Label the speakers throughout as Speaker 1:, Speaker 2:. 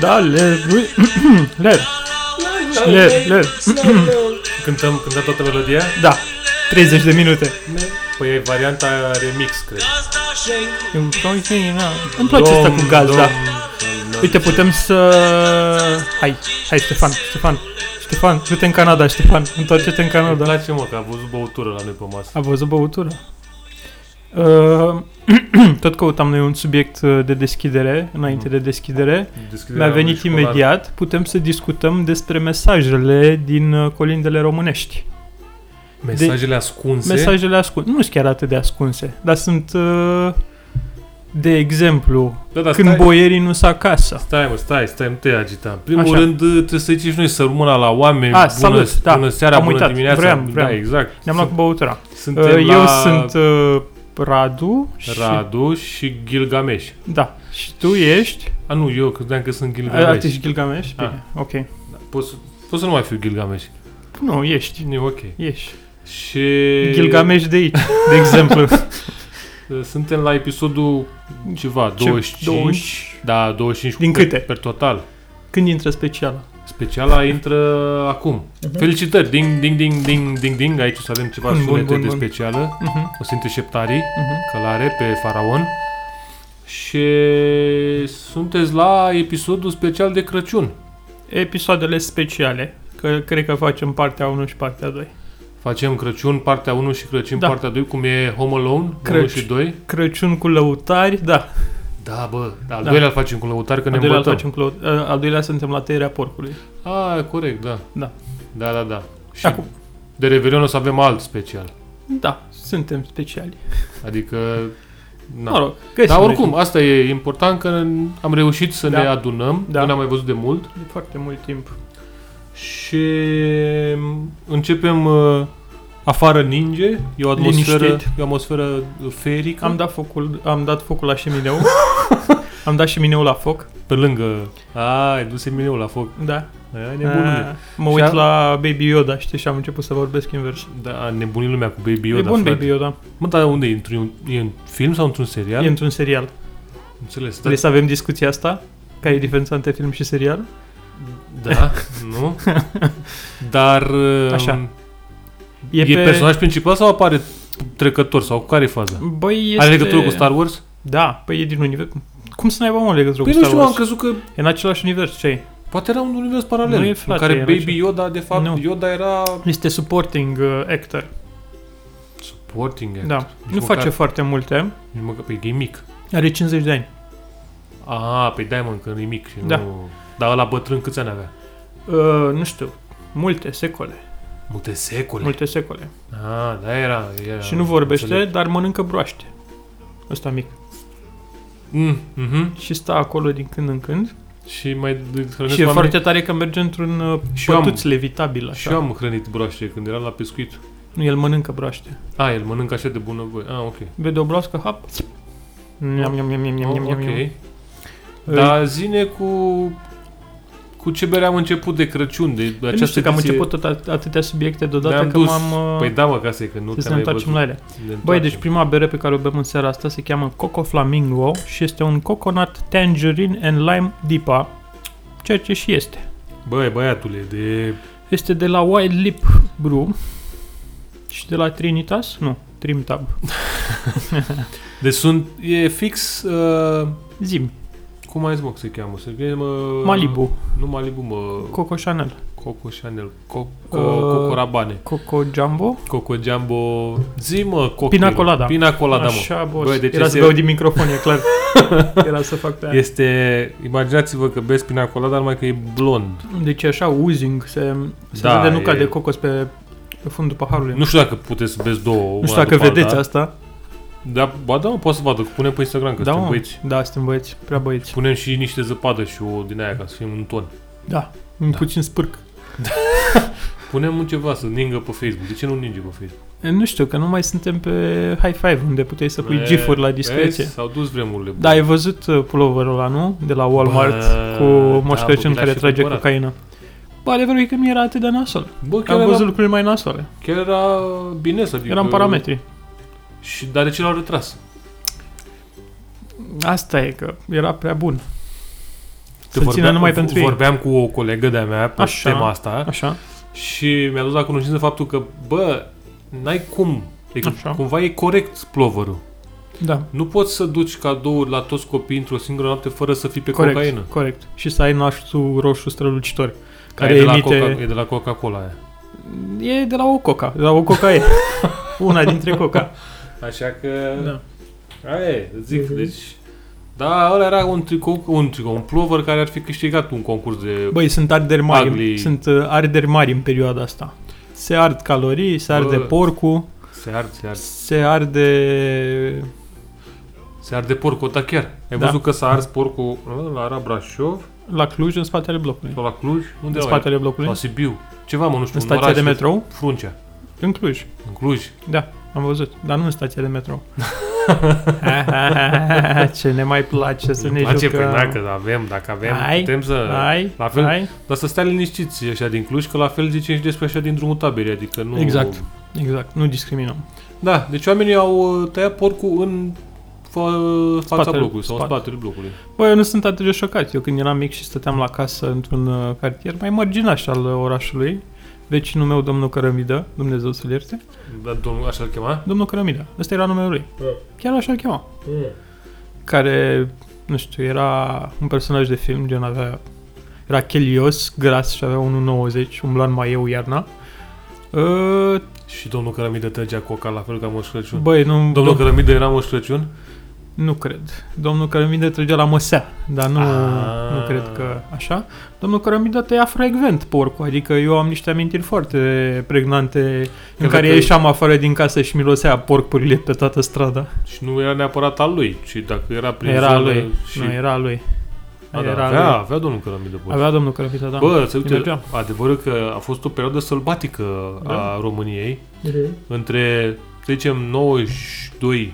Speaker 1: Da, ler, ler, ler, ler.
Speaker 2: Cântăm, cântăm toată melodia?
Speaker 1: Da, 30 de minute.
Speaker 2: Păi e varianta remix, cred.
Speaker 1: Îmi place- Îmi place asta cu gaz, da. Uite, putem să... Hai, hai, Ștefan, Ștefan, Ștefan, du-te în Canada, Ștefan, întoarce-te în
Speaker 2: Îmi
Speaker 1: Canada.
Speaker 2: place, mă, că a văzut băutură la noi pe masă.
Speaker 1: A văzut băutură. Uh, tot căutam noi un subiect uh, de deschidere, înainte de deschidere. Mi-a
Speaker 2: Deschiderea
Speaker 1: venit
Speaker 2: unui șocolat.
Speaker 1: imediat. Putem să discutăm despre mesajele din uh, colindele românești.
Speaker 2: Mesajele ascunse.
Speaker 1: Mesajele ascunse. Nu sunt chiar atât de ascunse, dar sunt... Uh, de exemplu,
Speaker 2: Da, da,
Speaker 1: când
Speaker 2: stai,
Speaker 1: boierii nu sunt acasă.
Speaker 2: Stai, mă, stai, stai, nu te agita. În primul
Speaker 1: Așa.
Speaker 2: rând, ă, trebuie să zicem și noi să rămâna la oameni.
Speaker 1: A,
Speaker 2: bună,
Speaker 1: salut, da,
Speaker 2: bună seara,
Speaker 1: am
Speaker 2: bună
Speaker 1: uitat,
Speaker 2: dimineața.
Speaker 1: vreau, vreau.
Speaker 2: Da, exact.
Speaker 1: Ne-am luat cu băutura.
Speaker 2: Suntem
Speaker 1: Uh,
Speaker 2: la
Speaker 1: Eu sunt uh, Radu. și-
Speaker 2: Radu și Gilgamesh.
Speaker 1: Da. Și tu ești?
Speaker 2: A, nu, eu credeam că sunt
Speaker 1: Ah, tu
Speaker 2: Gilgamesh.
Speaker 1: ești Gilgamesh? Bine, ok.
Speaker 2: Da, Poți, să- poți să nu mai fiu Gilgamesh.
Speaker 1: Nu, ești.
Speaker 2: E ok.
Speaker 1: Ești.
Speaker 2: Și...
Speaker 1: Gilgamesh de aici, de exemplu.
Speaker 2: Suntem la episodul ceva, 25.
Speaker 1: 20.
Speaker 2: Da, 25
Speaker 1: Din
Speaker 2: pe,
Speaker 1: câte?
Speaker 2: Per total.
Speaker 1: Când intră special?
Speaker 2: Speciala intră acum. Felicitări! Ding, ding, ding, ding, ding, ding. Aici o să avem ceva
Speaker 1: Mhm. Bun, bun,
Speaker 2: sunete
Speaker 1: bun,
Speaker 2: de
Speaker 1: bun.
Speaker 2: specială.
Speaker 1: Uh-huh,
Speaker 2: O să intre șeptarii
Speaker 1: uh-huh.
Speaker 2: călare pe Faraon. Și sunteți la episodul special de Crăciun.
Speaker 1: Episoadele speciale, că cred că facem partea 1 și partea 2.
Speaker 2: Facem Crăciun partea 1 și Crăciun
Speaker 1: Da.
Speaker 2: partea 2, cum e Home Alone
Speaker 1: Crăci-
Speaker 2: 1 și 2.
Speaker 1: Crăciun cu lăutari, da.
Speaker 2: Da, bă, dar al
Speaker 1: Da.
Speaker 2: doilea îl facem cu lăutar că
Speaker 1: Al
Speaker 2: ne
Speaker 1: doilea, îl facem
Speaker 2: îmbătăm.
Speaker 1: cu lăut- uh, al doilea suntem la tăierea porcului.
Speaker 2: Ah, corect, da.
Speaker 1: Da.
Speaker 2: Da, da, da. Și
Speaker 1: Acum,
Speaker 2: de Revelion o să avem alt special.
Speaker 1: da, suntem speciali.
Speaker 2: Adică... Na.
Speaker 1: Mă rog,
Speaker 2: Dar
Speaker 1: găsim noi
Speaker 2: oricum, asta e important că am reușit să
Speaker 1: Da.
Speaker 2: ne adunăm,
Speaker 1: Da.
Speaker 2: da. nu am mai văzut de mult
Speaker 1: timp. De foarte mult timp.
Speaker 2: și mm, începem uh, afară ninge, e o atmosferă,
Speaker 1: Liniștit.
Speaker 2: e o atmosferă ferică,
Speaker 1: Am dat focul, am dat focul la șemineu. am dat șemineul la foc.
Speaker 2: pe lângă, a, ai dus mineu la foc,
Speaker 1: Da.
Speaker 2: aia nebunule.
Speaker 1: A, Mă
Speaker 2: Și
Speaker 1: uit
Speaker 2: am-
Speaker 1: la Baby Yoda, știi, și am început să vorbesc invers.
Speaker 2: Da, a nebunit lumea cu Baby Yoda,
Speaker 1: e bun
Speaker 2: frate.
Speaker 1: Baby Yoda.
Speaker 2: Mă, dar unde e? Într-un, e în film sau într-un serial?
Speaker 1: E într-un serial.
Speaker 2: Înțeles, da,
Speaker 1: Vrei să avem discuția asta? Care e diferența între film și serial?
Speaker 2: da nu? Dar... uh,
Speaker 1: Așa.
Speaker 2: E, e pe... personaj principal sau apare trecător sau care e faza? Este...
Speaker 1: Băi, este...
Speaker 2: Are legătură cu Star Wars?
Speaker 1: Da, păi e din univers. Cum să n-aibă o legătură
Speaker 2: Păi
Speaker 1: cu Star
Speaker 2: nu știu,
Speaker 1: Wars?
Speaker 2: am crezut că
Speaker 1: E în același univers, ce e?
Speaker 2: poate era un univers paralel
Speaker 1: Nu e, frate,
Speaker 2: în care
Speaker 1: era
Speaker 2: Baby
Speaker 1: ce-
Speaker 2: Yoda, de fapt,
Speaker 1: Nu.
Speaker 2: Yoda era
Speaker 1: Este supporting uh, actor.
Speaker 2: supporting act.
Speaker 1: Da.
Speaker 2: Nici
Speaker 1: nu
Speaker 2: măcar-
Speaker 1: face foarte multe.
Speaker 2: Nici măcar, păi e mic.
Speaker 1: Are 50 de ani.
Speaker 2: Ah, pe Diamond, că e mic și
Speaker 1: Da.
Speaker 2: nu... Dar ăla bătrân câți ani avea?
Speaker 1: Uh, nu știu. Multe secole.
Speaker 2: Multe secole.
Speaker 1: Multe secole.
Speaker 2: Ah, da, era, era.
Speaker 1: Și nu vorbește,
Speaker 2: înțeleg.
Speaker 1: dar mănâncă broaște. Ăsta mic.
Speaker 2: Mm, mhm.
Speaker 1: Și stă acolo din când în când.
Speaker 2: Și mai hrănesc
Speaker 1: și e
Speaker 2: oamenii.
Speaker 1: foarte tare că merge într-un uh,
Speaker 2: Și eu am-
Speaker 1: pătuț levitabil, așa.
Speaker 2: Și eu am hrănit broaște când era la pescuit.
Speaker 1: Nu, el mănâncă broaște.
Speaker 2: Ah, el mănâncă așa de bunăvoie. Ah, ok.
Speaker 1: Vede o broască, hap. Niam, niam, niam, niam, niam, niam,
Speaker 2: Oh,
Speaker 1: niam.
Speaker 2: ok. Da, Dar zine cu... Cu ce bere am început de Crăciun, de această
Speaker 1: Eu Nu știu că am
Speaker 2: ediție?
Speaker 1: început tot at- atâtea subiecte deodată
Speaker 2: Ne-am
Speaker 1: că
Speaker 2: dus.
Speaker 1: m-am... uh,
Speaker 2: Păi da, mă, ca să e că
Speaker 1: să
Speaker 2: nu te
Speaker 1: ne
Speaker 2: mai
Speaker 1: întoarcem
Speaker 2: văzut.
Speaker 1: la ele.
Speaker 2: Ne
Speaker 1: Băi,
Speaker 2: întoarcem.
Speaker 1: deci prima bere pe care o bem în seara asta se cheamă Coco Flamingo și este un coconut tangerine and lime dipa, ceea ce și este.
Speaker 2: Băi, băiatule, de...
Speaker 1: Este de la Wild Lip Brew și de la Trinitas? Nu, Trimtab.
Speaker 2: Deci sunt... E fix... Uh,
Speaker 1: Zim, cum
Speaker 2: cum ai zis, mă, că se cheamă? Se cheamă...
Speaker 1: Malibu,
Speaker 2: Nu Malibu, mă.
Speaker 1: Coco Chanel,
Speaker 2: Coco Chanel. Coco...
Speaker 1: Uh,
Speaker 2: Coco Rabane.
Speaker 1: Coco Jumbo,
Speaker 2: Coco Jumbo. Zi, mă, cocktail.
Speaker 1: Pina colada.
Speaker 2: Pina colada, mă.
Speaker 1: Așa, boss.
Speaker 2: Băi, deci
Speaker 1: Era să
Speaker 2: este-
Speaker 1: beau din microfon, e clar. Era să fac pe aia.
Speaker 2: Este, imaginați-vă că beți pina colada numai că e blond.
Speaker 1: Deci e așa, oozing, se, se
Speaker 2: Da,
Speaker 1: vede nuca
Speaker 2: e-
Speaker 1: de cocos pe, pe fundul paharului.
Speaker 2: Nu știu dacă puteți să beți două.
Speaker 1: Nu știu dacă vedeți asta.
Speaker 2: Da, ba da, mă, poate să vadă, că punem pe Instagram, că
Speaker 1: da,
Speaker 2: da, suntem
Speaker 1: mă.
Speaker 2: băieți.
Speaker 1: da, suntem băieți, prea băieți.
Speaker 2: Punem și niște zăpadă și o din aia ca să fim în ton.
Speaker 1: Da, un
Speaker 2: Da.
Speaker 1: puțin spârc.
Speaker 2: Punem un ceva să ningă pe Facebook. De ce nu ninge pe Facebook?
Speaker 1: E, Nu știu, că nu mai suntem pe High Five, unde puteai să pui gif-uri la discreție.
Speaker 2: Eh, vezi, S-au dus vremurile. bune.
Speaker 1: Da, ai văzut uh, pulloverul ăla, nu? De la Walmart
Speaker 2: Bă,
Speaker 1: cu Moș
Speaker 2: da,
Speaker 1: Crăciun
Speaker 2: bă,
Speaker 1: care
Speaker 2: l-aș fi
Speaker 1: trage
Speaker 2: cumpărat.
Speaker 1: cocaină. Bă, adevărul e că mi era atât de nasol.
Speaker 2: Bă, chiar,
Speaker 1: Am văzut
Speaker 2: era,
Speaker 1: lucruri mai nasoale.
Speaker 2: chiar era bine să adică,
Speaker 1: Eram parametri.
Speaker 2: Și, dar de ce l-au retras?
Speaker 1: Asta e, că era prea bun. Să-l țină numai pentru ei.
Speaker 2: Vorbeam cu o colegă de-a mea pe
Speaker 1: Așa.
Speaker 2: tema asta
Speaker 1: Așa.
Speaker 2: și mi-a dus la cunoștință faptul că, bă, n-ai cum. Deci,
Speaker 1: Așa.
Speaker 2: cumva e corect plovărul.
Speaker 1: Da.
Speaker 2: Nu poți să duci cadouri la toți copiii într-o singură noapte fără să fii pe
Speaker 1: corect,
Speaker 2: cocaină.
Speaker 1: corect. Și să ai nașul roșu strălucitor. Care
Speaker 2: Care e, de la
Speaker 1: emite...
Speaker 2: Coca, e de la Coca-Cola aia.
Speaker 1: E de la o coca. De la o coca e. Una dintre coca.
Speaker 2: Așa că...
Speaker 1: Da.
Speaker 2: Aia e, îți zic,
Speaker 1: Mhm.
Speaker 2: deci... Da, ăla era un tricou, un tricou, un plover care ar fi câștigat un concurs de...
Speaker 1: Băi, sunt arderi mari.
Speaker 2: Ugly.
Speaker 1: Sunt uh, arderi mari în perioada asta. Se ard calorii, se arde
Speaker 2: Bă.
Speaker 1: porcul,
Speaker 2: Se arde, se arde.
Speaker 1: se arde...
Speaker 2: Se arde porcul ăsta chiar. Ai
Speaker 1: Da.
Speaker 2: da. văzut că s-a ars porcul ă, la Ara Brașov
Speaker 1: La Cluj, în spatele blocului.
Speaker 2: sau la Cluj? Unde
Speaker 1: În
Speaker 2: era?
Speaker 1: spatele
Speaker 2: La
Speaker 1: blocului.
Speaker 2: Sibiu. Ceva, mă, nu știu,
Speaker 1: În
Speaker 2: un
Speaker 1: stația
Speaker 2: oraș
Speaker 1: de metrou?
Speaker 2: Fruncea.
Speaker 1: În Cluj.
Speaker 2: În Cluj.
Speaker 1: Da, am văzut. Dar nu în stația de metrou. Ce ne mai place să
Speaker 2: Îmi
Speaker 1: ne
Speaker 2: place
Speaker 1: jucăm.
Speaker 2: pe dacă păi, avem, dacă avem,
Speaker 1: Hai,
Speaker 2: putem să...
Speaker 1: Ai,
Speaker 2: La fel,
Speaker 1: ai,
Speaker 2: Dar să stea liniștiți așa din Cluj, că la fel zicem și despre așa din drumul taberei, adică nu...
Speaker 1: Exact. exact, nu discriminăm.
Speaker 2: Da, deci oamenii au uh, tăiat porcul în fa- fața
Speaker 1: Spatele-
Speaker 2: blocului sau în
Speaker 1: spate.
Speaker 2: spatele blocului.
Speaker 1: Băi, eu nu sunt atât de șocat. Eu când eram mic și stăteam la casă într-un uh, cartier mai marginaș al uh, orașului, vecinul meu, domnul Cărămidă, Dumnezeu să-l ierte,
Speaker 2: Da, domnul, așa îl chema?
Speaker 1: domnul Cărămidă, ăsta era numele lui,
Speaker 2: Da. Mm.
Speaker 1: chiar așa îl chema, care, nu știu, era un personaj de film, gen avea, era chelios, gras și avea 1,90, umbla numai eu iarna. Uh,
Speaker 2: Și domnul Cărămidă trăgea coca la fel ca Moș Crăciun.
Speaker 1: Băi, nu,
Speaker 2: Domnul
Speaker 1: dom-
Speaker 2: Cărămidă era Moș Crăciun?
Speaker 1: Nu cred. Domnul Cărămidă trăgea la măsea, dar nu,
Speaker 2: Ah.
Speaker 1: nu cred că așa. Domnul Cărămidă tăia frecvent porcul, adică eu am niște amintiri foarte pregnante în
Speaker 2: Cred
Speaker 1: care
Speaker 2: că-
Speaker 1: ieșeam afară din casă și milosea porcurile pe toată strada.
Speaker 2: Și nu era neapărat al lui, ci dacă era prin
Speaker 1: Era
Speaker 2: zonă
Speaker 1: lui.
Speaker 2: Și...
Speaker 1: Nu, era a lui.
Speaker 2: A, da,
Speaker 1: era a
Speaker 2: avea,
Speaker 1: lui.
Speaker 2: avea domnul Cărămidă porc.
Speaker 1: Avea domnul Cărămidă, da.
Speaker 2: Bă, să
Speaker 1: Îi
Speaker 2: uite,
Speaker 1: mergea.
Speaker 2: adevărul că a fost o perioadă sălbatică
Speaker 1: Da.
Speaker 2: a României, între, să zicem, 92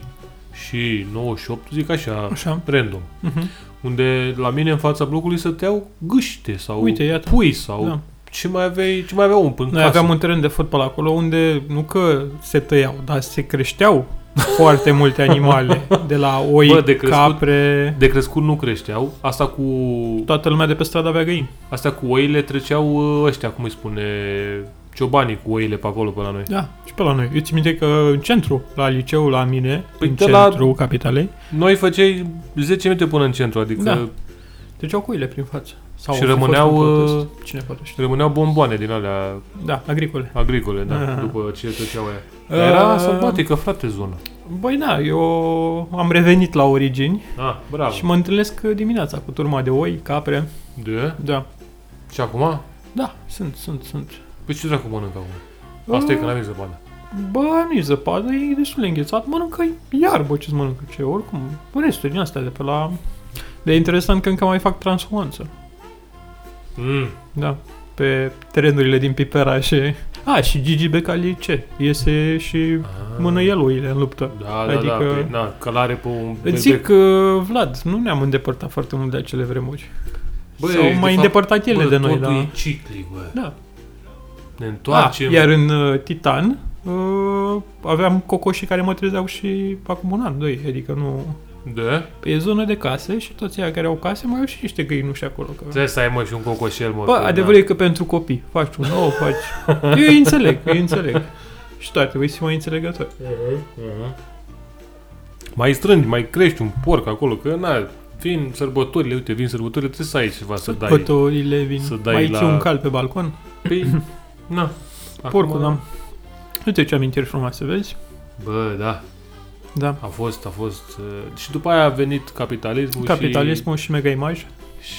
Speaker 2: și 98, zic așa,
Speaker 1: Așa.
Speaker 2: random,
Speaker 1: Uh-huh.
Speaker 2: unde la mine în fața blocului să te iau gâște sau
Speaker 1: Uite, iată.
Speaker 2: pui sau
Speaker 1: Da.
Speaker 2: ce mai aveai, ce mai aveau un până
Speaker 1: Noi aveam un teren de fotbal acolo unde nu că se tăiau, dar se creșteau foarte multe animale, de la oi,
Speaker 2: Bă, de crescut-
Speaker 1: capre...
Speaker 2: De crescut nu creșteau, asta cu,
Speaker 1: Toată lumea de pe stradă avea găini.
Speaker 2: asta cu oile treceau ă, ăștia, cum îi spune, ciobanii cu oile pe acolo pe la noi.
Speaker 1: Da, și pe la noi. Eu țin minte că în centru, la liceu, la mine,
Speaker 2: Păi
Speaker 1: în
Speaker 2: de la-
Speaker 1: centru capitalei,
Speaker 2: Noi făceai 10 minute până în centru, adică
Speaker 1: Da. treceau cuile prin față. Sau
Speaker 2: Și
Speaker 1: fi fost
Speaker 2: rămâneau,
Speaker 1: un
Speaker 2: uh,
Speaker 1: protest. Cine poate ști?
Speaker 2: rămâneau bomboane din alea
Speaker 1: Da, agricole.
Speaker 2: agricole, da,
Speaker 1: Aha.
Speaker 2: după ce treceau aia. Dar Era
Speaker 1: Uh,
Speaker 2: sălbatică, frate, zona.
Speaker 1: Băi, da, eu am revenit la origini
Speaker 2: Ah, bravo.
Speaker 1: și mă întâlnesc dimineața cu turma de oi, capre.
Speaker 2: De?
Speaker 1: Da,
Speaker 2: Și acum?
Speaker 1: da, sunt, sunt, sunt.
Speaker 2: Păi ce dracu mănânc acum? Asta e
Speaker 1: Ă.
Speaker 2: că n-am zăpadă.
Speaker 1: Bă, nu-i zăpadă, e destul de înghețat, mănâncă iarbă ce-ți mănâncă ce, oricum, resturi din astea de pe la... De interesant că încă mai fac transformanță.
Speaker 2: Mm.
Speaker 1: Da, pe terenurile din Pipera și... A, și Gigi Becali ce? Iese și
Speaker 2: Ah.
Speaker 1: mână el oile în luptă.
Speaker 2: Da, da,
Speaker 1: Adică-
Speaker 2: da, păi, na, călare pe un
Speaker 1: Îți
Speaker 2: bebec.
Speaker 1: zic, uh, Vlad, nu ne-am îndepărtat foarte mult de acele vremuri. Bă,
Speaker 2: Băi,
Speaker 1: S-au mai
Speaker 2: de fapt,
Speaker 1: îndepărtat ele
Speaker 2: Bă,
Speaker 1: de noi,
Speaker 2: totul
Speaker 1: da.
Speaker 2: e ciclic, bă.
Speaker 1: Da.
Speaker 2: Ne
Speaker 1: A,
Speaker 2: întoarcem.
Speaker 1: iar în uh, Titan uh, aveam cocoșii care mă trezeau și acum un an, doi, adică nu...
Speaker 2: De?
Speaker 1: Pe e zonă de case și toți aia care au case mai au și niște găinuși acolo. Că...
Speaker 2: Trebuie da. să ai, mă, și un cocoșel, mă.
Speaker 1: Bă,
Speaker 2: că,
Speaker 1: adevărul e că pentru copii faci un nou, faci... Eu îi înțeleg, eu îi înțeleg. Și tu ar trebui să fii mai înțelegător.
Speaker 2: Mhm. Mai strângi, mai crești un porc acolo, că, na, vin sărbătorile, uite, vin sărbătorile, trebuie să ai ceva să dai.
Speaker 1: Sărbătorile vin.
Speaker 2: să dai
Speaker 1: mai ții
Speaker 2: la-
Speaker 1: un cal pe balcon.
Speaker 2: Păi, na.
Speaker 1: Porcul,
Speaker 2: Acum-
Speaker 1: da. Uite ce amintiri frumoase, vezi?
Speaker 2: Bă, da,
Speaker 1: Da.
Speaker 2: a fost, a fost... uh, Și după aia a venit capitalismul,
Speaker 1: Capitalismul și, mega imaj.
Speaker 2: și,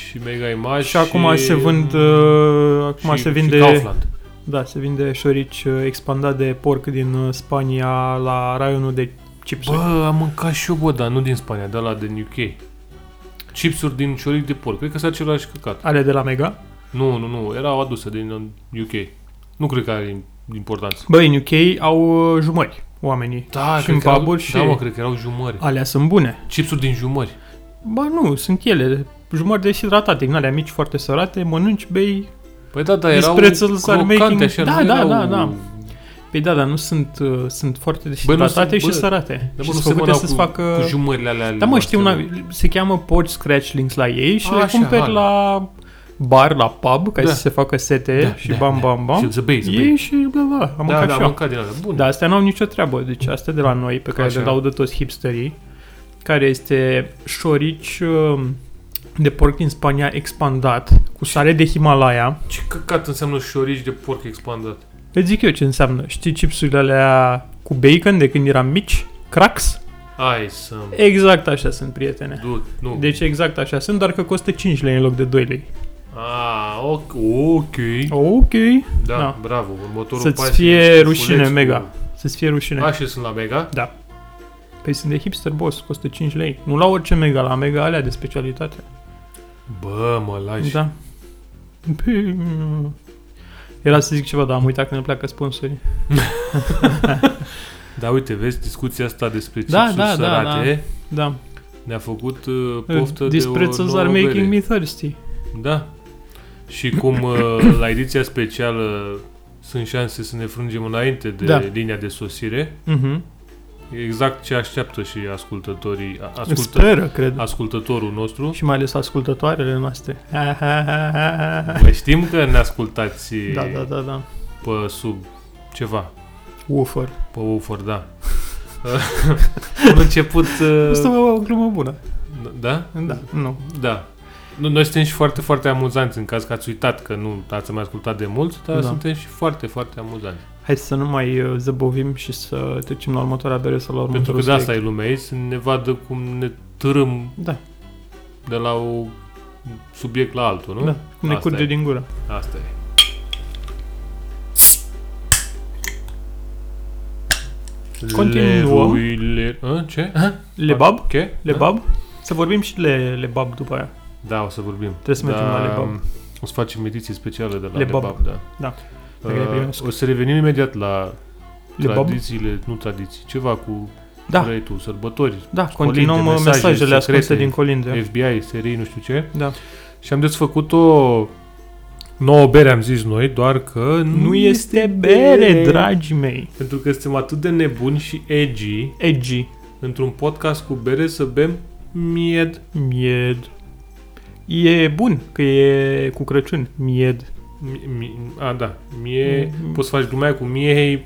Speaker 2: și mega imagi.
Speaker 1: Și acum se vând, uh, acum
Speaker 2: și,
Speaker 1: se
Speaker 2: Și
Speaker 1: vinde,
Speaker 2: Kaufland.
Speaker 1: da, se vinde șorici uh, expandat de porc din uh, Spania la raionul de chipsuri.
Speaker 2: Bă, am mâncat și eu, bă, dar nu din Spania, dar la din UK. Chipsuri din cioric de porc. Cred că s-a același căcat.
Speaker 1: Ale de la Mega.
Speaker 2: Nu, nu, nu. Erau aduse din uh, UK. Nu cred că are importanță.
Speaker 1: Băi, în UK au uh, jumări oamenii.
Speaker 2: Da,
Speaker 1: Și
Speaker 2: cred
Speaker 1: în
Speaker 2: că erau-
Speaker 1: pub-uri și-
Speaker 2: Da, mă, cred că erau jumări.
Speaker 1: Alea sunt bune.
Speaker 2: Chipsuri din jumări.
Speaker 1: Ba nu, sunt ele. Jumări deshidratate, din alea mici foarte sărate, mănânci, bei,
Speaker 2: Păi da, dar
Speaker 1: These
Speaker 2: erau
Speaker 1: pretzels are
Speaker 2: crocante
Speaker 1: making-
Speaker 2: așa,
Speaker 1: Da,
Speaker 2: nu
Speaker 1: da,
Speaker 2: erau
Speaker 1: da, da. Păi da, dar nu sunt, uh, sunt foarte
Speaker 2: Bă, nu
Speaker 1: deshidratate
Speaker 2: sunt-
Speaker 1: și
Speaker 2: bă,
Speaker 1: sărate.
Speaker 2: Dar
Speaker 1: și
Speaker 2: mă, nu
Speaker 1: sunt
Speaker 2: se
Speaker 1: făcute
Speaker 2: mă
Speaker 1: să-ți
Speaker 2: cu,
Speaker 1: facă...
Speaker 2: cu jumările alea ale
Speaker 1: Da, mă, știu, una,
Speaker 2: noastre,
Speaker 1: se cheamă porci scratch links la ei și
Speaker 2: A,
Speaker 1: le
Speaker 2: așa,
Speaker 1: cumperi
Speaker 2: hai.
Speaker 1: la bar, la pub, ca
Speaker 2: Da.
Speaker 1: să se facă sete
Speaker 2: Da,
Speaker 1: și
Speaker 2: da,
Speaker 1: bam,
Speaker 2: da.
Speaker 1: bam, bam.
Speaker 2: Și zăbei, zăbei.
Speaker 1: Ei și bla, bla, am
Speaker 2: Da,
Speaker 1: mâncat
Speaker 2: da,
Speaker 1: și
Speaker 2: am
Speaker 1: eu.
Speaker 2: mâncat din alea. Bun.
Speaker 1: Dar astea n-au nicio treabă. Deci astea de la noi, pe care
Speaker 2: Așa.
Speaker 1: le laudă toți hipsterii, care este șorici uh, de porc din Spania expandat, cu sare de Himalaya.
Speaker 2: Ce căcat înseamnă șorici de porc expandat?
Speaker 1: Îți zic eu ce înseamnă. Știi chipsurile alea cu bacon de când eram mici? Crax?
Speaker 2: Ai să-mi
Speaker 1: Exact așa sunt, prietene.
Speaker 2: duc. Nu.
Speaker 1: Deci exact așa sunt, doar că costă 5 lei în loc de 2 lei.
Speaker 2: A, ok. ok.
Speaker 1: Ok.
Speaker 2: Da,
Speaker 1: da.
Speaker 2: bravo. Următorul
Speaker 1: Să-ți
Speaker 2: pas
Speaker 1: fie
Speaker 2: este
Speaker 1: rușine,
Speaker 2: fulețul.
Speaker 1: mega. Să-ți fie rușine.
Speaker 2: A, și sunt la mega?
Speaker 1: Da. Păi sunt de hipster, boss, costă 5 lei. Nu la orice mega, la mega alea de specialitate.
Speaker 2: Bă, mă lași.
Speaker 1: Da. Păi, mm, Era să zic ceva, dar am uitat că ne pleacă sponsorii.
Speaker 2: Da, uite, vezi discuția asta despre
Speaker 1: Da,
Speaker 2: chipsuri
Speaker 1: da, da,
Speaker 2: sărate
Speaker 1: da.
Speaker 2: ne-a făcut uh, poftă de o
Speaker 1: Disprețos
Speaker 2: nouă
Speaker 1: are
Speaker 2: bere.
Speaker 1: making me thirsty.
Speaker 2: Da. Și cum uh, la ediția specială sunt șanse să ne frângem înainte de
Speaker 1: Da.
Speaker 2: linia de sosire,
Speaker 1: Mhm.
Speaker 2: e exact ce așteaptă și ascultătorii, a- ascultă,
Speaker 1: Speră, cred.
Speaker 2: ascultătorul nostru.
Speaker 1: Și mai ales ascultătoarele noastre.
Speaker 2: Vă știm că ne ascultați
Speaker 1: Da, da, da, da.
Speaker 2: pe sub ceva,
Speaker 1: Woofer.
Speaker 2: pe ufor, da. Un început... uh,
Speaker 1: Asta e o glumă bună.
Speaker 2: Da?
Speaker 1: Da, nu.
Speaker 2: Da. Nu, Noi suntem și foarte, foarte amuzanți în caz că ați uitat că nu ați mai ascultat de mult, dar
Speaker 1: Da.
Speaker 2: da. suntem și foarte, foarte amuzanți.
Speaker 1: Hai să nu mai uh, zăbovim și să trecem la următoarea bere sau la următorul
Speaker 2: Pentru că de asta
Speaker 1: subiect.
Speaker 2: e lumea ei, să ne vadă cum ne târâm
Speaker 1: Da,
Speaker 2: de la un subiect la altul, nu?
Speaker 1: da. Ne
Speaker 2: Asta
Speaker 1: curge
Speaker 2: e.
Speaker 1: din gură.
Speaker 2: Asta e.
Speaker 1: Continuăm.
Speaker 2: Leruile... A, ce? A?
Speaker 1: Lebab?
Speaker 2: Ok.
Speaker 1: Lebab? Să vorbim și de lebab după aia.
Speaker 2: Da, o să vorbim.
Speaker 1: Trebuie să mergem la Lebab.
Speaker 2: Da, um, O să facem ediții speciale de la
Speaker 1: Lebab.
Speaker 2: Lebab, da.
Speaker 1: Da.
Speaker 2: Uh,
Speaker 1: Dacă ne primesc.
Speaker 2: o să revenim imediat la
Speaker 1: Lebab?
Speaker 2: tradițiile, nu tradiții, ceva cu
Speaker 1: Da.
Speaker 2: răitul, sărbători,
Speaker 1: Da, continuăm
Speaker 2: colinde,
Speaker 1: uh,
Speaker 2: mesaje
Speaker 1: mesajele ascunse
Speaker 2: secrete.
Speaker 1: din colinde.
Speaker 2: FBI, serii, nu știu ce.
Speaker 1: Da.
Speaker 2: Și am desfăcut o nouă bere, am zis noi, doar că
Speaker 1: Nu este bere, dragii mei.
Speaker 2: Pentru că suntem atât de nebuni și edgy,
Speaker 1: Edgy.
Speaker 2: într-un podcast cu bere să bem mied.
Speaker 1: Mied. E bun că e cu Crăciun. Mied.
Speaker 2: Mi, mi, a, da, mie,
Speaker 1: Mm.
Speaker 2: poți să faci glumea cu miehei,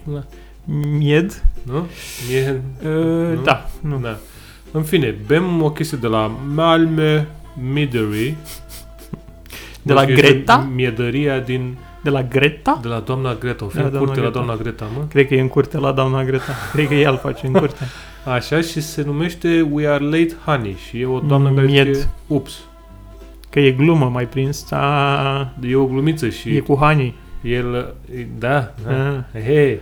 Speaker 1: Mied?
Speaker 2: nu? Mie,
Speaker 1: Uh, da, nu.
Speaker 2: da. În fine, bem o chestie de la Malme Midery.
Speaker 1: De la Greta?
Speaker 2: Miedăria din...
Speaker 1: De la Greta?
Speaker 2: De la doamna Greta. O fi
Speaker 1: De la
Speaker 2: în curte
Speaker 1: Da, doamna
Speaker 2: la doamna Greta, mă?
Speaker 1: Cred că e în curte la doamna Greta. Cred că ea îl face în curte.
Speaker 2: Așa și se numește We Are Late Honey și e o doamnă care
Speaker 1: Miet.
Speaker 2: zice, ups,
Speaker 1: Că e glumă, mai prins. A,
Speaker 2: e o glumiță și
Speaker 1: e cu Hani.
Speaker 2: el, da, da.
Speaker 1: Ah.
Speaker 2: He.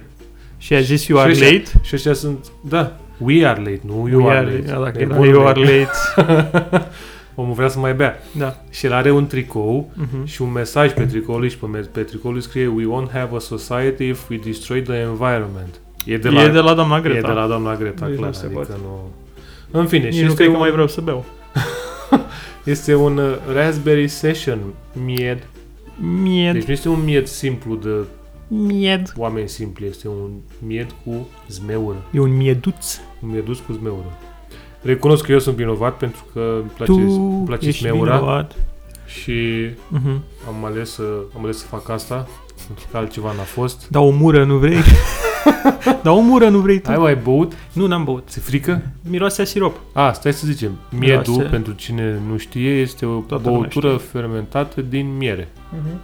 Speaker 1: Și a zis you are
Speaker 2: Și ăștia-
Speaker 1: late.
Speaker 2: Și ăștia sunt, da, We Are Late, nu You
Speaker 1: We
Speaker 2: Are,
Speaker 1: are-
Speaker 2: Late.
Speaker 1: da, Dacă era
Speaker 2: Nebunul
Speaker 1: you are
Speaker 2: meu.
Speaker 1: late.
Speaker 2: Omul vrea să mai bea.
Speaker 1: Da.
Speaker 2: Și el are un tricou
Speaker 1: Mhm.
Speaker 2: și un mesaj pe tricoul lui și pe, me- pe tricoul lui scrie We won't have a society if we destroy the environment. E de la,
Speaker 1: E de la doamna Greta.
Speaker 2: e de la doamna Greta,
Speaker 1: Deci
Speaker 2: clar.
Speaker 1: nu se
Speaker 2: Adică
Speaker 1: poate.
Speaker 2: nu... În fine,
Speaker 1: Nici
Speaker 2: și
Speaker 1: nu
Speaker 2: este
Speaker 1: cred că
Speaker 2: un,
Speaker 1: mai vreau să beau.
Speaker 2: este un uh, Raspberry Session mied
Speaker 1: Mied.
Speaker 2: Deci nu este un mied simplu de
Speaker 1: Mied.
Speaker 2: oameni simpli, este un mied cu zmeură.
Speaker 1: E un mieduț.
Speaker 2: Un miedus cu zmeură. Recunosc că eu sunt vinovat pentru că îmi place, îmi place zmeura
Speaker 1: vinovat.
Speaker 2: și
Speaker 1: Mhm.
Speaker 2: am ales, să, am ales să fac asta pentru că altceva n-a fost.
Speaker 1: Da o mură, nu vrei? da o mură, nu vrei tu?
Speaker 2: Ai mai băut?
Speaker 1: Nu, n-am băut.
Speaker 2: Ți frică?
Speaker 1: Miroase a sirop.
Speaker 2: A, stai să zicem. Miedul,
Speaker 1: Miroase.
Speaker 2: pentru cine nu știe, este o
Speaker 1: Toată lumea
Speaker 2: băutură fermentată din miere. Mhm.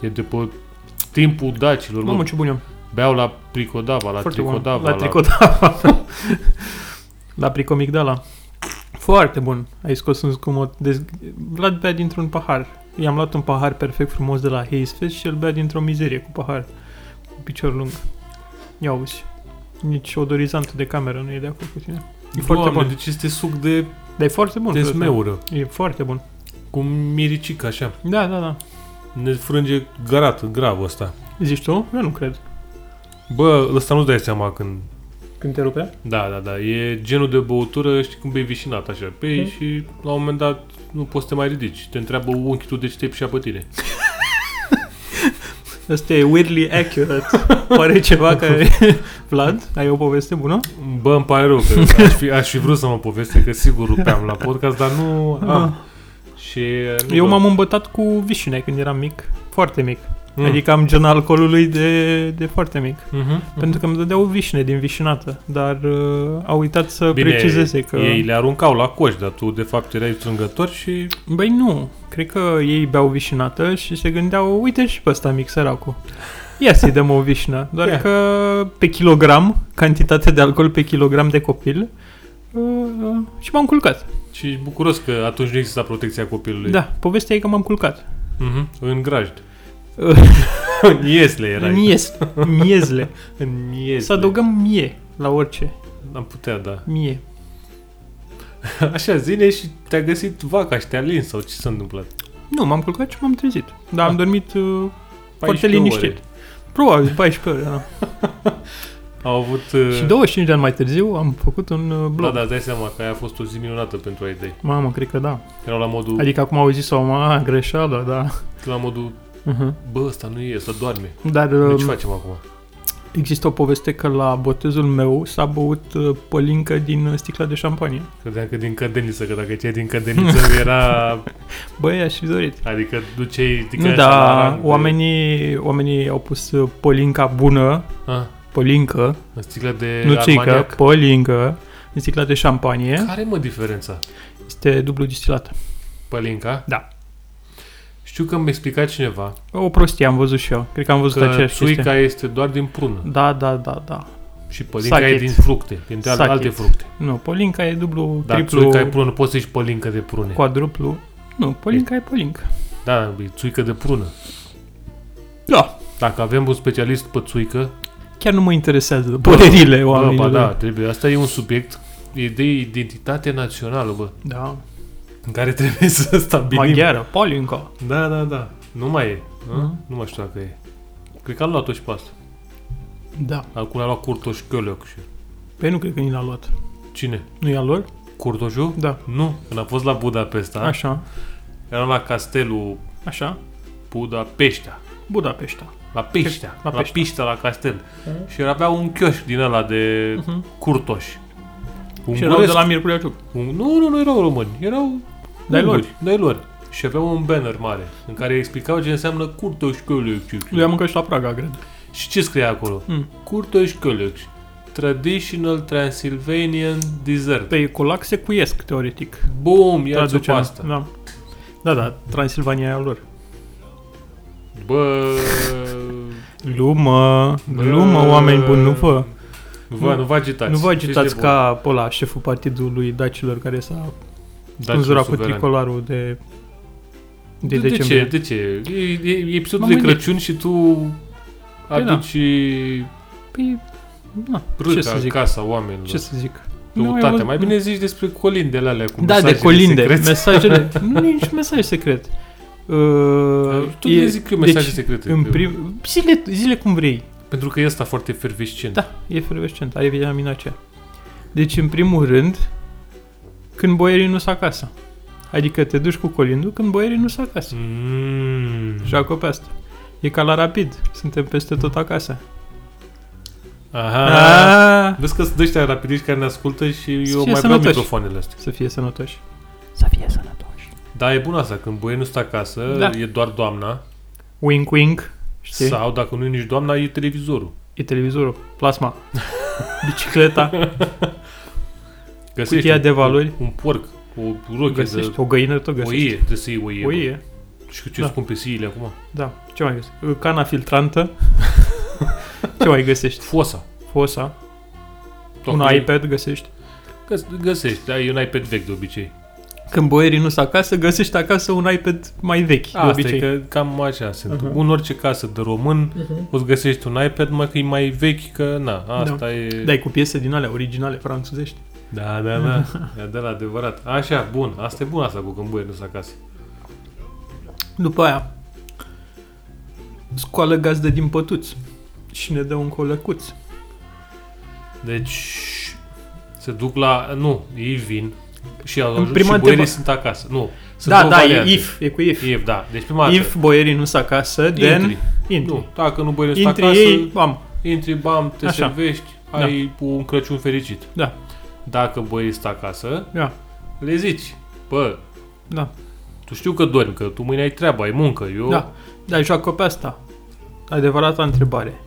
Speaker 2: E de pe timpul dacilor.
Speaker 1: Mamă,
Speaker 2: mă.
Speaker 1: ce bun am.
Speaker 2: Beau la Pricodava, la
Speaker 1: Foarte bun.
Speaker 2: Tricodava.
Speaker 1: La tricodava. la pricomigdala. Foarte bun. Ai scos un zgomot. Dez... Vlad bea dintr-un pahar. I-am luat un pahar perfect frumos de la Hayes Fest și el bea dintr-o mizerie cu pahar. Cu picior lung. Ia uzi. Nici odorizantul de cameră nu e de acord cu tine. E foarte
Speaker 2: Doamne,
Speaker 1: bun.
Speaker 2: deci este suc de,
Speaker 1: Dar e foarte bun.
Speaker 2: de
Speaker 1: cred că.
Speaker 2: zmeură.
Speaker 1: E foarte bun.
Speaker 2: cu miricic, așa.
Speaker 1: Da, da, da.
Speaker 2: Ne frânge garat, grav ăsta.
Speaker 1: Zici tu? Eu nu cred.
Speaker 2: Bă, ăsta nu-ți dai seama când...
Speaker 1: Când te rupea?
Speaker 2: Da, da, da, e genul de băutură, știi, când bei vișinat așa pe
Speaker 1: Mhm.
Speaker 2: ei și la un moment dat nu poți să te mai ridici. Te întreabă unchiul tău de ce te pișa pe tine.
Speaker 1: Asta e weirdly accurate. Pare ceva care... Vlad, ai o poveste bună?
Speaker 2: Bă, îmi pare rău că aș fi, aș fi vrut să mă poveste, că sigur rupeam la podcast, dar nu am. Și, uh, nu
Speaker 1: Ah. Eu
Speaker 2: bă.
Speaker 1: m-am îmbătat cu vișine când eram mic. Foarte mic. Mm. Adică am gen alcoolului de, de foarte mic.
Speaker 2: Mhm.
Speaker 1: Pentru că îmi dădeau vișine din vișinată, dar uh, au uitat să
Speaker 2: Bine,
Speaker 1: precizeze că...
Speaker 2: Ei le aruncau la coș, dar tu de fapt erai strângător și...
Speaker 1: Băi, nu. Cred că ei beau vișinată și se gândeau, uite și pe ăsta mic, săracul. Ia să-i dăm o vișină. Doar
Speaker 2: Ia.
Speaker 1: că pe kilogram, cantitatea de alcool pe kilogram de copil, uh, și m-am culcat.
Speaker 2: Și ești bucuros că atunci nu exista protecția copilului.
Speaker 1: Da, povestea e că m-am culcat.
Speaker 2: Mhm. În grajd. În Iesle
Speaker 1: În
Speaker 2: erai.
Speaker 1: miez, miezle.
Speaker 2: În Iesle.
Speaker 1: Să adăugăm mie la orice.
Speaker 2: Am putea, da.
Speaker 1: Mie.
Speaker 2: Așa, zine și te-a găsit vaca și te-a lins sau ce s-a întâmplat?
Speaker 1: Nu, m-am culcat și m-am trezit. Dar am
Speaker 2: Ah.
Speaker 1: dormit uh, foarte
Speaker 2: 14
Speaker 1: liniștit.
Speaker 2: Păi, ore.
Speaker 1: Probabil 14 ore, da.
Speaker 2: Uh. Au avut... uh,
Speaker 1: Și 25 de ani mai târziu am făcut un uh,
Speaker 2: Da,
Speaker 1: blog.
Speaker 2: dar îți dai seama că aia a fost o zi minunată pentru ai tăi.
Speaker 1: Mamă, cred că da.
Speaker 2: Erau la modul, adică...
Speaker 1: Adică acum au zis o mă, a, greșeală, da.
Speaker 2: la modul,
Speaker 1: Uh-huh.
Speaker 2: bă, ăsta nu e, să doarme.
Speaker 1: Dar
Speaker 2: Um, deci
Speaker 1: um,
Speaker 2: facem acum.
Speaker 1: există o poveste că la botezul meu s-a băut uh, pălincă din uh, sticla de șampanie.
Speaker 2: Credeam că din cădeniță, că dacă ceai din cădeniță era...
Speaker 1: Băi, aș fi dorit.
Speaker 2: Adică duceai... Adică
Speaker 1: Nu,
Speaker 2: așa la
Speaker 1: da,
Speaker 2: rang de-
Speaker 1: oamenii, oamenii au pus uh, pălinca bună,
Speaker 2: Ah,
Speaker 1: pălincă,
Speaker 2: în sticla de
Speaker 1: nu țică,
Speaker 2: armaniac.
Speaker 1: pălincă, în sticla de șampanie.
Speaker 2: Care mă diferența?
Speaker 1: Este dublu distilată.
Speaker 2: Pălinca?
Speaker 1: Da.
Speaker 2: Știu că mi-a explicat cineva
Speaker 1: O prostie am văzut și eu. Cred că am văzut
Speaker 2: că
Speaker 1: aceeași chestie.
Speaker 2: țuica este doar din prună
Speaker 1: Da, da, da, da.
Speaker 2: și pălinca
Speaker 1: Sachet.
Speaker 2: e din fructe, din
Speaker 1: Sachet.
Speaker 2: alte fructe.
Speaker 1: Nu, polinca e dublu,
Speaker 2: Dar
Speaker 1: triplu,
Speaker 2: țuica Da, e prună, nu poți să ieși pălincă de prune.
Speaker 1: quadruplu. Nu, polinca e polinca.
Speaker 2: Da, e țuică de prună.
Speaker 1: Da.
Speaker 2: Dacă avem un specialist pe țuică,
Speaker 1: Chiar nu mă interesează părerile
Speaker 2: bă,
Speaker 1: oamenilor.
Speaker 2: bă, da, trebuie. Asta e un subiect e de identitate națională, bă,
Speaker 1: da.
Speaker 2: în care trebuie să stabilim.
Speaker 1: Maghiară, polinca.
Speaker 2: Da, da, da. Nu mai e.
Speaker 1: Mhm.
Speaker 2: Nu mai știu dacă e. Cred că am luat-o și pe asta.
Speaker 1: Da.
Speaker 2: Acum a luat Curtoș Chiolioc și...
Speaker 1: Pe Păi nu cred că ni l-a luat.
Speaker 2: Cine?
Speaker 1: Nu i-a lor?
Speaker 2: Curtoșul?
Speaker 1: Da.
Speaker 2: Nu, când a fost la Budapesta, Așa.
Speaker 1: Așa.
Speaker 2: eram la castelul
Speaker 1: Așa.
Speaker 2: Budapeștea.
Speaker 1: Budapesta.
Speaker 2: La Peștea.
Speaker 1: La
Speaker 2: La,
Speaker 1: Peștea.
Speaker 2: Peștea. la Piștea, la castel.
Speaker 1: Mhm.
Speaker 2: Și avea un chioș din ăla de
Speaker 1: Mhm.
Speaker 2: Curtoș. Un
Speaker 1: Și erau de la Mirculea Ciuc.
Speaker 2: Un, nu, nu, nu erau români, erau
Speaker 1: De-ai lor.
Speaker 2: unguri, de-ai lor. Și aveau un banner mare în care explicau ce înseamnă Curtoș
Speaker 1: Lui am
Speaker 2: Călăciuc.
Speaker 1: mâncat și la Praga, cred.
Speaker 2: Și ce scrie acolo?
Speaker 1: Mm.
Speaker 2: Curtoș Călăciuc. Traditional Transylvanian Dessert.
Speaker 1: Pe colac Păi, se cuiesc, teoretic.
Speaker 2: Bum, ia-ți o
Speaker 1: Traduceam.
Speaker 2: pasta.
Speaker 1: Da. Da, da, Transilvania e a lor.
Speaker 2: Bă...
Speaker 1: Glumă,
Speaker 2: bă,
Speaker 1: glumă, oameni buni, nu vă,
Speaker 2: Nu vă, nu vă agitați.
Speaker 1: nu vă
Speaker 2: fiți
Speaker 1: agitați
Speaker 2: de
Speaker 1: ca pe ăla, șeful partidului dacilor care s-a
Speaker 2: bun. Dați-vă
Speaker 1: înzurat cu
Speaker 2: suveran.
Speaker 1: tricolarul de, de,
Speaker 2: De, de ce?
Speaker 1: decembrie.
Speaker 2: De ce? E, e, e episodul
Speaker 1: M-am
Speaker 2: de
Speaker 1: gândit.
Speaker 2: Crăciun și tu
Speaker 1: Păi da.
Speaker 2: aduci
Speaker 1: Păi, na, ce
Speaker 2: râca
Speaker 1: să
Speaker 2: în
Speaker 1: zic?
Speaker 2: casa oamenilor.
Speaker 1: Ce să zic?
Speaker 2: Căutate.
Speaker 1: eu-
Speaker 2: mai bine zici despre colindele alea cu
Speaker 1: Da, de
Speaker 2: mesajele
Speaker 1: colinde.
Speaker 2: secrete.
Speaker 1: Mesajele. nu e niciun mesaj secret. Uh,
Speaker 2: Tu e, zic eu mesaje deci, secrete.
Speaker 1: În
Speaker 2: eu.
Speaker 1: prim, zile, zile cum vrei.
Speaker 2: Pentru că e asta foarte fervescent.
Speaker 1: Da, e fervescent, are vitamina C. Deci, în primul rând, când boierii nu sunt acasă. Adică te duci cu colindul când boierii nu sunt acasă.
Speaker 2: Mm.
Speaker 1: Și acolo pe asta. E ca la rapid. Suntem peste tot acasă. Ah. Da.
Speaker 2: Aha.
Speaker 1: Aaaa!
Speaker 2: Ah. Vezi că sunt ăștia rapidiști care ne ascultă și eu
Speaker 1: Să fie
Speaker 2: mai vreau
Speaker 1: sănătoși.
Speaker 2: microfoanele astea.
Speaker 1: Să fie sănătoși.
Speaker 3: Să fie sănătoși.
Speaker 2: Da, e bun asta. Când băie nu stă acasă,
Speaker 1: Da.
Speaker 2: e doar doamna.
Speaker 1: Wink, wink. Știi?
Speaker 2: Sau, dacă nu e nici doamna, e televizorul.
Speaker 1: E televizorul, plasma, bicicleta,
Speaker 2: Găsești
Speaker 1: Cutia
Speaker 2: un-
Speaker 1: de valori.
Speaker 2: Un porc, o roche de...
Speaker 1: găsești o găină, tot
Speaker 2: O
Speaker 1: găsești.
Speaker 2: ie, trebuie să iei o ie.
Speaker 1: O
Speaker 2: bă.
Speaker 1: ie.
Speaker 2: Și cu ce
Speaker 1: Da.
Speaker 2: scumpe siile acum?
Speaker 1: Da, ce mai găsești? Cana filtrantă. ce mai găsești?
Speaker 2: Fosa.
Speaker 1: Fosa, un
Speaker 2: Acum-
Speaker 1: iPad găsești.
Speaker 2: Găs- Găsești, da, e un iPad vechi de obicei.
Speaker 1: Când boierii nu sunt acasă, găsești acasă un iPad mai vechi, Ah, de
Speaker 2: Asta
Speaker 1: obicei.
Speaker 2: e că cam așa se întâmplă.
Speaker 1: Mhm.
Speaker 2: În orice casă de român
Speaker 1: Mhm.
Speaker 2: o să găsești un iPad, mai că e mai vechi, că na,
Speaker 1: Da.
Speaker 2: asta e...
Speaker 1: Dai cu piese din alea originale franțuzești.
Speaker 2: Da, da, da, e de la adevărat. Așa, bun, asta e bun asta cu când buie nu acasă.
Speaker 1: După aia, scoală gazdă din pătuți și ne dă un colăcuț.
Speaker 2: Deci, se duc la... Nu, ei vin și au
Speaker 1: În
Speaker 2: ajuns
Speaker 1: prima
Speaker 2: și boierii
Speaker 1: întrebare-
Speaker 2: sunt acasă. Nu, Sunt
Speaker 1: Da,
Speaker 2: două
Speaker 1: da,
Speaker 2: variante.
Speaker 1: e if, e cu if.
Speaker 2: If, da. Deci prima dată,
Speaker 1: If boierii nu sunt acasă, then
Speaker 2: intri.
Speaker 1: intri.
Speaker 2: Nu, dacă nu băieți
Speaker 1: Intri
Speaker 2: acasă,
Speaker 1: ei, bam.
Speaker 2: intri, bam, te
Speaker 1: Așa.
Speaker 2: servești, ai un Crăciun fericit.
Speaker 1: Da.
Speaker 2: Dacă băieți stă acasă,
Speaker 1: Da.
Speaker 2: le zici, bă,
Speaker 1: Da.
Speaker 2: tu știu că dormi, că tu mâine ai treabă, ai muncă, eu...
Speaker 1: Da. Dar joacă pe asta. Adevărata întrebare.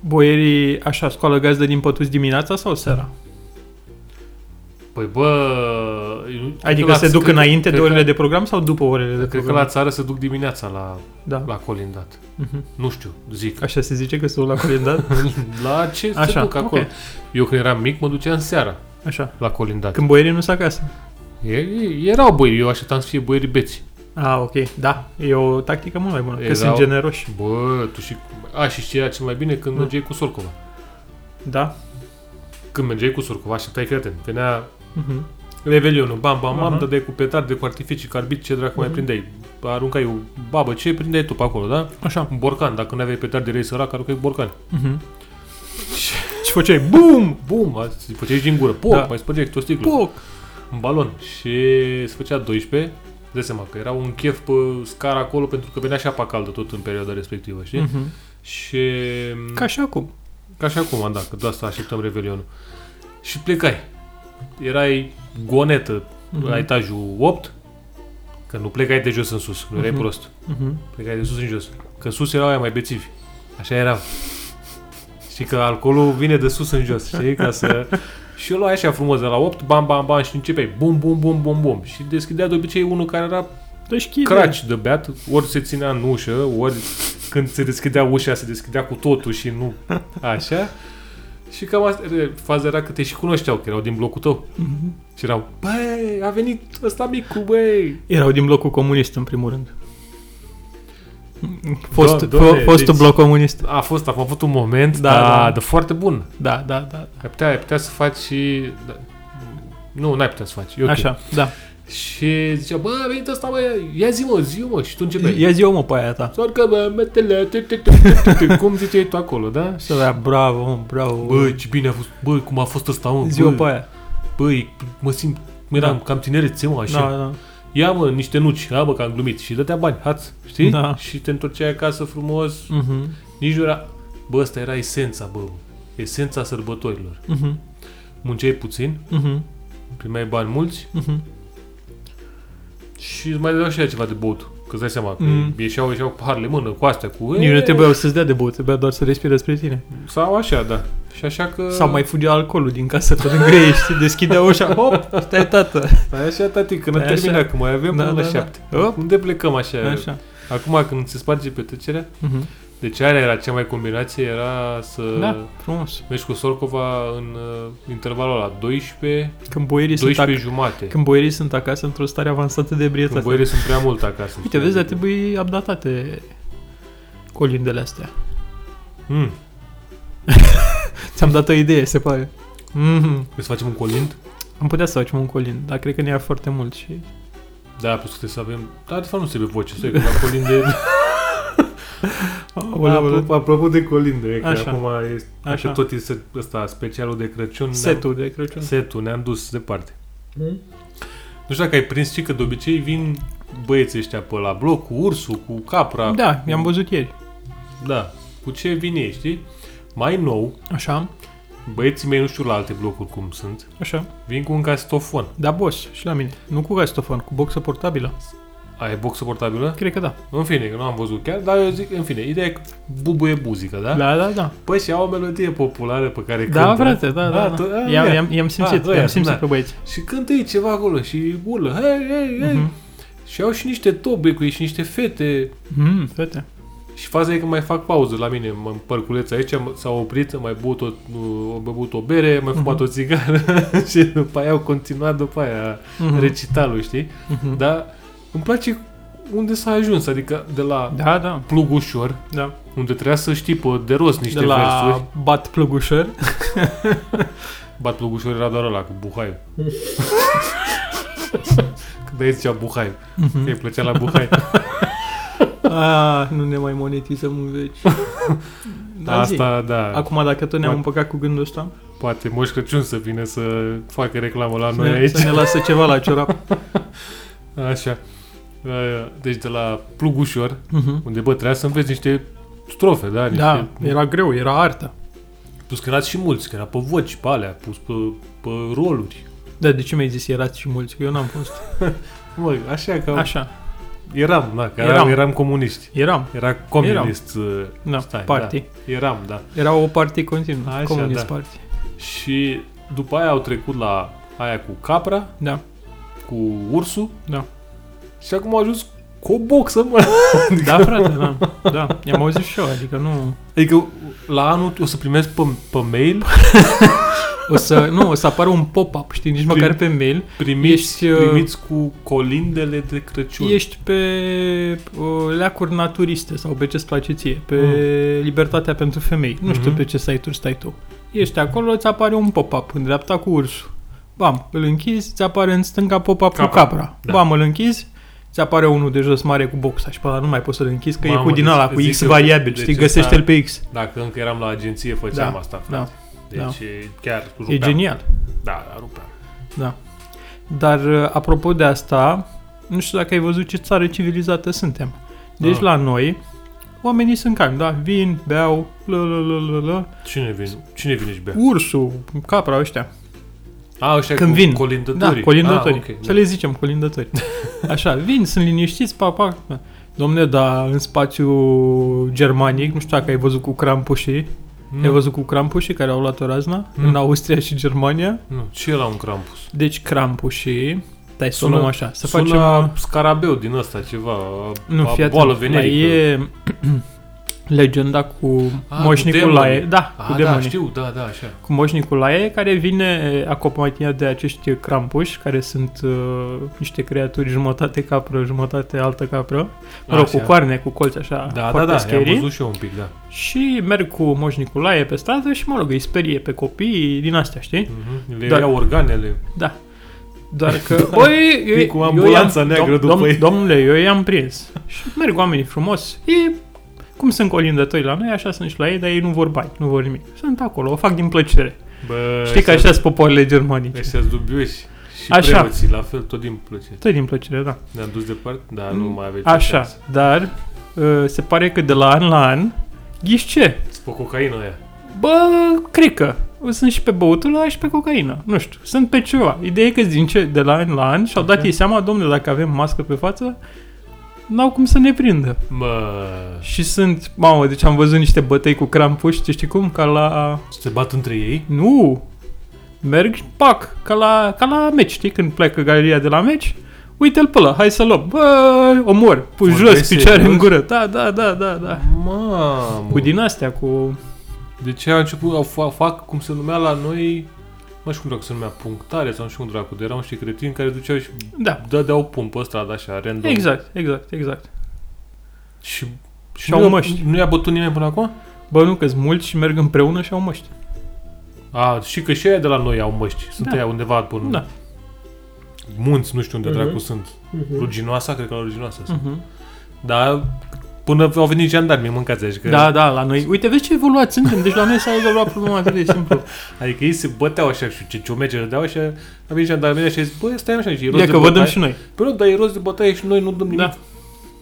Speaker 1: Boierii așa scoală gazdă din pătuți dimineața sau seara?
Speaker 2: Păi bă... eu- cred că
Speaker 1: Adică
Speaker 2: la-
Speaker 1: se duc
Speaker 2: cred că-
Speaker 1: înainte de
Speaker 2: cred că-
Speaker 1: orele de program sau după orele de
Speaker 2: Cred că la
Speaker 1: program?
Speaker 2: țară se duc dimineața la,
Speaker 1: Da.
Speaker 2: la colindat.
Speaker 1: Mhm.
Speaker 2: Nu știu, zic.
Speaker 1: Așa se zice că sunt la colindat?
Speaker 2: La ce se
Speaker 1: Așa,
Speaker 2: duc acolo?
Speaker 1: ok.
Speaker 2: Eu când eram mic mă duceam seara
Speaker 1: Așa.
Speaker 2: la colindat.
Speaker 1: Când boierii nu sunt acasă.
Speaker 2: E- e- Erau băieri, eu așteptam să fie băieri beți.
Speaker 1: Ah, ok. Da. E o tactică mult mai bună. Că
Speaker 2: Erau-
Speaker 1: sunt generoși.
Speaker 2: Bă, tu și... A, și știi era cel mai bine când
Speaker 1: Mm.
Speaker 2: mergeai cu Sorcova.
Speaker 1: Da.
Speaker 2: Când mergeai cu Sorcova, așteptai, fii atent, venea
Speaker 1: Mhm.
Speaker 2: Revelionul, bam, bam, bam,
Speaker 1: Aha.
Speaker 2: uh-huh. dădeai cu petarde, cu artificii, cu arbit, ce dracu mai
Speaker 1: Mhm.
Speaker 2: prindeai. Aruncai o babă, ce prindeai tu pe acolo, da?
Speaker 1: Așa.
Speaker 2: Un borcan, dacă nu aveai petarde, erai sărac, aruncai cu borcan.
Speaker 1: Mhm. Și făceai BUM!
Speaker 2: Bum, a- îți făceai din gură, poc, da.
Speaker 1: Da.
Speaker 2: mai spărgeai câte o sticlă, poc.
Speaker 1: Poc!
Speaker 2: un balon. Și se făcea 12, îți dai seama că era un chef pe scara acolo pentru că venea și apa caldă tot în perioada respectivă, știi? Mm.
Speaker 1: Mhm.
Speaker 2: Și... mm,
Speaker 1: Ca și acum.
Speaker 2: Ca și acum, da, că de asta așteptăm Revelionul. Și plecai. Erai gonetă
Speaker 1: Mhm.
Speaker 2: la etajul 8, că nu plecai de jos în sus, nu erai
Speaker 1: Mhm.
Speaker 2: prost.
Speaker 1: Mhm.
Speaker 2: Plecai Păi de sus în jos. Că sus erau aia mai bețivi. Așa era. Și că alcoolul vine de sus în jos, știi? Ca să... Și eu luai așa frumos de la 8, bam, bam, bam și începeai bum, bum, bum, bum, bum. Și deschidea de obicei unul care era
Speaker 1: Deci chide.
Speaker 2: craci de beat, ori se ținea în ușă, ori când se deschidea ușa, se deschidea cu totul și nu așa. Și cam asta, era- faza era că te și cunoșteau, că erau din blocul tău.
Speaker 1: Mhm.
Speaker 2: Și erau, băi, a venit ăsta micu, băi.
Speaker 1: Erau din blocul comunist, în primul rând. Fost,
Speaker 2: Do- doamne,
Speaker 1: fo- fostul
Speaker 2: deci-
Speaker 1: bloc comunist.
Speaker 2: A fost, a avut un moment,
Speaker 1: Da,
Speaker 2: da, da.
Speaker 1: da.
Speaker 2: de foarte bun.
Speaker 1: Da, da, da.
Speaker 2: Ai putea, ai putea să faci și... Da, nu, n-ai putea să faci. E okay.
Speaker 1: Așa, da.
Speaker 2: Și zicea, bă, a venit ăsta, bă, ia zi mă, zi mă. Și tu începeai.
Speaker 1: Ia zi omul pe aia ta.
Speaker 2: Sorcă, bă, metele, tu, tu, tu, tu, tu, tu. cum ziceai tu acolo, da?
Speaker 1: Să vrea, bravo, mă, bravo.
Speaker 2: Bă, ce bine a fost, bă, cum a fost ăsta, mă,
Speaker 1: zi-o pe
Speaker 2: bă,
Speaker 1: aia.
Speaker 2: bă, mă simt, eram da. cam tinerețe, mă, așa. Da.
Speaker 1: Da, da.
Speaker 2: Ia, mă, niște nuci, ia, mă, că am glumit și dădea bani, hați, știi?
Speaker 1: Da.
Speaker 2: Și te întorceai acasă frumos,
Speaker 1: Mhm.
Speaker 2: nici nu era, bă, asta era esența, bă, esența sărbătorilor.
Speaker 1: Mhm.
Speaker 2: Munceai puțin,
Speaker 1: Mhm.
Speaker 2: primeai bani mulți
Speaker 1: Mhm.
Speaker 2: și îți mai dădeau și ea ceva de băut, că îți dai seama, că
Speaker 1: Mm.
Speaker 2: ieșeau, ieșeau cu harle, mână, cu astea, cu...
Speaker 1: Nici nu trebuiau să-ți dea de băut, trebuia doar să respire spre tine.
Speaker 2: Sau așa, da. Și așa că...
Speaker 1: Sau mai fugea alcoolul din casă pe lângă ei, știi, deschidea ușa, hop, stai tată.
Speaker 2: Stai așa, tati, că ne
Speaker 1: Stai așa.
Speaker 2: termină, că mai avem
Speaker 1: Da,
Speaker 2: până la
Speaker 1: da, da.
Speaker 2: șapte.
Speaker 1: Hop.
Speaker 2: Unde plecăm așa?
Speaker 1: Așa.
Speaker 2: Acum când se sparge petrecerea,
Speaker 1: Mhm.
Speaker 2: deci aia era cea mai combinație, era să
Speaker 1: Da, frumos.
Speaker 2: mergi cu Sorcova în uh, intervalul ăla 12,
Speaker 1: Când boierii, sunt
Speaker 2: 12
Speaker 1: ac-
Speaker 2: jumate. Când,
Speaker 1: când boierii sunt acasă într-o stare avansată de ebrietate.
Speaker 2: când boile sunt prea mult acasă.
Speaker 1: Uite, vezi, dar trebuie updatate colindele astea.
Speaker 2: Mm.
Speaker 1: Ți-am dat o idee, se pare. Mhm.
Speaker 2: Vrei să facem un colind?
Speaker 1: Am putea să facem un colind, dar cred că ne ia foarte mult și...
Speaker 2: Da, plus că trebuie să avem... Dar de fapt nu se trebuie voce, să că la colinde... Apropo, apropo de colinde, e că
Speaker 1: Așa.
Speaker 2: acum este,
Speaker 1: Așa.
Speaker 2: așa. tot e set- ăsta specialul de Crăciun.
Speaker 1: Setul de Crăciun.
Speaker 2: Ne-am, setul, ne-am dus departe. Nu știu dacă ai prins și că de obicei vin băieții ăștia pe la bloc cu ursul, cu capra,
Speaker 1: Da, i-am văzut ieri.
Speaker 2: Da. Cu ce vin ei, știi? Mai nou,
Speaker 1: Așa,
Speaker 2: băieții mei, nu știu la alte blocuri cum sunt,
Speaker 1: așa.
Speaker 2: vin cu un castofon.
Speaker 1: Da, boss, și la mine. Nu cu castofon, cu boxă portabilă.
Speaker 2: Ai boxă portabilă?
Speaker 1: Cred că da.
Speaker 2: În fine, că nu am văzut chiar, dar eu zic, în fine, ideea e că bubuie buzică, da?
Speaker 1: Da, da, da.
Speaker 2: Păi și au o melodie populară pe care
Speaker 1: Da,
Speaker 2: cântă.
Speaker 1: frate, da,
Speaker 2: A,
Speaker 1: da.
Speaker 2: tu- ah, a,
Speaker 1: da. I-am,
Speaker 2: ia.
Speaker 1: i-am, i-am simțit,
Speaker 2: A, ăia,
Speaker 1: i-am simțit
Speaker 2: da.
Speaker 1: pe băieți.
Speaker 2: Și cântă ei ceva acolo și urlă, hei, hei, hei.
Speaker 1: Mhm.
Speaker 2: Și au și niște tobe cu ei și niște fete.
Speaker 1: Mm, fete.
Speaker 2: Și faza e că mai fac pauză la mine, mă în părculeț aici, m- s-au oprit, am mai băut o, am băut o bere, am mai
Speaker 1: Mhm.
Speaker 2: fumat o țigară și după aia au continuat după aia
Speaker 1: Mhm.
Speaker 2: recitalul, știi?
Speaker 1: Mhm.
Speaker 2: Dar îmi place unde s-a ajuns, adică de la
Speaker 1: Da, da,
Speaker 2: plug ușor,
Speaker 1: da.
Speaker 2: unde trebuia să știi pe de rost niște
Speaker 1: de la
Speaker 2: versuri.
Speaker 1: bat plăgușăr.
Speaker 2: Bat plug ușor era doar ăla cu Buhaiu. Când ai zicea Buhaiu, că îi plăcea la Buhaiu.
Speaker 1: Ah, nu ne mai monetizăm în veci. Da, zi.
Speaker 2: Asta, da,
Speaker 1: Acum, dacă tot ne-am
Speaker 2: Ba-
Speaker 1: împăcat cu gândul ăsta,
Speaker 2: poate Moș Crăciun să vină să facă reclamă la
Speaker 1: să
Speaker 2: noi
Speaker 1: ne,
Speaker 2: aici.
Speaker 1: să ne lasă ceva la ciorap.
Speaker 2: Așa. Uh, Deci de la plug ușor,
Speaker 1: Mhm.
Speaker 2: unde bă, trebuia să înveți niște strofe, da? Niște...
Speaker 1: Da, era greu, era artă.
Speaker 2: Plus că erați și mulți, că era pe voci, pe alea, pus pe, pe roluri.
Speaker 1: Da, de ce mi-ai zis erați și mulți? Că eu n-am fost.
Speaker 2: Mă, așa că așa.
Speaker 1: Așa,
Speaker 2: eram, da, că eram,
Speaker 1: Eram.
Speaker 2: eram comuniști.
Speaker 1: eram.
Speaker 2: Era comunist. uh,
Speaker 1: Da,
Speaker 2: Stai,
Speaker 1: party.
Speaker 2: Da. Eram, da.
Speaker 1: Era o party continuă,
Speaker 2: Așa,
Speaker 1: Communist
Speaker 2: da.
Speaker 1: party.
Speaker 2: Și după aia au trecut la aia cu capra,
Speaker 1: Da,
Speaker 2: cu ursul.
Speaker 1: Da.
Speaker 2: Și acum au ajuns cu o boxă, mă.
Speaker 1: da frate, da, da. I-am auzit și eu, adică nu...
Speaker 2: Adică la anul o să primesc pe, pe mail,
Speaker 1: O să, nu, o să apară un pop-up, știi, nici măcar pe mail.
Speaker 2: primiți,
Speaker 1: Ești, uh,
Speaker 2: primiți cu colindele de Crăciun.
Speaker 1: Ești pe uh, leacuri naturiste sau pe ce-ți place ție, pe libertatea pentru femei. Nu știu
Speaker 2: Mm. Mhm.
Speaker 1: pe ce site-uri stai tu. Ești acolo, îți apare un pop-up în dreapta cu ursul. Bam, îl închizi, îți apare în stânga pop-up cu
Speaker 2: Capra.
Speaker 1: capra.
Speaker 2: Da.
Speaker 1: Bam, îl închizi, îți apare unul de jos mare cu boxa și pe ăla nu mai poți să-l închizi că
Speaker 2: Mamă,
Speaker 1: e cu din
Speaker 2: deci-
Speaker 1: ala, cu
Speaker 2: zic
Speaker 1: X
Speaker 2: eu,
Speaker 1: variabil,
Speaker 2: deci
Speaker 1: știi,
Speaker 2: ăsta-
Speaker 1: găsește-l pe X.
Speaker 2: Dacă încă eram la agenție, făceam
Speaker 1: Da,
Speaker 2: asta, frate.
Speaker 1: Da, da.
Speaker 2: Deci e chiar rupeam.
Speaker 1: e genial.
Speaker 2: Da, da, rupeam.
Speaker 1: Dar uh, apropo de asta, nu știu dacă ai văzut ce țară civilizată suntem. Deci
Speaker 2: Ah.
Speaker 1: la noi, oamenii sunt calmi, da? Vin, beau, la la la la la.
Speaker 2: Cine vine, Cine vine și bea?
Speaker 1: Ursul, capra ăștia.
Speaker 2: A, ăștia
Speaker 1: Când
Speaker 2: cu
Speaker 1: vin.
Speaker 2: colindătorii.
Speaker 1: Da, colindătorii.
Speaker 2: Ah, ok,
Speaker 1: Să
Speaker 2: da.
Speaker 1: le zicem colindători. Așa, vin, sunt liniștiți, pa, pa. Domne, da, în spațiu germanic, nu știu dacă ai văzut cu crampușii,
Speaker 2: Nu,
Speaker 1: ai văzut cu crampușii care au luat o razna
Speaker 2: Mm.
Speaker 1: în Austria și Germania.
Speaker 2: Nu, ce e la un Krampus?
Speaker 1: Deci crampușii, dai să o
Speaker 2: Sună-
Speaker 1: luăm așa, să
Speaker 2: Sună
Speaker 1: facem...
Speaker 2: scarabeu din ăsta, ceva, a-
Speaker 1: Nu,
Speaker 2: a
Speaker 1: fii atent.
Speaker 2: boală
Speaker 1: Mai
Speaker 2: venerică.
Speaker 1: e legenda cu
Speaker 2: Ah,
Speaker 1: Moș
Speaker 2: cu
Speaker 1: Nicolae.
Speaker 2: demonii.
Speaker 1: Da, cu
Speaker 2: Ah, da,
Speaker 1: demonii.
Speaker 2: știu, da, da, așa.
Speaker 1: Cu Moș Nicolae, care vine acompaniat de acești crampuși, care sunt uh, niște creaturi jumătate capră, jumătate altă capră. Mă rog, cu
Speaker 2: Așa.
Speaker 1: coarne, cu colți așa,
Speaker 2: Da, da,
Speaker 1: foarte
Speaker 2: da, am
Speaker 1: scary.
Speaker 2: văzut și eu un pic, da.
Speaker 1: Și merg cu Moș Nicolae pe stradă și, mă rog, îi sperie pe copii din astea, știi?
Speaker 2: Mhm, Le
Speaker 1: Da.
Speaker 2: iau organele.
Speaker 1: Da. Doar că, băi, eu,
Speaker 2: Vii cu ambulanța
Speaker 1: eu i-am-
Speaker 2: neagră după ei.
Speaker 1: Domnule, eu i-am prins. Și merg oamenii frumos. E, cum sunt colindători la noi, așa sunt și la ei, dar ei nu vor bani, nu vor nimic. Sunt acolo, o fac din plăcere.
Speaker 2: Bă,
Speaker 1: Știi că așa sunt popoarele germanice.
Speaker 2: Ăștia dubioși. Și
Speaker 1: Așa.
Speaker 2: preoții, la fel, tot din plăcere.
Speaker 1: Tot din plăcere, da.
Speaker 2: Ne-am dus departe? Da, nu mai aveți
Speaker 1: Mm, Așa,
Speaker 2: șansă.
Speaker 1: dar uh, se pare că de la an la an, ghiși ce?
Speaker 2: Spă cocaină aia.
Speaker 1: Bă, cred că sunt și pe băutură și pe cocaină. Nu știu, sunt pe ceva. Ideea e că din ce de la an la an și-au dat
Speaker 2: Ok.
Speaker 1: ei seama, domnule, dacă avem mască pe față, n-au cum să ne prindă.
Speaker 2: Mă,
Speaker 1: Și sunt, mamă, deci am văzut niște bătăi cu crampuși, știi cum? Ca la...
Speaker 2: se bat între ei?
Speaker 1: Nu! Merg, pac, ca la, ca la meci, știi? Când pleacă galeria de la meci, uite-l pe ăla, hai să luăm. Bă, omor, pui
Speaker 2: Vorbești
Speaker 1: jos, picioare
Speaker 2: serios?
Speaker 1: în gură. Da, da, da, da, da.
Speaker 2: Mamă.
Speaker 1: Cu din astea, cu...
Speaker 2: De ce a început, au fa- fac cum se numea la noi, nu știu cum dracu se numea, punctare sau nu știu cum dracu, de erau niște cretini care duceau și
Speaker 1: Da,
Speaker 2: dădeau pom pe stradă așa, random.
Speaker 1: exact, exact, exact.
Speaker 2: Și, și
Speaker 1: Și au
Speaker 2: nu,
Speaker 1: măști.
Speaker 2: nu i-a bătut nimeni până acum?
Speaker 1: Bă, nu, că mulți și merg împreună și au măști.
Speaker 2: A, și că și aia de la noi au măști. Sunt
Speaker 1: Da.
Speaker 2: aia undeva pe un
Speaker 1: Da.
Speaker 2: munți, nu știu unde
Speaker 1: Mhm.
Speaker 2: dracu sunt. Ruginoasa, cred că la Ruginoasa sunt.
Speaker 1: Mhm.
Speaker 2: Dar până au venit jandarmii, mâncați așa. Că,
Speaker 1: Da, da, la noi. Uite, vezi ce evoluat suntem. Deci la noi s-a evoluat problema atât de simplu.
Speaker 2: Adică ei se băteau așa și ce ciumece dădeau așa. A venit jandarmii așa și zis, băi, stai așa, e rost
Speaker 1: Ia
Speaker 2: de
Speaker 1: că vă dăm
Speaker 2: bătaie.
Speaker 1: și noi.
Speaker 2: Păi nu, dar e rost de bătaie și noi nu dăm nimic.
Speaker 1: Da.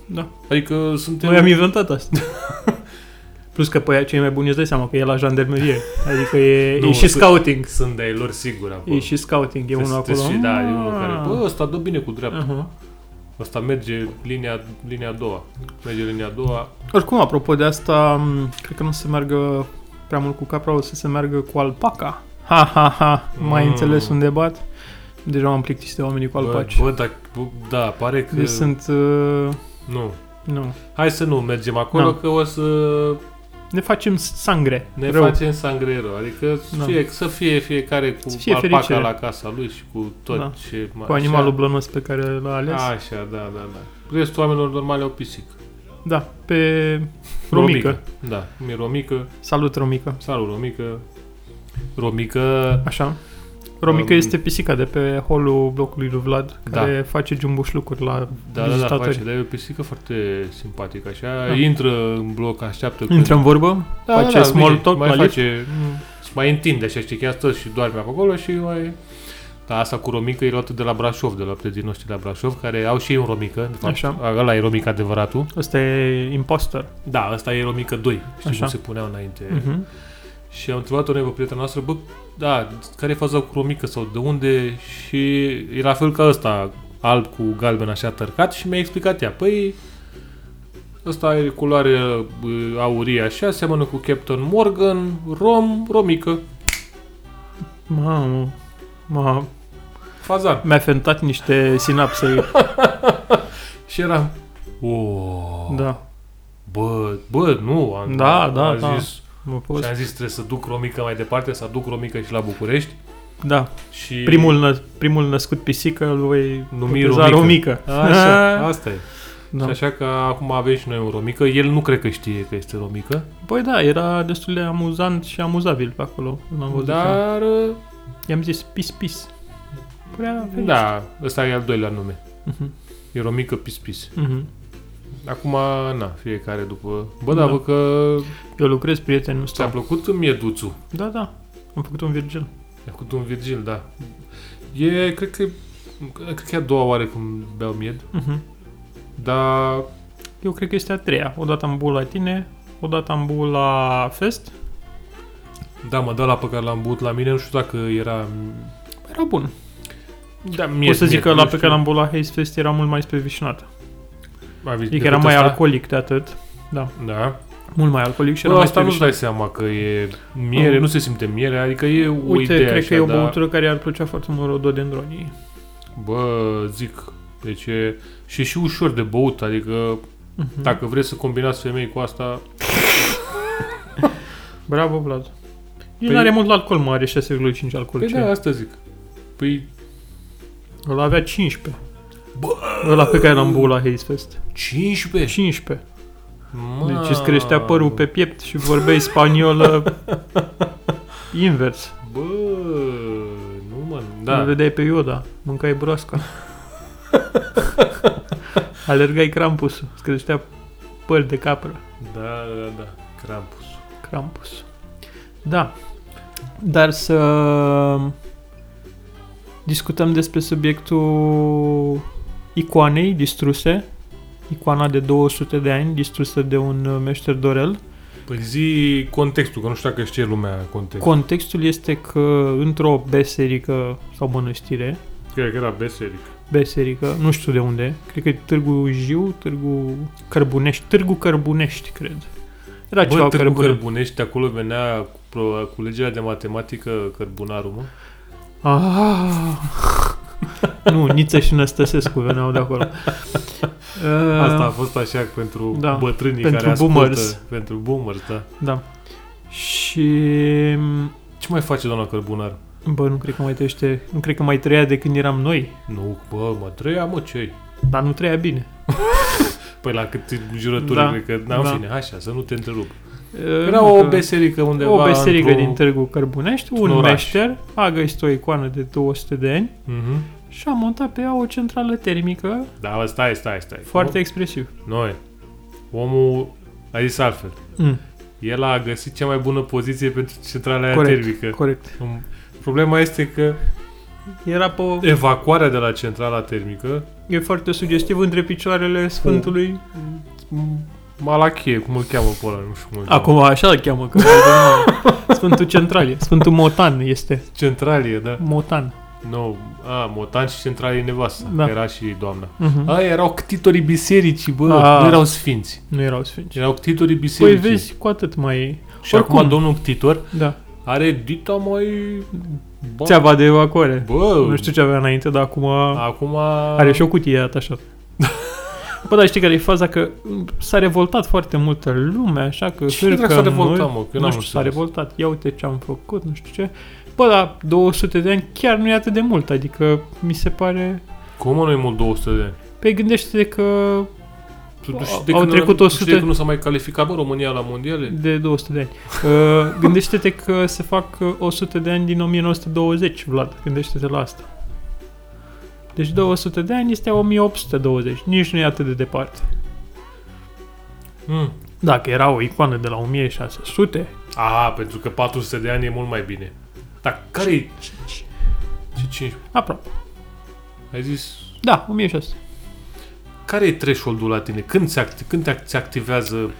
Speaker 1: Da.
Speaker 2: Adică suntem...
Speaker 1: Noi am inventat asta. Plus că pe aia cei mai buni îți dai seama că e la jandarmerie. Adică e,
Speaker 2: Nu,
Speaker 1: e și
Speaker 2: să-
Speaker 1: scouting.
Speaker 2: Sunt de-ai lor sigur acolo.
Speaker 1: E și scouting. E
Speaker 2: Trebuie
Speaker 1: unul
Speaker 2: să- trebuie
Speaker 1: acolo.
Speaker 2: să- Da, e unul care... Bă,
Speaker 1: Ah.
Speaker 2: ăsta dă bine cu dreapta.
Speaker 1: Aha.
Speaker 2: Ăsta merge linia, linia a doua. Merge linia a doua.
Speaker 1: Oricum, apropo de asta, m, cred că nu se meargă prea mult cu capra, o să se meargă cu alpaca. Ha, ha, ha. Mai
Speaker 2: Mm.
Speaker 1: înțeles unde bat? Deja m-am plictisit de oamenii cu alpaci.
Speaker 2: Bă, bă, da, bă, da, pare că...
Speaker 1: Deci sunt... Uh,
Speaker 2: Nu.
Speaker 1: nu.
Speaker 2: Hai să nu mergem acolo,
Speaker 1: Da.
Speaker 2: că o să
Speaker 1: Ne facem sangre.
Speaker 2: ne
Speaker 1: rău.
Speaker 2: facem sangre rău. Adică
Speaker 1: Da.
Speaker 2: fie, să fie fiecare cu
Speaker 1: Să fie
Speaker 2: alpaca
Speaker 1: fericire.
Speaker 2: la casa lui și cu tot
Speaker 1: Da.
Speaker 2: ce...
Speaker 1: Cu animalul blănos pe care l-a ales.
Speaker 2: Așa, Așa, da, da, da. Restul oamenilor normale au pisică.
Speaker 1: Da, pe Romică.
Speaker 2: Da, mi romică.
Speaker 1: Salut, Romică.
Speaker 2: Salut, romică. Romică...
Speaker 1: Așa. Romică
Speaker 2: Um,
Speaker 1: este pisica de pe holul blocului lui Vlad,
Speaker 2: Da.
Speaker 1: care face jumbuș lucruri la
Speaker 2: Da, da, da,
Speaker 1: vizitatori.
Speaker 2: face, dar e o pisică foarte simpatică, așa,
Speaker 1: Da.
Speaker 2: intră în bloc, așteaptă când-
Speaker 1: Intră în vorbă,
Speaker 2: da,
Speaker 1: face
Speaker 2: da,
Speaker 1: small
Speaker 2: uite,
Speaker 1: talk
Speaker 2: mai
Speaker 1: la lift.
Speaker 2: face, se mai întinde așa, știi, chiar stă și doarme pe acolo și mai... Dar asta cu romică e luată de la Brașov, de la prietenii noștri de la Brașov, care au și ei un romică. De fapt,
Speaker 1: Așa.
Speaker 2: Ăla e romică adevăratul.
Speaker 1: Ăsta e imposter.
Speaker 2: Da, ăsta e romică 2. Știi
Speaker 1: Așa.
Speaker 2: cum se punea înainte.
Speaker 1: Mhm.
Speaker 2: Și am întrebat-o noi pe prietena noastră, bă, da, care e faza cu romică sau de unde? Și e la fel ca ăsta, alb cu galben așa tărcat și mi-a explicat ea. Păi, ăsta e culoare bă, aurie așa, seamănă cu Captain Morgan, rom, romică,
Speaker 1: Mamă. Mamă.
Speaker 2: fazan.
Speaker 1: Mi-a fentat niște sinapse.
Speaker 2: Și eram, o,
Speaker 1: da.
Speaker 2: bă, bă, nu, am,
Speaker 1: Da, da,
Speaker 2: am
Speaker 1: da.
Speaker 2: zis,
Speaker 1: Mă
Speaker 2: și
Speaker 1: poți.
Speaker 2: am zis trebuie să duc romică mai departe, să aduc romică și la București.
Speaker 1: Da.
Speaker 2: Și
Speaker 1: Primul, nă, primul născut pisică îl voi
Speaker 2: Numi
Speaker 1: boteza
Speaker 2: Romică.
Speaker 1: Romică.
Speaker 2: Așa, asta e.
Speaker 1: Da.
Speaker 2: Și așa că acum avem și noi un romică. El nu cred că știe că este romică,
Speaker 1: Băi da, era destul de amuzant și amuzabil pe acolo. când Am văzut da. eu.
Speaker 2: dar uh,
Speaker 1: I-am zis pis pis. Prea fericit.
Speaker 2: da, ăsta e al doilea nume.
Speaker 1: Mhm.
Speaker 2: E romică pispis.
Speaker 1: Mhm.
Speaker 2: Acum, na, fiecare după... Bă, da,
Speaker 1: Da.
Speaker 2: vă că
Speaker 1: Eu lucrez, prietenul
Speaker 2: ți-a
Speaker 1: ăsta.
Speaker 2: plăcut mieduțul.
Speaker 1: Da, da. Am făcut un virgil.
Speaker 2: Mi-a făcut un Virgil, da. E, cred că, cred că e a doua oară când beau mied,
Speaker 1: Mhm.
Speaker 2: dar
Speaker 1: Eu cred că este a treia. Odată am băut la tine, odată am băut la fest.
Speaker 2: da, mă, da la pe care l-am băut la mine, nu știu dacă era...
Speaker 1: Era bun.
Speaker 2: Da, mied,
Speaker 1: Pot să zic
Speaker 2: mied,
Speaker 1: că
Speaker 2: nu
Speaker 1: la pe
Speaker 2: știu.
Speaker 1: care l-am băut la Haze Fest era mult mai spre vișnat.
Speaker 2: Mai vezi
Speaker 1: Adică era
Speaker 2: decât
Speaker 1: mai
Speaker 2: ăsta?
Speaker 1: alcoolic de atât.
Speaker 2: Da.
Speaker 1: Mult mai alcoolic și
Speaker 2: Bă,
Speaker 1: era mai
Speaker 2: asta
Speaker 1: spre
Speaker 2: nu-ți
Speaker 1: vișnat.
Speaker 2: dai seama că e miere,
Speaker 1: Mm.
Speaker 2: nu se simte miere, adică e o
Speaker 1: Uite,
Speaker 2: idee
Speaker 1: cred
Speaker 2: așa, da.
Speaker 1: că e o
Speaker 2: dar-
Speaker 1: băutură care ar plăcea foarte mult rododendronii.
Speaker 2: Bă, zic, deci e, și e și ușor de băut, adică
Speaker 1: Mhm.
Speaker 2: dacă vreți să combinați femei cu asta,
Speaker 1: Bravo, Vlad. Nici
Speaker 2: Păi-
Speaker 1: nu are mult la alcool, mă, are 6,5 alcool.
Speaker 2: păi
Speaker 1: ce?
Speaker 2: da, asta zic. Păi
Speaker 1: Ăla avea 15. Bă! Ăla pe care l-am băut la Haze Fest.
Speaker 2: 15?
Speaker 1: 15.
Speaker 2: Ma.
Speaker 1: Deci îți creștea părul pe piept și vorbeai spaniolă invers.
Speaker 2: Bă, nu mă,
Speaker 1: Da.
Speaker 2: da.
Speaker 1: Îl vedeai pe Yoda, mâncai broasca. Alergai Krampusul, îți creștea păr de capră.
Speaker 2: Da, da, da, Krampus.
Speaker 1: Krampus. Da. Dar să discutăm despre subiectul icoanei distruse, icoana de 200 de ani distrusă de un uh, meșter Dorel.
Speaker 2: Păi zi contextul, că nu știu dacă știe lumea contextul.
Speaker 1: Contextul este că într-o biserică sau mănăstire,
Speaker 2: Cred că era beseric.
Speaker 1: biserică, nu știu de unde, cred că e Târgu Jiu, Târgu Cărbunești, Târgu Cărbunești, cred. Era Da,
Speaker 2: Bă,
Speaker 1: ceva
Speaker 2: Târgu Cărbunești,
Speaker 1: Cărbunești.
Speaker 2: Cărbunești, acolo venea cu, pro- cu legea de matematică cărbunarul, mă.
Speaker 1: Ah. nu, Niță și Năstăsescu veneau de acolo. Uh,
Speaker 2: Asta a fost așa pentru
Speaker 1: da,
Speaker 2: da, bătrânii
Speaker 1: pentru
Speaker 2: care ascultă.
Speaker 1: boomers.
Speaker 2: Pentru boomers, da.
Speaker 1: Da. Și...
Speaker 2: Ce mai face doamna Cărbunar?
Speaker 1: Bă, nu cred că mai trăiește, nu cred că mai trăia de când eram noi,
Speaker 2: Nu, bă, mă, treia, mă, ce
Speaker 1: dar nu trăia bine.
Speaker 2: Păi la cât jurături,
Speaker 1: Da,
Speaker 2: da, cred că, n-am
Speaker 1: da.
Speaker 2: da. fine, așa, să nu te întrerup.
Speaker 1: Uh,
Speaker 2: Era
Speaker 1: nu
Speaker 2: o
Speaker 1: că-
Speaker 2: biserică undeva
Speaker 1: o biserică
Speaker 2: într-o...
Speaker 1: din Târgu Cărbunești, un
Speaker 2: într-un oraș.
Speaker 1: meșter a găsit o icoană de 200 de ani
Speaker 2: Mhm.
Speaker 1: și a montat pe ea o centrală termică
Speaker 2: Da, bă, stai, stai, stai.
Speaker 1: foarte expresiv.
Speaker 2: Noi, omul a zis altfel.
Speaker 1: Mm,
Speaker 2: El a găsit cea mai bună poziție pentru centrala aia
Speaker 1: Corect.
Speaker 2: termică.
Speaker 1: corect.
Speaker 2: Problema este că
Speaker 1: Era pe... o-
Speaker 2: evacuarea de la centrala termică
Speaker 1: E foarte sugestiv între picioarele Sfântului.
Speaker 2: Malachie, cum îl cheamă pe ăla, nu știu cum îl cheamă.
Speaker 1: Acum așa îl cheamă, că altfel nu. Sfântul Centralie. Sfântul Motan este.
Speaker 2: Centralie, da.
Speaker 1: Motan.
Speaker 2: Nu, a, Motan și Centralie e nevasta,
Speaker 1: Da.
Speaker 2: da. era și doamna.
Speaker 1: Mhm.
Speaker 2: Aia erau ctitorii bisericii, bă,
Speaker 1: A.
Speaker 2: a. nu erau sfinți.
Speaker 1: Nu erau sfinți.
Speaker 2: Erau ctitorii
Speaker 1: Păi
Speaker 2: bisericii.
Speaker 1: vezi, cu atât mai...
Speaker 2: Și
Speaker 1: oricum.
Speaker 2: acum domnul ctitor
Speaker 1: Da.
Speaker 2: are dita mai... Bă,
Speaker 1: Țeava de evacuare.
Speaker 2: bă
Speaker 1: Nu știu ce avea înainte, dar acum...
Speaker 2: acum...
Speaker 1: Are și o cutie atașată. Bă, dar știi care e faza? Că s-a revoltat foarte multă lume, așa că...
Speaker 2: Cine dracu s-a
Speaker 1: hârcă
Speaker 2: revoltat,
Speaker 1: noi-
Speaker 2: mă, că
Speaker 1: Nu
Speaker 2: n-am
Speaker 1: știu, s-a
Speaker 2: înțeles.
Speaker 1: revoltat. Ia uite ce am făcut, nu știu ce. Bă, dar 200 de ani chiar nu e atât de mult, adică mi se pare...
Speaker 2: Cum mă, nu e mult 200 de ani?
Speaker 1: Păi gândește-te că
Speaker 2: Tu,
Speaker 1: Au-
Speaker 2: tu știi de
Speaker 1: au
Speaker 2: când-
Speaker 1: trecut Mm.
Speaker 2: tu știi
Speaker 1: 100
Speaker 2: că nu s-a mai calificat, bă, România la mondiale?
Speaker 1: de 200 de ani. Uh, gândește-te că se fac uh, 100 de ani din 1920, Vlad. Gândește-te la asta. Deci 200 de ani este 1820. Nici nu e atât de departe.
Speaker 2: Mm.
Speaker 1: Dacă era o icoană de la 1600,
Speaker 2: A, pentru că 400 de ani e mult mai bine. Dar care e? Ce, 15.
Speaker 1: Aproape.
Speaker 2: Ai zis...
Speaker 1: Da, 1600.
Speaker 2: Care e threshold-ul la tine? Când se, act- când te- se activează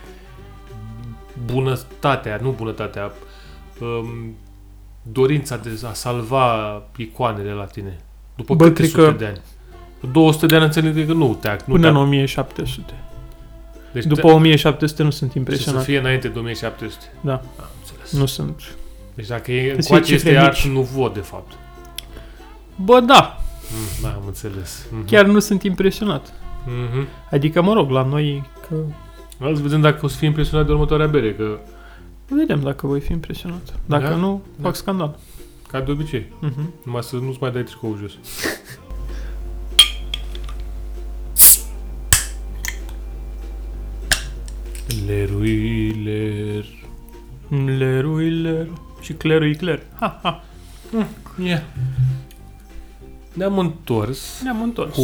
Speaker 2: bunătatea, nu bunătatea, um, dorința de a salva icoanele la tine? După
Speaker 1: Bă,
Speaker 2: Bă,
Speaker 1: cred
Speaker 2: câte sute
Speaker 1: că-
Speaker 2: de ani? 200 de ani înțeleg că nu te act, nu
Speaker 1: Până în
Speaker 2: te
Speaker 1: 1700.
Speaker 2: Deci
Speaker 1: După
Speaker 2: te-
Speaker 1: 1700 nu sunt
Speaker 2: și să
Speaker 1: impresionat.
Speaker 2: fie înainte de 1700.
Speaker 1: Da.
Speaker 2: Am înțeles.
Speaker 1: Nu sunt.
Speaker 2: Deci dacă e
Speaker 1: Să fie
Speaker 2: încoace este
Speaker 1: cifre
Speaker 2: art
Speaker 1: mici.
Speaker 2: nu văd de fapt.
Speaker 1: Bă, da,
Speaker 2: Mm, da, am înțeles. Mhm.
Speaker 1: chiar nu sunt impresionat.
Speaker 2: Mhm.
Speaker 1: Adică, mă rog, la noi că...
Speaker 2: Hai să vedem dacă o să fii impresionat de următoarea bere, că
Speaker 1: Vedem dacă voi fi impresionat. Dacă
Speaker 2: Da?
Speaker 1: nu,
Speaker 2: Da.
Speaker 1: fac scandal.
Speaker 2: ca de obicei,
Speaker 1: Mhm.
Speaker 2: numai să nu-ți mai dai tricoul jos. Lerui, ler.
Speaker 1: Lerui, ler. Și clerui, cler. Ha, ha.
Speaker 2: Yeah. Ne-am întors
Speaker 1: Ne-am întors.
Speaker 2: cu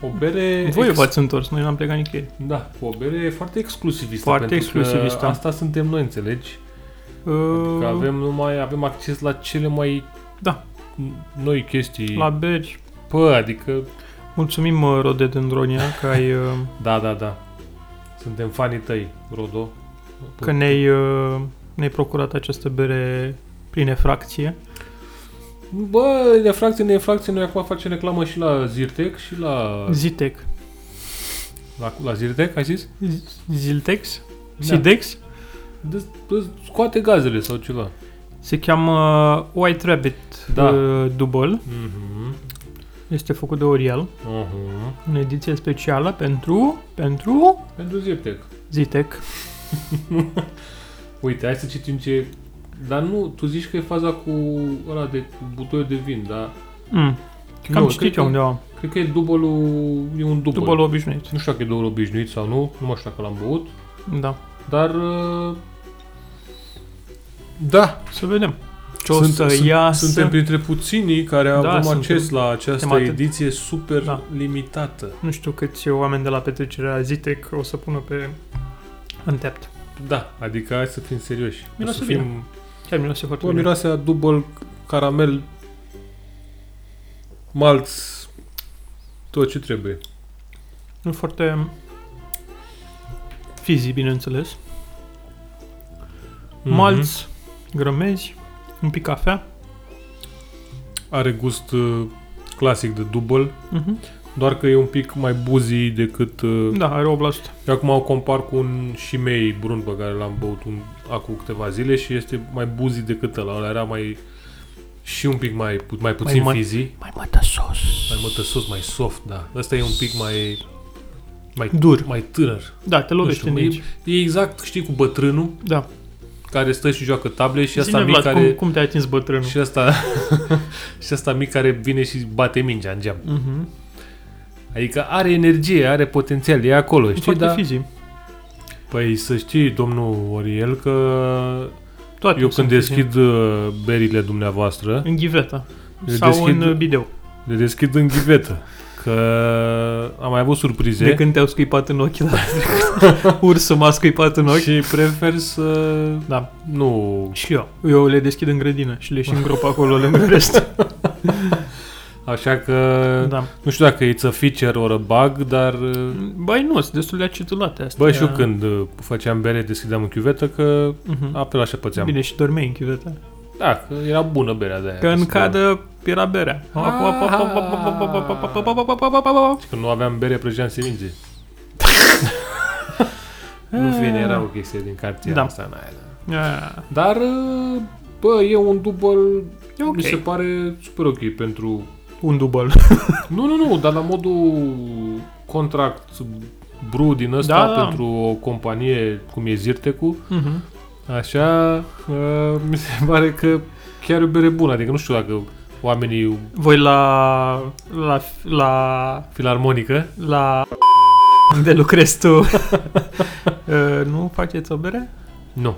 Speaker 2: o bere...
Speaker 1: Voi
Speaker 2: ex-
Speaker 1: v-ați întors, noi n-am plecat nicăieri.
Speaker 2: Da, cu o bere foarte exclusivistă.
Speaker 1: Foarte
Speaker 2: pentru că
Speaker 1: exclusivistă.
Speaker 2: Asta suntem noi, înțelegi? Că
Speaker 1: Uh,
Speaker 2: avem numai, avem acces la cele mai
Speaker 1: Da.
Speaker 2: n- noi chestii.
Speaker 1: La beri.
Speaker 2: Pă, adică,
Speaker 1: Mulțumim, mă, Rododendronia, că, ai, uh,
Speaker 2: da, da, da. Suntem fanii tăi, Rodo.
Speaker 1: că ne-ai, uh, ne-ai procurat această bere prin efracție.
Speaker 2: Bă, nefracție, nefracție, noi acum facem reclamă și la Zirtec și la...
Speaker 1: Zitec.
Speaker 2: La, la Zirtec, ai zis?
Speaker 1: Z- Ziltex?
Speaker 2: Da.
Speaker 1: Sidex?
Speaker 2: Dă- dă- Scoate gazele sau ceva.
Speaker 1: Se cheamă uh, White Rabbit
Speaker 2: Da.
Speaker 1: uh, Double.
Speaker 2: Mhm.
Speaker 1: Este făcut de Oriel.
Speaker 2: Uh-huh.
Speaker 1: În ediție specială pentru... Pentru...
Speaker 2: Pentru Zirtec.
Speaker 1: Zitec.
Speaker 2: Uite, hai să citim ce... Dar nu, tu zici că e faza cu ăla de cu butoiul de vin, dar...
Speaker 1: Mm. Că am
Speaker 2: Nu,
Speaker 1: citit
Speaker 2: cred
Speaker 1: eu
Speaker 2: că-
Speaker 1: undeva.
Speaker 2: Cred că e dublul, e un dublu.
Speaker 1: După l obișnuit.
Speaker 2: Nu știu dacă e dublu obișnuit sau nu, nu mai știu dacă l-am băut,
Speaker 1: Da.
Speaker 2: dar... uh, Da,
Speaker 1: Să vedem. Ce o
Speaker 2: sunt-
Speaker 1: să
Speaker 2: sunt-
Speaker 1: ia
Speaker 2: succeasă. Suntem
Speaker 1: să...
Speaker 2: printre puținii care
Speaker 1: Da,
Speaker 2: avem
Speaker 1: suntem.
Speaker 2: acces la această
Speaker 1: Suntem atât.
Speaker 2: ediție super
Speaker 1: Da.
Speaker 2: limitată.
Speaker 1: Nu știu câți oameni de la petrecerea Zitec o să pună pe Untapped.
Speaker 2: Da, adică hai să fim serioși. O
Speaker 1: Miroase
Speaker 2: să
Speaker 1: bine.
Speaker 2: fim...
Speaker 1: Chiar miroase foarte
Speaker 2: Bă,
Speaker 1: bine.
Speaker 2: miroase a dubăl, caramel, malț, tot ce trebuie.
Speaker 1: Nu foarte fizi, bineînțeles.
Speaker 2: Mhm.
Speaker 1: Mm-hmm. Malți, grămezi, un pic cafea.
Speaker 2: Are gust uh, clasic de dubăl,
Speaker 1: Mm-hmm.
Speaker 2: doar că e un pic mai buzi decât... uh,
Speaker 1: Da, are 8%.
Speaker 2: Eu acum o compar cu un șimei brun pe care l-am băut un, acum câteva zile și este mai buzi decât ăla. Ăla era mai și un pic mai, pu- mai puțin
Speaker 1: mă-
Speaker 2: mai fizi,
Speaker 3: Mai mătă sos.
Speaker 2: mai mătăsos, mai soft, da. Ăsta e un pic mai mai
Speaker 1: Dur.
Speaker 2: mai tânăr.
Speaker 1: Da, te lovește în
Speaker 2: mă,
Speaker 1: aici.
Speaker 2: e, e exact, știi, cu bătrânul
Speaker 1: Da.
Speaker 2: care stă și joacă table și asta
Speaker 1: Zine,
Speaker 2: mic
Speaker 1: Vlad,
Speaker 2: care
Speaker 1: cum, cum te-ai atins bătrânul?
Speaker 2: și asta și asta mic care vine și bate mingea în geam.
Speaker 1: Mm-hmm.
Speaker 2: Adică are energie, are potențial, e acolo, știi,
Speaker 1: Foarte
Speaker 2: dar
Speaker 1: fizi.
Speaker 2: Păi să știi, domnul Oriel, că
Speaker 1: Toate
Speaker 2: Eu
Speaker 1: sunt
Speaker 2: când
Speaker 1: fizi.
Speaker 2: deschid uh, berile dumneavoastră,
Speaker 1: În ghiveta.
Speaker 2: Eu
Speaker 1: sau
Speaker 2: deschid-
Speaker 1: în uh, bideu.
Speaker 2: le deschid în ghivetă. Că am mai avut surprize
Speaker 1: De când te-au scuipat în ochi la Ursul m-a scuipat în ochi.
Speaker 2: și prefer să
Speaker 1: Da,
Speaker 2: nu...
Speaker 1: și eu. Eu le deschid în grădină și le și îngrop acolo lângă rest.
Speaker 2: Așa că
Speaker 1: Da.
Speaker 2: nu știu dacă it's a feature or a bug, dar... uh,
Speaker 1: Băi, nu, sunt destul de acetulate astea.
Speaker 2: Bă, și eu când uh, făceam bere, deschideam în chiuvetă, că
Speaker 1: Da. Mhm.
Speaker 2: apel așa pățeam.
Speaker 1: Bine, și dormeai în chivetă.
Speaker 2: Da, că era bună berea de aia. adică
Speaker 1: Că în
Speaker 2: Să-
Speaker 1: cadă era
Speaker 2: Ah.
Speaker 1: berea.
Speaker 2: Că nu aveam bere, prăjeam semințe. nu fine, era o chestie din cartier
Speaker 1: Da.
Speaker 2: asta, n-aia, da. Dar, uh, bă, e un dubăl,
Speaker 1: E ok.
Speaker 2: mi se pare super ok pentru...
Speaker 1: Un dubăl.
Speaker 2: Nu, nu, nu, dar la modul contract bru din ăsta
Speaker 1: Da, da.
Speaker 2: pentru o companie cum e Zirtecu, Mhm. așa, uh, mi se pare că chiar e o bere bună. Adică nu știu dacă oamenii
Speaker 1: Voi la... la... la...
Speaker 2: filarmonică,
Speaker 1: la... unde lucrezi tu. Uh, nu faceți o bere?
Speaker 2: nu.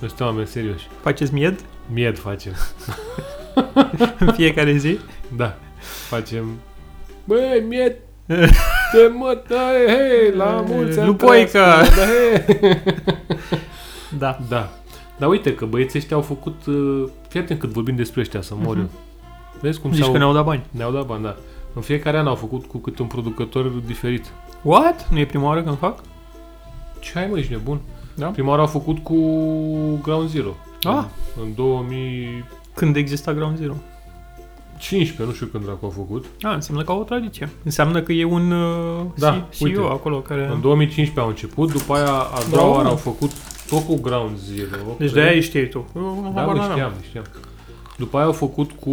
Speaker 2: Nu suntem oameni serioși.
Speaker 1: Faceți mied
Speaker 2: Mied facem.
Speaker 1: în fiecare zi?
Speaker 2: Da. Facem... Băi, mied! Te mă, da, hei,
Speaker 1: Ă,
Speaker 2: la mulți ani!
Speaker 1: Lupoica!
Speaker 2: Da, hei!
Speaker 1: Da.
Speaker 2: Da. Dar uite că băieții ăștia au făcut... uh, Fii atent cât vorbim despre ăștia, să mor eu. Vezi cum
Speaker 1: Mhm. Nici
Speaker 2: s-au...
Speaker 1: că ne-au dat bani.
Speaker 2: ne-au dat bani, da. În fiecare an au făcut cu câte un producător diferit.
Speaker 1: What? Nu e prima oară când fac?
Speaker 2: Ce ai mă, ești nebun?
Speaker 1: Da.
Speaker 2: Prima oară au făcut cu Ground Zero.
Speaker 1: Ah.
Speaker 2: În, în 2015,
Speaker 1: Când exista Ground Zero.
Speaker 2: nu știu când dracu au făcut.
Speaker 1: A, înseamnă că au o tradiție. Înseamnă că e un uh,
Speaker 2: Da,
Speaker 1: C-
Speaker 2: uite.
Speaker 1: CEO acolo care...
Speaker 2: În 2015 au început, după aia a doua
Speaker 1: Bravo,
Speaker 2: oară
Speaker 1: mă.
Speaker 2: au făcut tot cu Ground Zero.
Speaker 1: Deci de aia îi știi tu. Eu
Speaker 2: Da,
Speaker 1: habar
Speaker 2: mă,
Speaker 1: n-aveam.
Speaker 2: știam, știam. După aia au făcut cu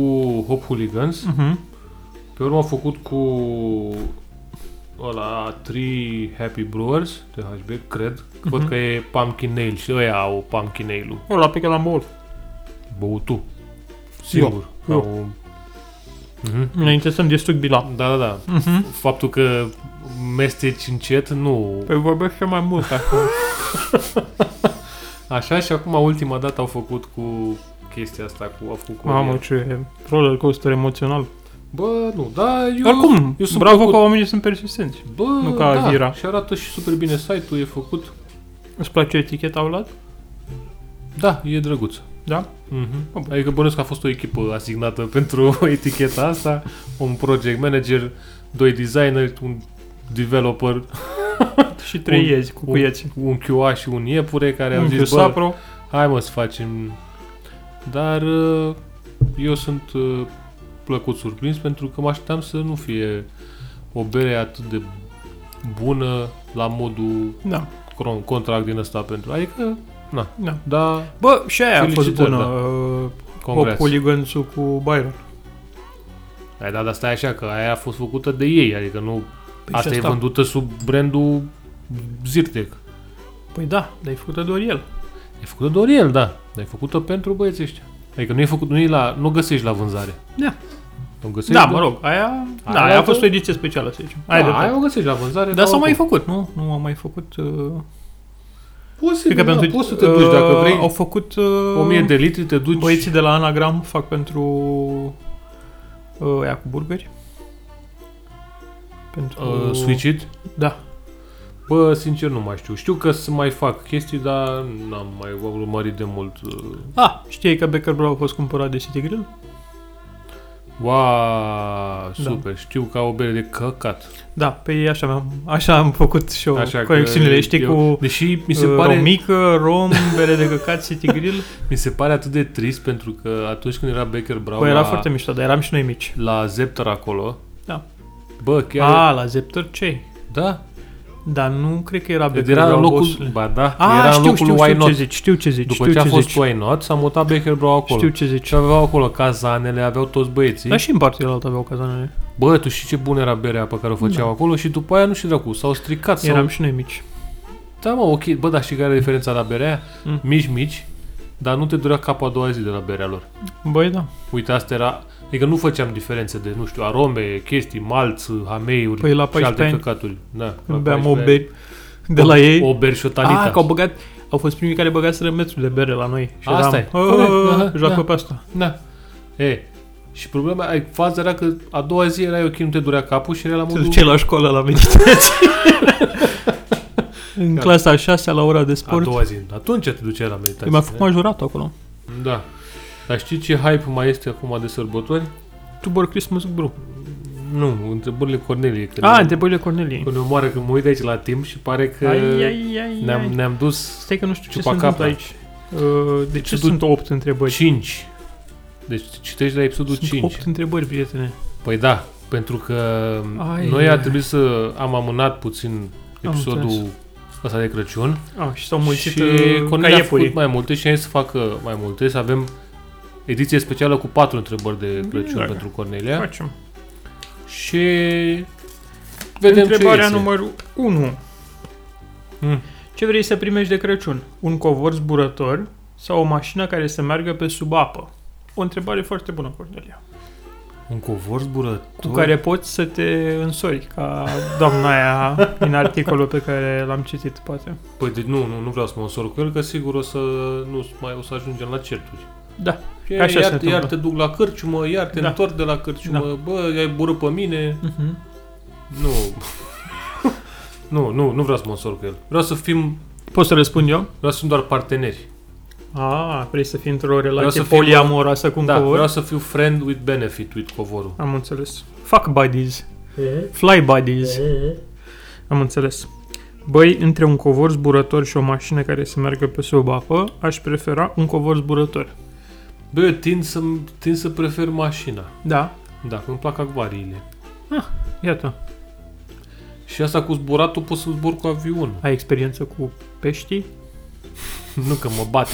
Speaker 2: Hop Hooligans.
Speaker 1: Mhm.
Speaker 2: Pe urmă au făcut cu ăla 3 Happy Brewers THB, cred. Că Văd
Speaker 1: Mhm.
Speaker 2: că e Pumpkin Ale și ăia au Pumpkin Ale-ul.
Speaker 1: Ăla pe care l-am băut.
Speaker 2: Băut tu. Singur.
Speaker 1: eu.
Speaker 2: Au... Mhm.
Speaker 1: Înainte să-mi distrug bila.
Speaker 2: Da, da, da.
Speaker 1: Mhm.
Speaker 2: Faptul că mesteci încet, nu...
Speaker 1: Păi vorbește mai mult acum.
Speaker 2: Așa și acum ultima dată au făcut cu chestia asta, cu, au făcut cu
Speaker 1: Mamă,
Speaker 2: el.
Speaker 1: ce roller coaster emoțional.
Speaker 2: Bă, nu, da, eu...
Speaker 1: Oricum,
Speaker 2: eu sunt
Speaker 1: bravo
Speaker 2: plăcut.
Speaker 1: că oamenii sunt persistenți.
Speaker 2: Bă,
Speaker 1: nu ca
Speaker 2: da,
Speaker 1: Vira.
Speaker 2: și arată și super bine site-ul, e făcut.
Speaker 1: Îți place eticheta, Vlad?
Speaker 2: Da, e drăguț.
Speaker 1: Da?
Speaker 2: Mm-hmm. Adică bănuiesc că a fost o echipă asignată pentru eticheta asta, un project manager, doi designeri, un developer,
Speaker 1: Și trei
Speaker 2: Un-
Speaker 1: iezi cu cuieți.
Speaker 2: un QA și un iepure care au
Speaker 1: Un
Speaker 2: zis, bă,
Speaker 1: sapro.
Speaker 2: hai mă să facem. Dar uh, eu sunt uh, plăcut surprins pentru că mă așteptam să nu fie o bere atât de bună la modul
Speaker 1: Da,
Speaker 2: cron- contract din ăsta pentru. Adică,
Speaker 1: da.
Speaker 2: da,
Speaker 1: Bă, și aia a fost
Speaker 2: Felicitări,
Speaker 1: bună.
Speaker 2: da.
Speaker 1: uh, Hop
Speaker 2: congres.
Speaker 1: Hooligans-ul cu Byron.
Speaker 2: Ai, da, dar stai așa, că aia a fost făcută de ei, adică nu...
Speaker 1: Păi
Speaker 2: asta
Speaker 1: și
Speaker 2: e vândută sub brandul Zirtec.
Speaker 1: Păi da, dar e făcută doar el.
Speaker 2: E făcută doar el, da, dar e făcută pentru băieții ăștia. Adică nu e făcut, nu e la, nu o găsești la vânzare.
Speaker 1: Da.
Speaker 2: O găsești
Speaker 1: Da,
Speaker 2: doar-
Speaker 1: mă rog, aia,
Speaker 2: Aia
Speaker 1: da, aia a
Speaker 2: altă-
Speaker 1: fost o ediție specială, să zicem. Ai
Speaker 2: da, aia
Speaker 1: dreptate.
Speaker 2: o găsești la vânzare.
Speaker 1: Dar s-au mai
Speaker 2: oricum.
Speaker 1: făcut, nu? Nu au mai făcut... Uh,
Speaker 2: Posibil,
Speaker 1: cred că
Speaker 2: da,
Speaker 1: pentru...
Speaker 2: poți să te duci dacă
Speaker 1: uh,
Speaker 2: vrei.
Speaker 1: Au făcut... Uh,
Speaker 2: 1000 de litri, te duci...
Speaker 1: Băieții de la Anagram fac pentru... Uh, aia cu burgeri. Pentru...
Speaker 2: Uh, switch it.
Speaker 1: Da.
Speaker 2: Bă, sincer, nu mai știu. Știu că să mai fac chestii, dar n-am mai urmărit de mult. uh,
Speaker 1: Ah, știi că Becker Blau a fost cumpărat de City Grill?
Speaker 2: Wow, super. Știu că au o bere de căcat.
Speaker 1: Da, pe ei așa, am așa am făcut și eu
Speaker 2: Așa
Speaker 1: așa
Speaker 2: că
Speaker 1: conexiunile, știi,
Speaker 2: eu-
Speaker 1: cu
Speaker 2: Deși mi se, pare,
Speaker 1: romică, rom, bere de căcat, City Grill.
Speaker 2: mi se pare atât de trist pentru că atunci când era Becker Brown
Speaker 1: Bă,
Speaker 2: la,
Speaker 1: era foarte mișto, dar eram și noi mici.
Speaker 2: la Zepter acolo,
Speaker 1: Da. Ah.
Speaker 2: bă, chiar,
Speaker 1: A, la Zepter ce?
Speaker 2: da,
Speaker 1: Dar nu cred că era Becker
Speaker 2: era
Speaker 1: Blau,
Speaker 2: în locul,
Speaker 1: bossule.
Speaker 2: ba da,
Speaker 1: A,
Speaker 2: era în
Speaker 1: Ah, știu,
Speaker 2: locul
Speaker 1: știu,
Speaker 2: Why
Speaker 1: știu
Speaker 2: Not.
Speaker 1: ce zici, știu ce zici,
Speaker 2: După
Speaker 1: știu
Speaker 2: ce a
Speaker 1: ce
Speaker 2: fost
Speaker 1: zici.
Speaker 2: Why Not, s-a mutat Becker Brown acolo.
Speaker 1: Știu ce zici.
Speaker 2: Și aveau acolo cazanele, aveau toți băieții.
Speaker 1: Dar și în partea altă aveau cazanele.
Speaker 2: Bă, tu știi ce bună era berea pe care o făceau acolo și după aia nu știu dracu, s-au stricat. Sau...
Speaker 1: Da. Eram și noi mici.
Speaker 2: Da, mă, ok, bă, dar știi care e diferența la berea aia?
Speaker 1: Mm.
Speaker 2: Mici, mici, dar nu te durea capul a doua zi de la berea lor.
Speaker 1: Băi, da.
Speaker 2: Uite, asta era... Adică nu făceam diferențe de, nu știu, arome, chestii, malț, hameiuri
Speaker 1: Păi la
Speaker 2: și
Speaker 1: 14
Speaker 2: alte
Speaker 1: ani,
Speaker 2: căcaturi. Da, la
Speaker 1: Când beam
Speaker 2: 14
Speaker 1: o beri de la ei.
Speaker 2: O beri și o tanita.
Speaker 1: Ah, că au băgat... Au fost primii care băgaseră metru de bere la noi. Și
Speaker 2: Asta e.
Speaker 1: eram, "Ă,
Speaker 2: Corect, aha,
Speaker 1: joacă
Speaker 2: da.
Speaker 1: pe asta.
Speaker 2: Da. E, și problema, ai- faza era că a doua zi era ok, nu te durea capul și era la
Speaker 1: Te
Speaker 2: modul...
Speaker 1: duceai la școală la meditație. în clasa a șasea, la ora de
Speaker 2: A
Speaker 1: sport.
Speaker 2: doua zi. Atunci te duceai la meditație.
Speaker 1: Eu mi-a făcut majoratul acolo.
Speaker 2: Da. Dar știi ce hype mai este acum de sărbători?
Speaker 1: Tubor Christmas Brew.
Speaker 2: Nu, întrebările Cornelie. Că
Speaker 1: Ah,
Speaker 2: ne-
Speaker 1: întrebările Corneliei.
Speaker 2: Că ne omoară când mă uit aici la timp și pare că
Speaker 1: Ai, ai, ai,
Speaker 2: ne-am,
Speaker 1: ai.
Speaker 2: ne-am dus
Speaker 1: Stai că nu știu ce se
Speaker 2: Chupacabra.
Speaker 1: întâmplă aici. Uh, De ce
Speaker 2: Episodul
Speaker 1: sunt 8 întrebări?
Speaker 2: 5. Deci citești la episodul
Speaker 1: Păi- Sunt
Speaker 2: 5.
Speaker 1: 8 întrebări, prietene.
Speaker 2: Păi da, pentru că
Speaker 1: Ai.
Speaker 2: noi a trebuit să am amânat puțin episodul
Speaker 1: înțeles.
Speaker 2: ăsta de Crăciun
Speaker 1: Ah, și s-au mulțit
Speaker 2: și
Speaker 1: uh, ca
Speaker 2: Cornelia a făcut
Speaker 1: iepurii.
Speaker 2: mai multe și a zis să facă mai multe, să avem ediție specială cu patru întrebări de Crăciun
Speaker 1: Bine.
Speaker 2: pentru Cornelia
Speaker 1: Facem.
Speaker 2: și vedem ce
Speaker 1: Întrebarea
Speaker 2: iese.
Speaker 1: numărul 1.
Speaker 2: Mm.
Speaker 1: Ce vrei să primești de Crăciun? Un covor zburător sau o mașină care să meargă pe sub apă? O întrebare foarte bună, Cornelia.
Speaker 2: Un covor
Speaker 1: Cu
Speaker 2: zburător?
Speaker 1: care poți să te însori, ca doamna aia din articolul pe care l-am citit, poate.
Speaker 2: Păi de, nu, nu, nu vreau să mă însor cu el, că sigur o să, nu, mai, o să ajungem la certuri.
Speaker 1: Da.
Speaker 2: Și
Speaker 1: Că așa se
Speaker 2: iar,
Speaker 1: întâmplă.
Speaker 2: iar te duc la cârciumă, iar te da.
Speaker 1: Da.
Speaker 2: întorc de la cârciumă, da.
Speaker 1: Da.
Speaker 2: bă, ai bură pe mine.
Speaker 1: Mhm.
Speaker 2: Nu. nu, nu, nu vreau să mă însor cu el. Vreau să fim,
Speaker 1: Poți să răspund eu?
Speaker 2: vreau să fim doar parteneri.
Speaker 1: A, vrei să fii într-o
Speaker 2: Vreau
Speaker 1: relație
Speaker 2: să fiu-
Speaker 1: poliamoroasă cu un
Speaker 2: Da,
Speaker 1: covor?
Speaker 2: vreau să fiu friend with benefit with covorul.
Speaker 1: Am înțeles. Fuck buddies. Fly buddies. Am înțeles. Băi, între un covor zburător și o mașină care să meargă pe sub apă, aș prefera un covor zburător.
Speaker 2: Bă, eu tind să, tind să prefer mașina.
Speaker 1: Da,
Speaker 2: Da, că îmi plac acvariile.
Speaker 1: iată.
Speaker 2: Și asta cu zburatul pot să zbor cu avionul.
Speaker 1: Ai experiență cu peștii?
Speaker 2: Nu că mă bate.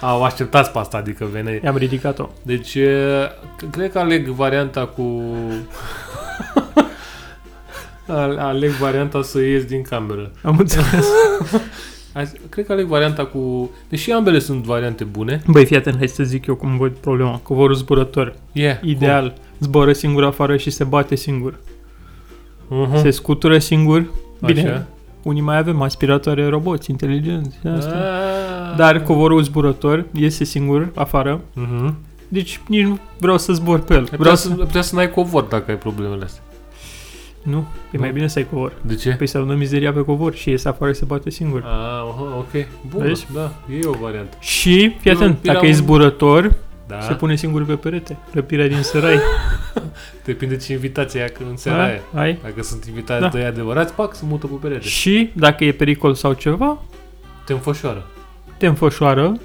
Speaker 2: Au așteptați pe asta, adică vene.
Speaker 1: I-am ridicat-o.
Speaker 2: Deci, e, c- cred că aleg varianta cu... A- aleg varianta să ies din cameră.
Speaker 1: Am înțeles.
Speaker 2: Azi- Cred că aleg varianta cu... Deși ambele sunt variante bune.
Speaker 1: Băi, fii atent, hai să zic eu cum văd problema. Covorul zburător.
Speaker 2: Yeah,
Speaker 1: Ideal. Zboară singur afară și se bate singur.
Speaker 2: Cool.
Speaker 1: Se
Speaker 2: Uh-huh.
Speaker 1: scutură singur. Bine,
Speaker 2: Așa.
Speaker 1: unii mai avem aspiratoare roboți inteligenți. și Asta.
Speaker 2: Ah.
Speaker 1: Dar covorul zburător iese singur afară.
Speaker 2: Mhm.
Speaker 1: Deci nici nu vreau să zbor pe el.
Speaker 2: Ai
Speaker 1: Vreau
Speaker 2: putea,
Speaker 1: să...
Speaker 2: să, ai putea să n-ai covor dacă ai problemele astea.
Speaker 1: Nu, e mai
Speaker 2: Nu.
Speaker 1: bine să ai covor.
Speaker 2: De ce?
Speaker 1: Păi să nu mizeria pe covor și iese afară și se bate singur.
Speaker 2: Ah, aha, ok. Bun,
Speaker 1: Vezi?
Speaker 2: da, e o variantă.
Speaker 1: Și, fii
Speaker 2: Eu-
Speaker 1: atent,
Speaker 2: era
Speaker 1: dacă e
Speaker 2: un-
Speaker 1: zburător,
Speaker 2: Da,
Speaker 1: se pune singur pe perete. Răpirea din sărai.
Speaker 2: depinde ce invitația când în seara
Speaker 1: Da?
Speaker 2: aia.
Speaker 1: Ai?
Speaker 2: Dacă sunt invitați
Speaker 1: Da.
Speaker 2: da. doi adevărați, pac, se mută pe perete.
Speaker 1: Și, dacă e pericol sau ceva,
Speaker 2: Te înfășoară.
Speaker 1: te înfășoară,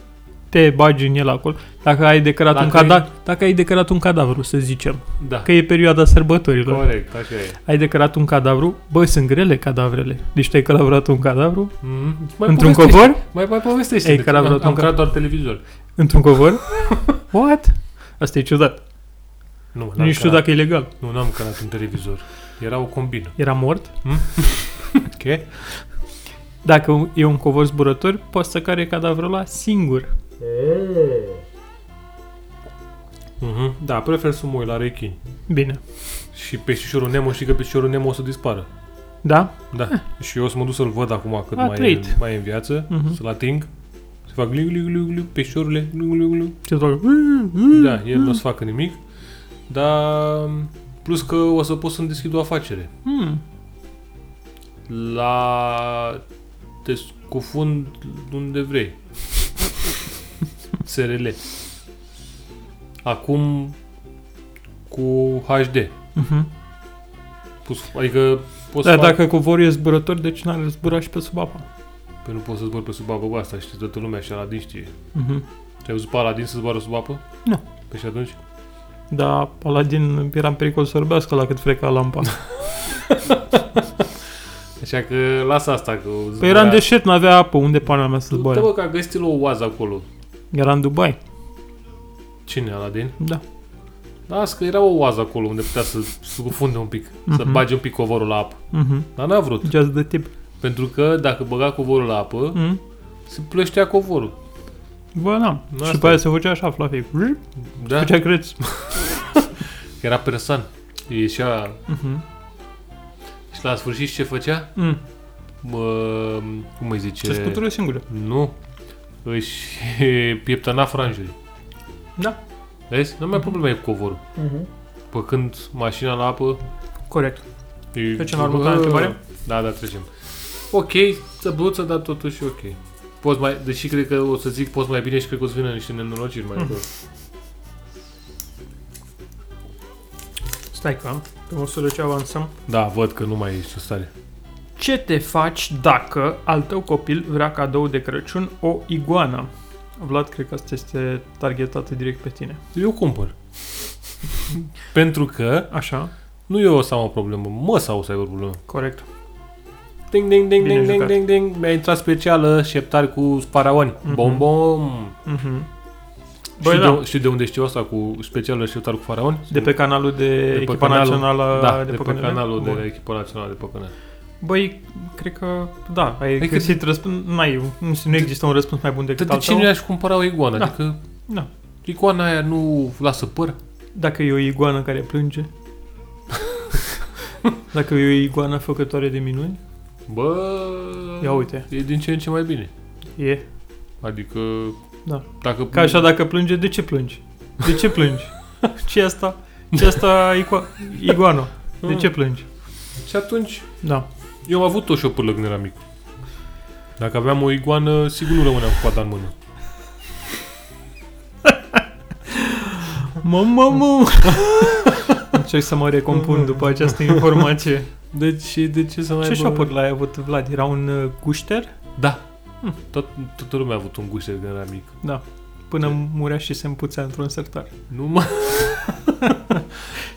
Speaker 1: te bagi în el acolo. Dacă ai declarat,
Speaker 2: Dacă
Speaker 1: un, cada- dacă ai declarat un cadavru, să zicem,
Speaker 2: Da,
Speaker 1: că e perioada sărbătorilor,
Speaker 2: corect, așa e.
Speaker 1: ai declarat un cadavru, bă, sunt grele cadavrele. Deci te-ai călăvrat un cadavru
Speaker 2: Mm-hmm.
Speaker 1: într-un covor?
Speaker 2: Mai, mai povestește.
Speaker 1: Ei,
Speaker 2: Ei,
Speaker 1: că l-am
Speaker 2: am,
Speaker 1: luat
Speaker 2: am
Speaker 1: un-
Speaker 2: creat doar televizor.
Speaker 1: Într-un covor? What? Asta e ciudat.
Speaker 2: Nu, n-am
Speaker 1: Nu știu
Speaker 2: creat-
Speaker 1: dacă e legal.
Speaker 2: Nu, n-am creat un televizor. Era o combină.
Speaker 1: Era mort?
Speaker 2: Ok.
Speaker 1: Dacă e un covor zburător, poți să care cadavrul ăla singur.
Speaker 2: Mm-hmm. Da, prefer să mă uit la rechini.
Speaker 1: Bine.
Speaker 2: Și peștișorul Nemo, știi că peștișorul Nemo o să dispară.
Speaker 1: Da?
Speaker 2: Da. Și eu o să mă duc să-l văd acum cât
Speaker 1: A
Speaker 2: mai e,
Speaker 1: trăit.
Speaker 2: mai e în viață,
Speaker 1: Mhm.
Speaker 2: să-l ating. Să fac gliu, gliu, gliu, gliu, peșorule, gliu, gliu, gliu.
Speaker 1: Ce drog? Mm.
Speaker 2: Da, el nu o să facă nimic. Dar plus că o să pot să-mi deschid o afacere.
Speaker 1: Hmm.
Speaker 2: La... Te scufund unde vrei. SRL. Acum cu HD.
Speaker 1: Mhm.
Speaker 2: Pus- Adică poți
Speaker 1: Dar
Speaker 2: să
Speaker 1: Da,
Speaker 2: fac-
Speaker 1: dacă covorul e zburător, deci n-ar zbura și pe sub apă.
Speaker 2: Păi nu poți să zbori pe sub apă cu asta, știi, toată lumea și Aladin știe.
Speaker 1: Mhm.
Speaker 2: Te-ai văzut pe Aladin să zboară sub apă?
Speaker 1: Nu.
Speaker 2: Păi și atunci?
Speaker 1: Da, Paladin era în pericol să orbească la cât freca lampa.
Speaker 2: Așa că lasă asta că zborea.
Speaker 1: Păi era în deșert, n-avea apă, unde pana mea să
Speaker 2: Du-te
Speaker 1: zboare?
Speaker 2: bă că a găsit o oază acolo.
Speaker 1: Era în Dubai,
Speaker 2: Cine, Aladin?
Speaker 1: da.
Speaker 2: Lasă că era o oază acolo unde putea să se cufunde un pic, să
Speaker 1: Mhm.
Speaker 2: bage un pic covorul la apă.
Speaker 1: Mhm.
Speaker 2: Dar n-a vrut,
Speaker 1: Just the tip.
Speaker 2: pentru că dacă băga covorul la apă,
Speaker 1: Mhm.
Speaker 2: se plăștea covorul.
Speaker 1: Bă, da.
Speaker 2: Nu,
Speaker 1: Și
Speaker 2: asta
Speaker 1: după
Speaker 2: e.
Speaker 1: aia se făcea așa, Fluffy. Rrr,
Speaker 2: Da?
Speaker 1: Făcea creț.
Speaker 2: Că Era persan. Ieșea
Speaker 1: Mhm.
Speaker 2: și la sfârșit ce făcea?
Speaker 1: Mm.
Speaker 2: Bă, cum îi zice?
Speaker 1: Se scutură singură.
Speaker 2: Nu. Își pieptăna franjurii.
Speaker 1: Da.
Speaker 2: Vezi? Nu
Speaker 1: Mhm.
Speaker 2: mai problema e cu covorul. Păcând mașina la apă...
Speaker 1: Corect.
Speaker 2: E...
Speaker 1: Trecem la următoarea întrebare?
Speaker 2: Da, da, trecem. Ok, săbuță, dar totuși ok. Poți mai, deși cred că o să zic poți mai bine și cred că o să vină niște nenorociri
Speaker 1: Mhm.
Speaker 2: mai mm.
Speaker 1: Stai că, pe măsură ce avansăm.
Speaker 2: Da, văd că nu mai ești în stare.
Speaker 1: Ce te faci dacă al tău copil vrea cadou de Crăciun o iguană? Vlad, cred că asta este targetată direct pe tine.
Speaker 2: Eu cumpăr. Pentru că
Speaker 1: Așa,
Speaker 2: nu eu o să am o problemă, mă sau o să ai o problemă.
Speaker 1: corect.
Speaker 2: Ding, ding, ding,
Speaker 1: Bine
Speaker 2: ding, ding,
Speaker 1: jucat.
Speaker 2: ding, ding, mi-a intrat specială, șeptari cu sparaoni.
Speaker 1: Mhm.
Speaker 2: Bom, bom.
Speaker 1: Mhm.
Speaker 2: Bă,
Speaker 1: Băi,
Speaker 2: știi,
Speaker 1: da.
Speaker 2: de, știi de unde știu asta cu specială și șeptar cu faraoni?
Speaker 1: De pe canalul de,
Speaker 2: pe
Speaker 1: de echipa
Speaker 2: canalul-
Speaker 1: națională
Speaker 2: da, de, Păi,
Speaker 1: de
Speaker 2: pe,
Speaker 1: păcănele?
Speaker 2: canalul de
Speaker 1: Bun.
Speaker 2: la echipa națională de păcănele.
Speaker 1: Băi, cred că da, ai
Speaker 2: Adică-
Speaker 1: găsit răspuns, n-ai, nu, știu, nu există un răspuns mai bun decât
Speaker 2: Dar de
Speaker 1: al
Speaker 2: ce nu
Speaker 1: tău.
Speaker 2: i-aș cumpăra o iguană?
Speaker 1: Da.
Speaker 2: Adică
Speaker 1: Da.
Speaker 2: icoana aia nu lasă păr?
Speaker 1: Dacă e o iguană care plânge, dacă e o iguană făcătoare de minuni,
Speaker 2: Bă,
Speaker 1: Ia uite.
Speaker 2: e din ce în ce mai bine.
Speaker 1: e.
Speaker 2: Adică,
Speaker 1: Da.
Speaker 2: dacă...
Speaker 1: Ca așa, dacă plânge, de ce plângi? De ce plângi? ce asta? Ce asta ico- iguană? De ce plângi?
Speaker 2: Și atunci,
Speaker 1: Da.
Speaker 2: eu am avut tot șopârlă când eram mic. Dacă aveam o iguană, sigur nu rămâneam cu coada în mână.
Speaker 1: Mă, mă, mă! Încerc să mă recompun după această informație.
Speaker 2: Mm. Deci, de ce să mai
Speaker 1: Ce
Speaker 2: aibă-
Speaker 1: șopuri l-ai avut, Vlad? Era un uh, gușter?
Speaker 2: Da. Tot, toată lumea a avut un gușter când era mic.
Speaker 1: Da. Până murea și se împuțea într-un sertar.
Speaker 2: Nu mă...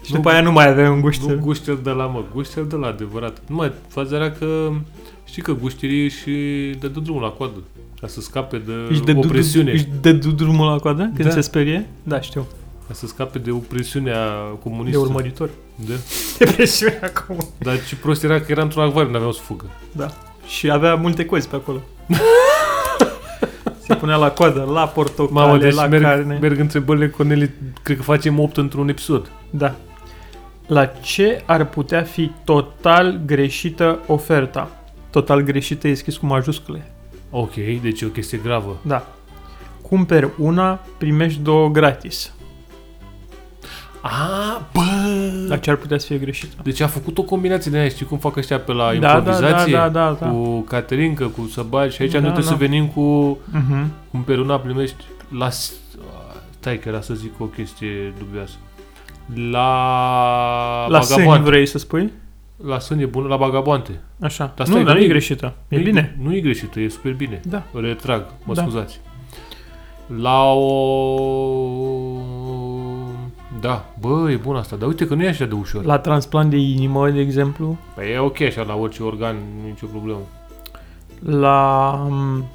Speaker 1: Și după aia nu mai avea un gușter.
Speaker 2: Nu gușter de la, mă, gușter de la adevărat. Nu mai, faza era că știi că gușterii și dădu drumul la coadă ca să scape de
Speaker 1: Își dă,
Speaker 2: uh, opresiune.
Speaker 1: du- își dă du- drumul la coadă când
Speaker 2: Da.
Speaker 1: se sperie? Da, știu.
Speaker 2: Ca să scape de opresiunea
Speaker 1: De
Speaker 2: comunistă.
Speaker 1: urmăritor.
Speaker 2: Da.
Speaker 1: Depresiune acum.
Speaker 2: Dar ce prost era că era într-un acvariu, n-aveau să fugă.
Speaker 1: Și avea multe cozi pe acolo. se punea la coadă, la portocale,
Speaker 2: Mamă, deci
Speaker 1: la
Speaker 2: merg,
Speaker 1: carne.
Speaker 2: merg întrebările Corneli, cred că facem 8 într-un episod.
Speaker 1: Da. La ce ar putea fi total greșită oferta? Total greșită e scris cu majuscule.
Speaker 2: Ok, deci e o chestie gravă.
Speaker 1: Da. Cumperi una, primești două gratis.
Speaker 2: A, bă!
Speaker 1: La ce ar putea să fie greșită?
Speaker 2: Deci a făcut o combinație de aia, știi cum fac ăștia pe la
Speaker 1: da, da, da,
Speaker 2: improvizație?
Speaker 1: da, da, da.
Speaker 2: Cu Caterinca, cu Săbagi și aici
Speaker 1: Da,
Speaker 2: noi trebuie
Speaker 1: da.
Speaker 2: să venim cu
Speaker 1: Mhm.
Speaker 2: un pe una primești la... s- Stai că era să zic o chestie dubioasă. La...
Speaker 1: La sâni
Speaker 2: Bagabante.
Speaker 1: vrei să spui?
Speaker 2: La sân e bună, la Bagabante.
Speaker 1: Așa. Dar
Speaker 2: stai,
Speaker 1: nu, dar
Speaker 2: nu
Speaker 1: nu e
Speaker 2: e-
Speaker 1: greșită. E
Speaker 2: Nu-i-
Speaker 1: bine.
Speaker 2: Nu e greșită, e super bine.
Speaker 1: Da.
Speaker 2: Retrag, mă
Speaker 1: Da.
Speaker 2: scuzați. La o... Da, bă, e bună asta, dar uite că nu e așa de ușor.
Speaker 1: La transplant de inimă, de exemplu,
Speaker 2: Păi e ok așa, la orice organ, nu e nicio problemă.
Speaker 1: la um,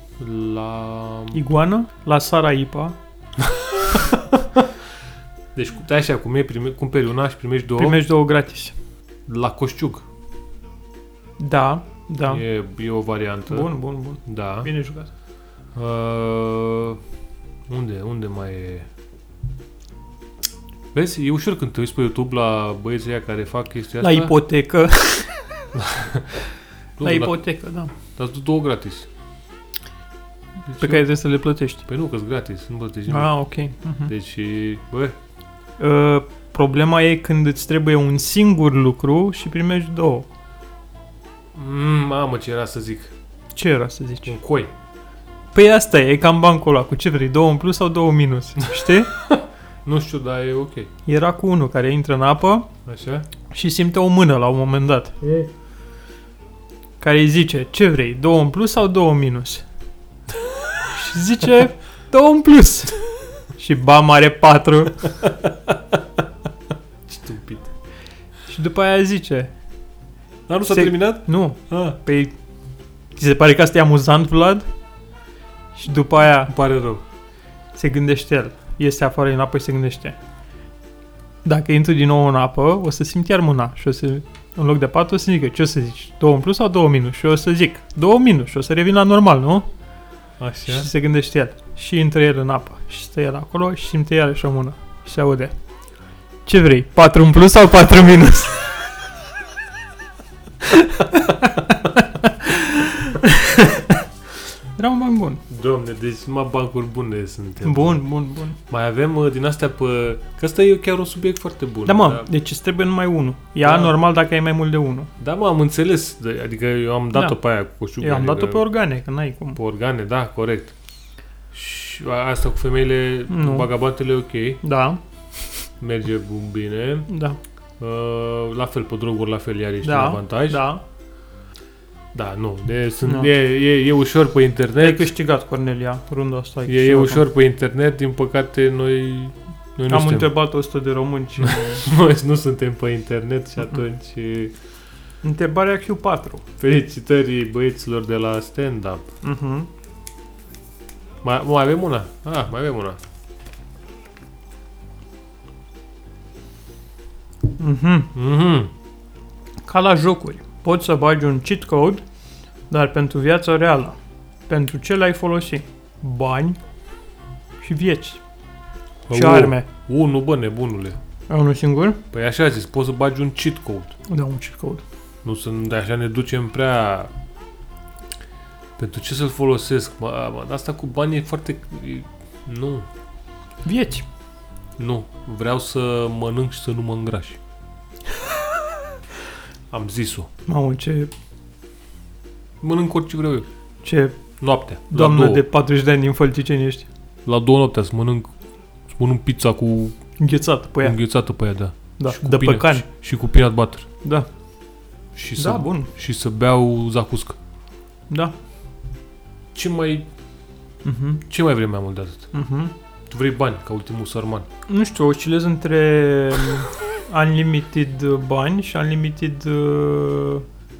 Speaker 2: La...
Speaker 1: iguană, la Saraipa,
Speaker 2: Deci, cu- stai așa, cum e, prime, cumperi una și primești două
Speaker 1: primești două gratis.
Speaker 2: la coșciuc.
Speaker 1: Da, da.
Speaker 2: E, e o variantă.
Speaker 1: Bun, bun, bun.
Speaker 2: Da.
Speaker 1: Bine jucat.
Speaker 2: Uh, unde, unde mai e? Vezi, e ușor când te uiți pe YouTube la băieții ăia care fac chestia
Speaker 1: La
Speaker 2: asta.
Speaker 1: ipotecă.
Speaker 2: Nu,
Speaker 1: la
Speaker 2: la,
Speaker 1: ipotecă, da.
Speaker 2: Dar tu două gratis. Deci,
Speaker 1: Pe care trebuie să le plătești.
Speaker 2: Păi nu, că gratis, nu plătești nimic.
Speaker 1: Ah, ok. Mhm.
Speaker 2: Deci, bă,
Speaker 1: Uh, problema e când îți trebuie un singur lucru și primești două.
Speaker 2: mm, mamă, ce era să zic.
Speaker 1: Ce era să zici?
Speaker 2: Un coi.
Speaker 1: Păi asta e, e cam bancul ăla. Cu ce vrei? Două în plus sau două în minus? Știi?
Speaker 2: Nu știu, dar e ok.
Speaker 1: Era cu unul care intră în apă
Speaker 2: Așa?
Speaker 1: și simte o mână la un moment dat. care îi zice, ce vrei, două în plus sau două în minus? și zice, două în plus. și bam are patru.
Speaker 2: Stupid.
Speaker 1: Și după aia zice,
Speaker 2: Dar nu s-a
Speaker 1: Se-
Speaker 2: terminat?
Speaker 1: nu,
Speaker 2: Ah,
Speaker 1: păi, ți se pare că asta e amuzant, Vlad? Și după aia
Speaker 2: îmi pare rău.
Speaker 1: se gândește el, iese afară în apă și se gândește. Dacă intru din nou în apă, o să simt iar mâna și o să, în loc de patru o să zică, ce o să zici, două în plus sau două în minus? Și eu o să zic, două în minus și o să revin la normal, nu?
Speaker 2: Așa.
Speaker 1: Și se gândește el. Și intră el în apă. Și stă el acolo și simte iarăși o mână. Și se aude. Ce vrei? 4 în plus sau 4 în minus? Era un banc bun.
Speaker 2: Doamne, deci numai bancuri bune suntem.
Speaker 1: Bun, bun, bun.
Speaker 2: Mai avem uh, din astea pe... Că asta e chiar un subiect foarte bun.
Speaker 1: Da, mă, deci îți trebuie numai unul. Ea
Speaker 2: Da.
Speaker 1: normal dacă ai mai mult de unul.
Speaker 2: Da, mă, am înțeles. De- Adică eu am dat-o
Speaker 1: Da.
Speaker 2: pe aia cu coșugul.
Speaker 1: Eu am
Speaker 2: adică
Speaker 1: dat-o pe organe, că n-ai cum.
Speaker 2: Pe organe, da, corect. Și a- asta cu femeile,
Speaker 1: Nu.
Speaker 2: cu bagabantele, ok.
Speaker 1: Da,
Speaker 2: Merge bun- bine.
Speaker 1: da,
Speaker 2: Uh, la fel, pe droguri, la fel, iar ești
Speaker 1: Da,
Speaker 2: un avantaj.
Speaker 1: da.
Speaker 2: da nu. E, sunt,
Speaker 1: Nu.
Speaker 2: e, e, e ușor pe
Speaker 1: Ai
Speaker 2: internet.
Speaker 1: câștigat, Cornelia, runda asta. ai
Speaker 2: E, e
Speaker 1: câștigat-o.
Speaker 2: ușor pe internet. Din păcate, noi... Noi nu
Speaker 1: da. Am
Speaker 2: suntem.
Speaker 1: întrebat 100 de români și...
Speaker 2: Noi nu suntem pe internet și atunci... uh,
Speaker 1: Întrebarea Q4.
Speaker 2: Felicitări băieților de la stand-up.
Speaker 1: Mhm.
Speaker 2: Mai, mai avem una? Ah, mai avem una.
Speaker 1: Mhm.
Speaker 2: Mhm.
Speaker 1: Ca la jocuri, poți să bagi un cheat code, dar pentru viața reală. Pentru ce l-ai folosi? Bani și vieți și
Speaker 2: Au,
Speaker 1: arme.
Speaker 2: Unu, bă, nebunule.
Speaker 1: Ai unul singur?
Speaker 2: Păi așa a zis, poți să bagi un cheat code.
Speaker 1: Da, un cheat code.
Speaker 2: Nu sunt, de așa ne ducem prea... Pentru ce să-l folosesc? Mă, mă, dar asta cu bani e foarte... e- Nu,
Speaker 1: Vieți.
Speaker 2: nu. Vreau să mănânc și să nu mă îngraș. Am zis-o.
Speaker 1: Mamă, ce...
Speaker 2: Mănânc orice vreau eu.
Speaker 1: Ce
Speaker 2: Noaptea. la
Speaker 1: doamnă
Speaker 2: două.
Speaker 1: de 40 de ani din Fălticeni ești?
Speaker 2: La două noaptea să mănânc, să mănânc pizza cu
Speaker 1: Înghețat pe ea.
Speaker 2: înghețată pe ea, da.
Speaker 1: Da,
Speaker 2: și cu
Speaker 1: de
Speaker 2: peanut-
Speaker 1: păcan.
Speaker 2: Și, și cu peanut butter.
Speaker 1: Da,
Speaker 2: Și să,
Speaker 1: da, bun.
Speaker 2: și să beau zacuscă.
Speaker 1: Da.
Speaker 2: Ce mai,
Speaker 1: Mhm,
Speaker 2: ce mai vrei mai mult de atât?
Speaker 1: mhm.
Speaker 2: Tu vrei bani, ca ultimul sărman.
Speaker 1: Nu știu, oscilez între um, unlimited bani și unlimited uh,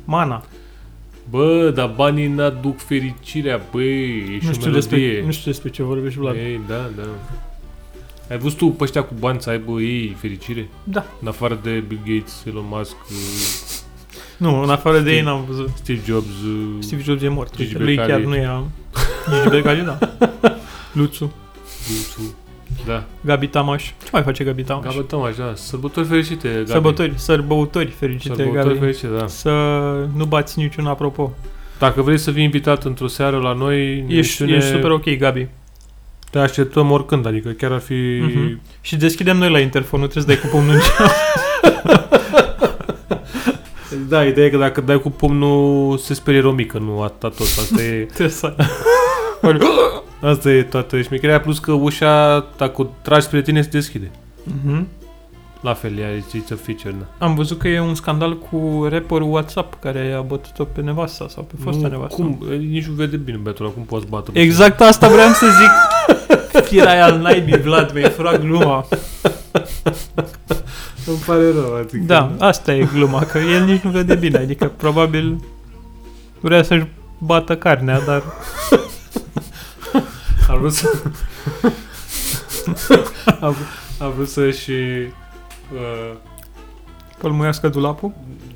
Speaker 1: mana.
Speaker 2: Bă, dar banii n-aduc fericirea, băi, e și
Speaker 1: Nu
Speaker 2: o
Speaker 1: știu,
Speaker 2: melodie.
Speaker 1: despre, nu știu despre ce vorbești, Vlad.
Speaker 2: Ei, da, da. Ai văzut tu pe ăștia cu bani să aibă ei fericire?
Speaker 1: Da.
Speaker 2: În afară de Bill Gates, Elon Musk, uh,
Speaker 1: Nu, în afară de
Speaker 2: Steve-
Speaker 1: ei n-am văzut.
Speaker 2: Steve Jobs, uh,
Speaker 1: Steve Jobs e mort.
Speaker 2: Gigi
Speaker 1: Uite, Lui
Speaker 2: Becali.
Speaker 1: chiar nu era... Gigi Becali, da. Luțu.
Speaker 2: Luțu. Da.
Speaker 1: Gabi Tamaș. Ce mai face Gabi Tamaș?
Speaker 2: Gabă Tomaș, da. Sărbători fericite, Gabi.
Speaker 1: Sărbători, sărbăutori fericite,
Speaker 2: Sărbători
Speaker 1: Gabi.
Speaker 2: fericite, da.
Speaker 1: Să nu bați niciun apropo.
Speaker 2: Dacă vrei să fii invitat într-o seară la noi, în
Speaker 1: Ești,
Speaker 2: emisiune,
Speaker 1: ești super ok, Gabi.
Speaker 2: te așteptăm oricând, adică chiar ar fi...
Speaker 1: Mhm. Și deschidem noi la interfonul, trebuie să dai cu pumnul în cer.
Speaker 2: Da, ideea e că dacă dai cu pumnul, se sperie romică, nu atâta tot. Asta e,
Speaker 1: Trebuie să...
Speaker 2: asta e toată șmecherea, plus că ușa, dacă o tragi spre tine, se deschide.
Speaker 1: Mhm.
Speaker 2: La fel, e it's a feature, da.
Speaker 1: Am văzut că e un scandal cu rapperul WhatsApp care a bătut-o pe nevasta sau pe fosta nevastă.
Speaker 2: cum, E, nici nu vede bine Betul, cum poți bată.
Speaker 1: Exact asta vreau să zic. Firea aia al naibii, Vlad, mi-ai furat gluma.
Speaker 2: Îmi pare rău, adică.
Speaker 1: Da, asta e gluma, că el nici nu vede bine, adică probabil vrea să-și bată carnea, dar
Speaker 2: A vrut să... a, vr- a vrut să și... Uh,
Speaker 1: pălmuiască dulapul.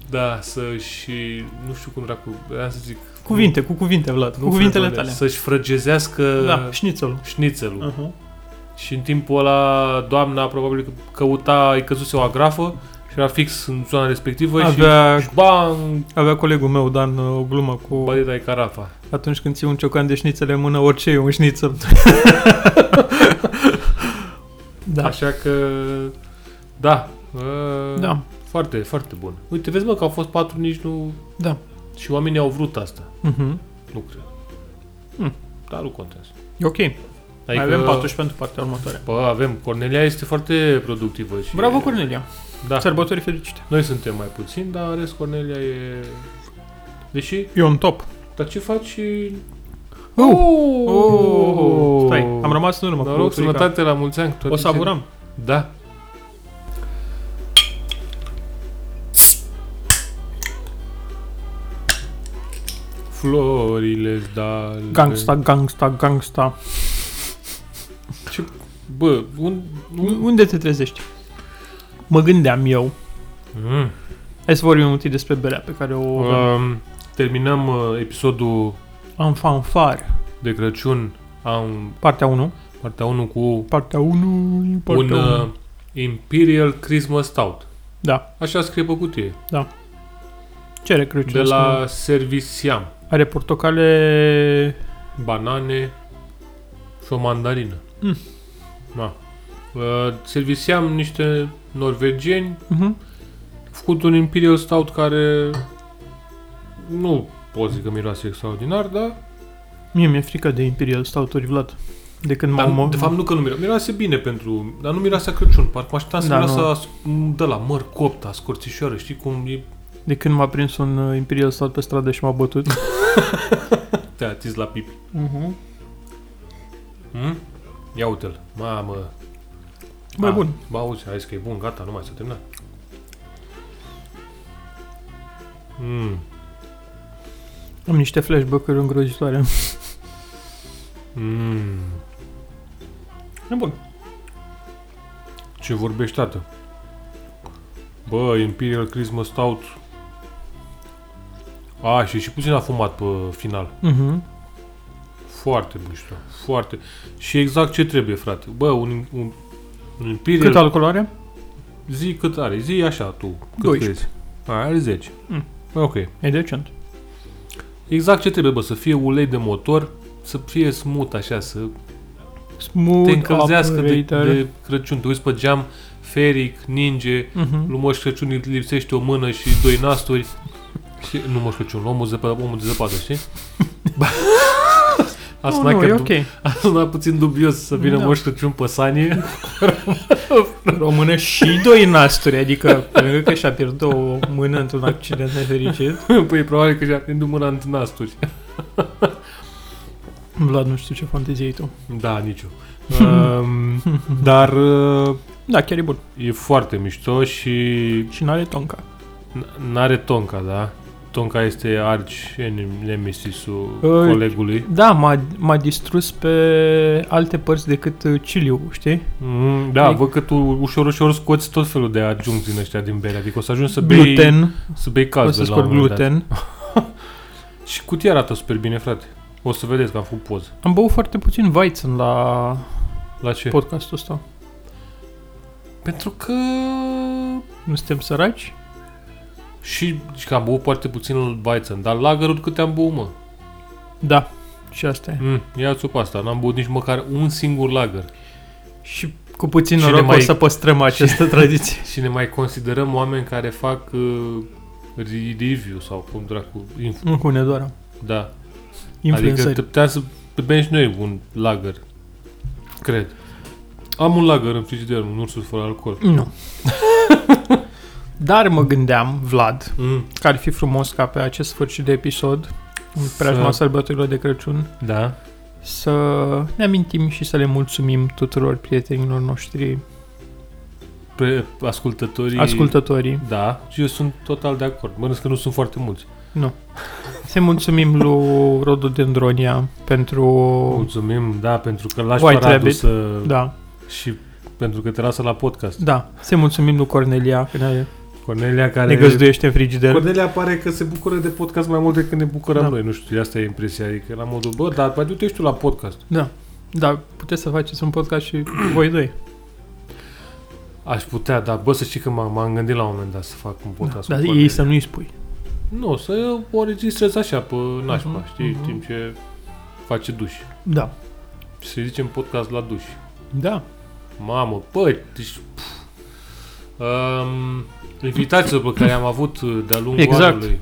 Speaker 2: da, să și... Nu știu cum dracu... Vreau să zic...
Speaker 1: Cuvinte, cu cuvinte, Vlad,
Speaker 2: Nu
Speaker 1: cu cuvintele
Speaker 2: frățele,
Speaker 1: tale.
Speaker 2: Să-și frăgezească
Speaker 1: Da,
Speaker 2: da.
Speaker 1: șnițelul.
Speaker 2: șnițelul.
Speaker 1: Uh-huh.
Speaker 2: Și în timpul ăla, doamna probabil că căuta, îi căzuse o agrafă și era fix în zona respectivă
Speaker 1: Avea-
Speaker 2: și, și bang,
Speaker 1: Avea colegul meu, Dan, o glumă cu...
Speaker 2: bădeta e carafa.
Speaker 1: Atunci când ții un ciocan de șnițele în mână, orice e un șnițel.
Speaker 2: Da.
Speaker 1: da.
Speaker 2: Așa că, da, ă,
Speaker 1: Da.
Speaker 2: foarte, foarte bun. Uite, vezi mă că au fost patru, nici nu...
Speaker 1: Da.
Speaker 2: Și oamenii au vrut asta.
Speaker 1: Uh-huh.
Speaker 2: Nu cred.
Speaker 1: Hmm.
Speaker 2: Dar nu contează.
Speaker 1: E ok. Adică... Mai avem 14 pentru partea următoare.
Speaker 2: Bă, avem. Cornelia este foarte productivă și...
Speaker 1: Bravo, Cornelia!
Speaker 2: Da.
Speaker 1: Sărbători fericite!
Speaker 2: Noi suntem mai puțini, dar în rest Cornelia e... Deși,
Speaker 1: E on top!
Speaker 2: dar ce faci și...
Speaker 1: Uh!
Speaker 2: Oh!
Speaker 1: Stai, am rămas în urmă cu
Speaker 2: Noroc,
Speaker 1: băuțurica.
Speaker 2: sănătate la mulți ani. cu toate
Speaker 1: O savurăm.
Speaker 2: cele- Da. Florile zdalbe.
Speaker 1: Gangsta, gangsta, gangsta.
Speaker 2: Bă, un...
Speaker 1: U- Unde te trezești? Mă gândeam eu.
Speaker 2: Mm.
Speaker 1: Hai să vorbim un pic despre berea pe care o avem.
Speaker 2: Um, terminăm uh, episodul
Speaker 1: Am fanfar.
Speaker 2: de Crăciun, am
Speaker 1: Partea 1.
Speaker 2: partea 1 cu
Speaker 1: Partea 1. Partea
Speaker 2: un
Speaker 1: 1.
Speaker 2: uh, Imperial Christmas Stout.
Speaker 1: Da.
Speaker 2: Așa scrie pe cutie.
Speaker 1: Cere Crăciun.
Speaker 2: De la Serviciam.
Speaker 1: Are portocale...
Speaker 2: Banane și o mandarină.
Speaker 1: Mm.
Speaker 2: Da. Uh, serviciam niște norvegieni
Speaker 1: Mhm.
Speaker 2: făcut un Imperial Stout care nu pot zic că miroase extraordinar, dar
Speaker 1: Mie mi-e frică de Imperial Stout-uri, Vlad. De când
Speaker 2: Dar,
Speaker 1: m-am...
Speaker 2: de fapt nu că nu miroase, miroase bine pentru, dar nu miroase a Crăciun, parcă mă așteptam să
Speaker 1: Da,
Speaker 2: miroase
Speaker 1: nu.
Speaker 2: a s- de la măr copt, a scorțișoară, știi cum e,
Speaker 1: De când m-a prins un uh, Imperial Stout pe stradă și m-a bătut.
Speaker 2: te atizi la pipi.
Speaker 1: Mhm.
Speaker 2: Hmm? Ia uite-l, mamă.
Speaker 1: Mai
Speaker 2: Ah,
Speaker 1: bun.
Speaker 2: Bă, auzi, hai zis că e bun, gata, nu mai s-a terminat. Mm.
Speaker 1: Am niște flashback-uri îngrozitoare.
Speaker 2: Mm.
Speaker 1: E bun.
Speaker 2: Ce vorbești, tată? Bă, Imperial Christmas Stout. A, și și puțin a fumat pe final.
Speaker 1: Mhm.
Speaker 2: Foarte mișto, foarte. Și exact ce trebuie, frate. Bă, un, un, un Imperial...
Speaker 1: Cât alcool are?
Speaker 2: Zi cât are, zi așa tu, cât
Speaker 1: 12.
Speaker 2: crezi. A, are 10.
Speaker 1: Mm.
Speaker 2: Bă, ok.
Speaker 1: E decent.
Speaker 2: Exact ce trebuie, bă, să fie ulei de motor, să fie smut așa, să
Speaker 1: Smooth
Speaker 2: te încălzească de,
Speaker 1: operator.
Speaker 2: de Crăciun. Te uiți pe geam, feric, ninge,
Speaker 1: Mhm.
Speaker 2: lui Moș Crăciun îi lipsește o mână și doi nasturi. Și, nu Moș Crăciun, omul, zăpă, omul de zăpadă, știi? A
Speaker 1: Nu,
Speaker 2: sunat,
Speaker 1: nu,
Speaker 2: chiar
Speaker 1: e
Speaker 2: dub-
Speaker 1: ok.
Speaker 2: a sunat puțin dubios să vină
Speaker 1: Da.
Speaker 2: Moș Crăciun pe sanie.
Speaker 1: Română și doi nasturi, adică pe lângă că și-a pierdut o mână într-un accident nefericit.
Speaker 2: Păi probabil că și-a prins mâna în nasturi.
Speaker 1: Vlad, nu știu ce fantezie ai tu.
Speaker 2: Da, nicio. um, dar uh,
Speaker 1: Da, chiar e bun.
Speaker 2: e foarte mișto și
Speaker 1: Și n-are tonca.
Speaker 2: N- N-are Tonka, da? Tonka este arci enem- nemesisul
Speaker 1: Ă,
Speaker 2: colegului.
Speaker 1: Da, m-a, m-a distrus pe alte părți decât uh, Chiliu, știi?
Speaker 2: Mm, da,
Speaker 1: e-
Speaker 2: văd că tu ușor, ușor scoți tot felul de adjuncți din ăștia din bere. Adică o să ajungi să bei,
Speaker 1: Gluten,
Speaker 2: Să bei
Speaker 1: o
Speaker 2: caz
Speaker 1: să
Speaker 2: de la un
Speaker 1: scot
Speaker 2: moment dat.
Speaker 1: gluten.
Speaker 2: Și cutia arată super bine, frate. O să vedeți că am făcut poză.
Speaker 1: Am băut foarte puțin Weizen la
Speaker 2: La ce?
Speaker 1: podcastul ăsta.
Speaker 2: Pentru că...
Speaker 1: Nu suntem săraci?
Speaker 2: Și, și că am băut foarte puțin Weizen, dar lagerul câte am băut, mă.
Speaker 1: Da, și asta e.
Speaker 2: Mm, ia-ți-o pe asta, n-am băut nici măcar un singur lager.
Speaker 1: Și cu puțin
Speaker 2: Și
Speaker 1: noroc
Speaker 2: ne mai-
Speaker 1: o să păstrăm această tradiție.
Speaker 2: Și ne mai considerăm oameni care fac uh, re- review sau cum dracu, inf-
Speaker 1: Nu cu nedoară.
Speaker 2: da. Adică
Speaker 1: Influențări.
Speaker 2: te puteam să bem și noi un lager. Cred. Am un lager în frigider, un ursus fără alcool.
Speaker 1: Nu. Dar mă gândeam, Vlad,
Speaker 2: Mm.
Speaker 1: că ar fi frumos ca pe acest sfârșit de episod, în
Speaker 2: Să-
Speaker 1: preajma sărbătorilor de Crăciun,
Speaker 2: Da.
Speaker 1: să ne amintim și să le mulțumim tuturor prietenilor noștri,
Speaker 2: Pre- ascultătorii...
Speaker 1: ascultătorii.
Speaker 2: Da, și eu sunt total de acord. Mă gândesc că nu sunt foarte mulți.
Speaker 1: Să mulțumim lui Rododendronia pentru...
Speaker 2: Mulțumim, da, pentru că lași
Speaker 1: Oh. White
Speaker 2: pe Radu
Speaker 1: Rabbit.
Speaker 2: să...
Speaker 1: Da,
Speaker 2: Și pentru că te lasă la podcast.
Speaker 1: da. Să mulțumim lui Cornelia, că ne,
Speaker 2: Cornelia care...
Speaker 1: ne găzduiește în frigider.
Speaker 2: Cornelia pare că se bucură de podcast mai mult decât ne bucurăm
Speaker 1: Da.
Speaker 2: noi, nu știu, asta e impresia, adică la modul, bă, dar mai du-te și tu la podcast.
Speaker 1: Da. Da, puteți să faceți un podcast și voi doi.
Speaker 2: Aș putea, dar bă, să știi că m-am, m-am gândit la un moment dat să fac un
Speaker 1: Dar
Speaker 2: podcast cu
Speaker 1: Da, ei
Speaker 2: Cornelia.
Speaker 1: să nu-i spui.
Speaker 2: Nu, să o registrez așa pe nașpa,
Speaker 1: Mhm,
Speaker 2: știi,
Speaker 1: mhm.
Speaker 2: timp ce face duș.
Speaker 1: Da.
Speaker 2: Și să zicem podcast la duș.
Speaker 1: Da.
Speaker 2: Mamă, bă, deci... pf. Um, invitațiile pe care am avut uh, de-a lungul
Speaker 1: Exact.
Speaker 2: anului.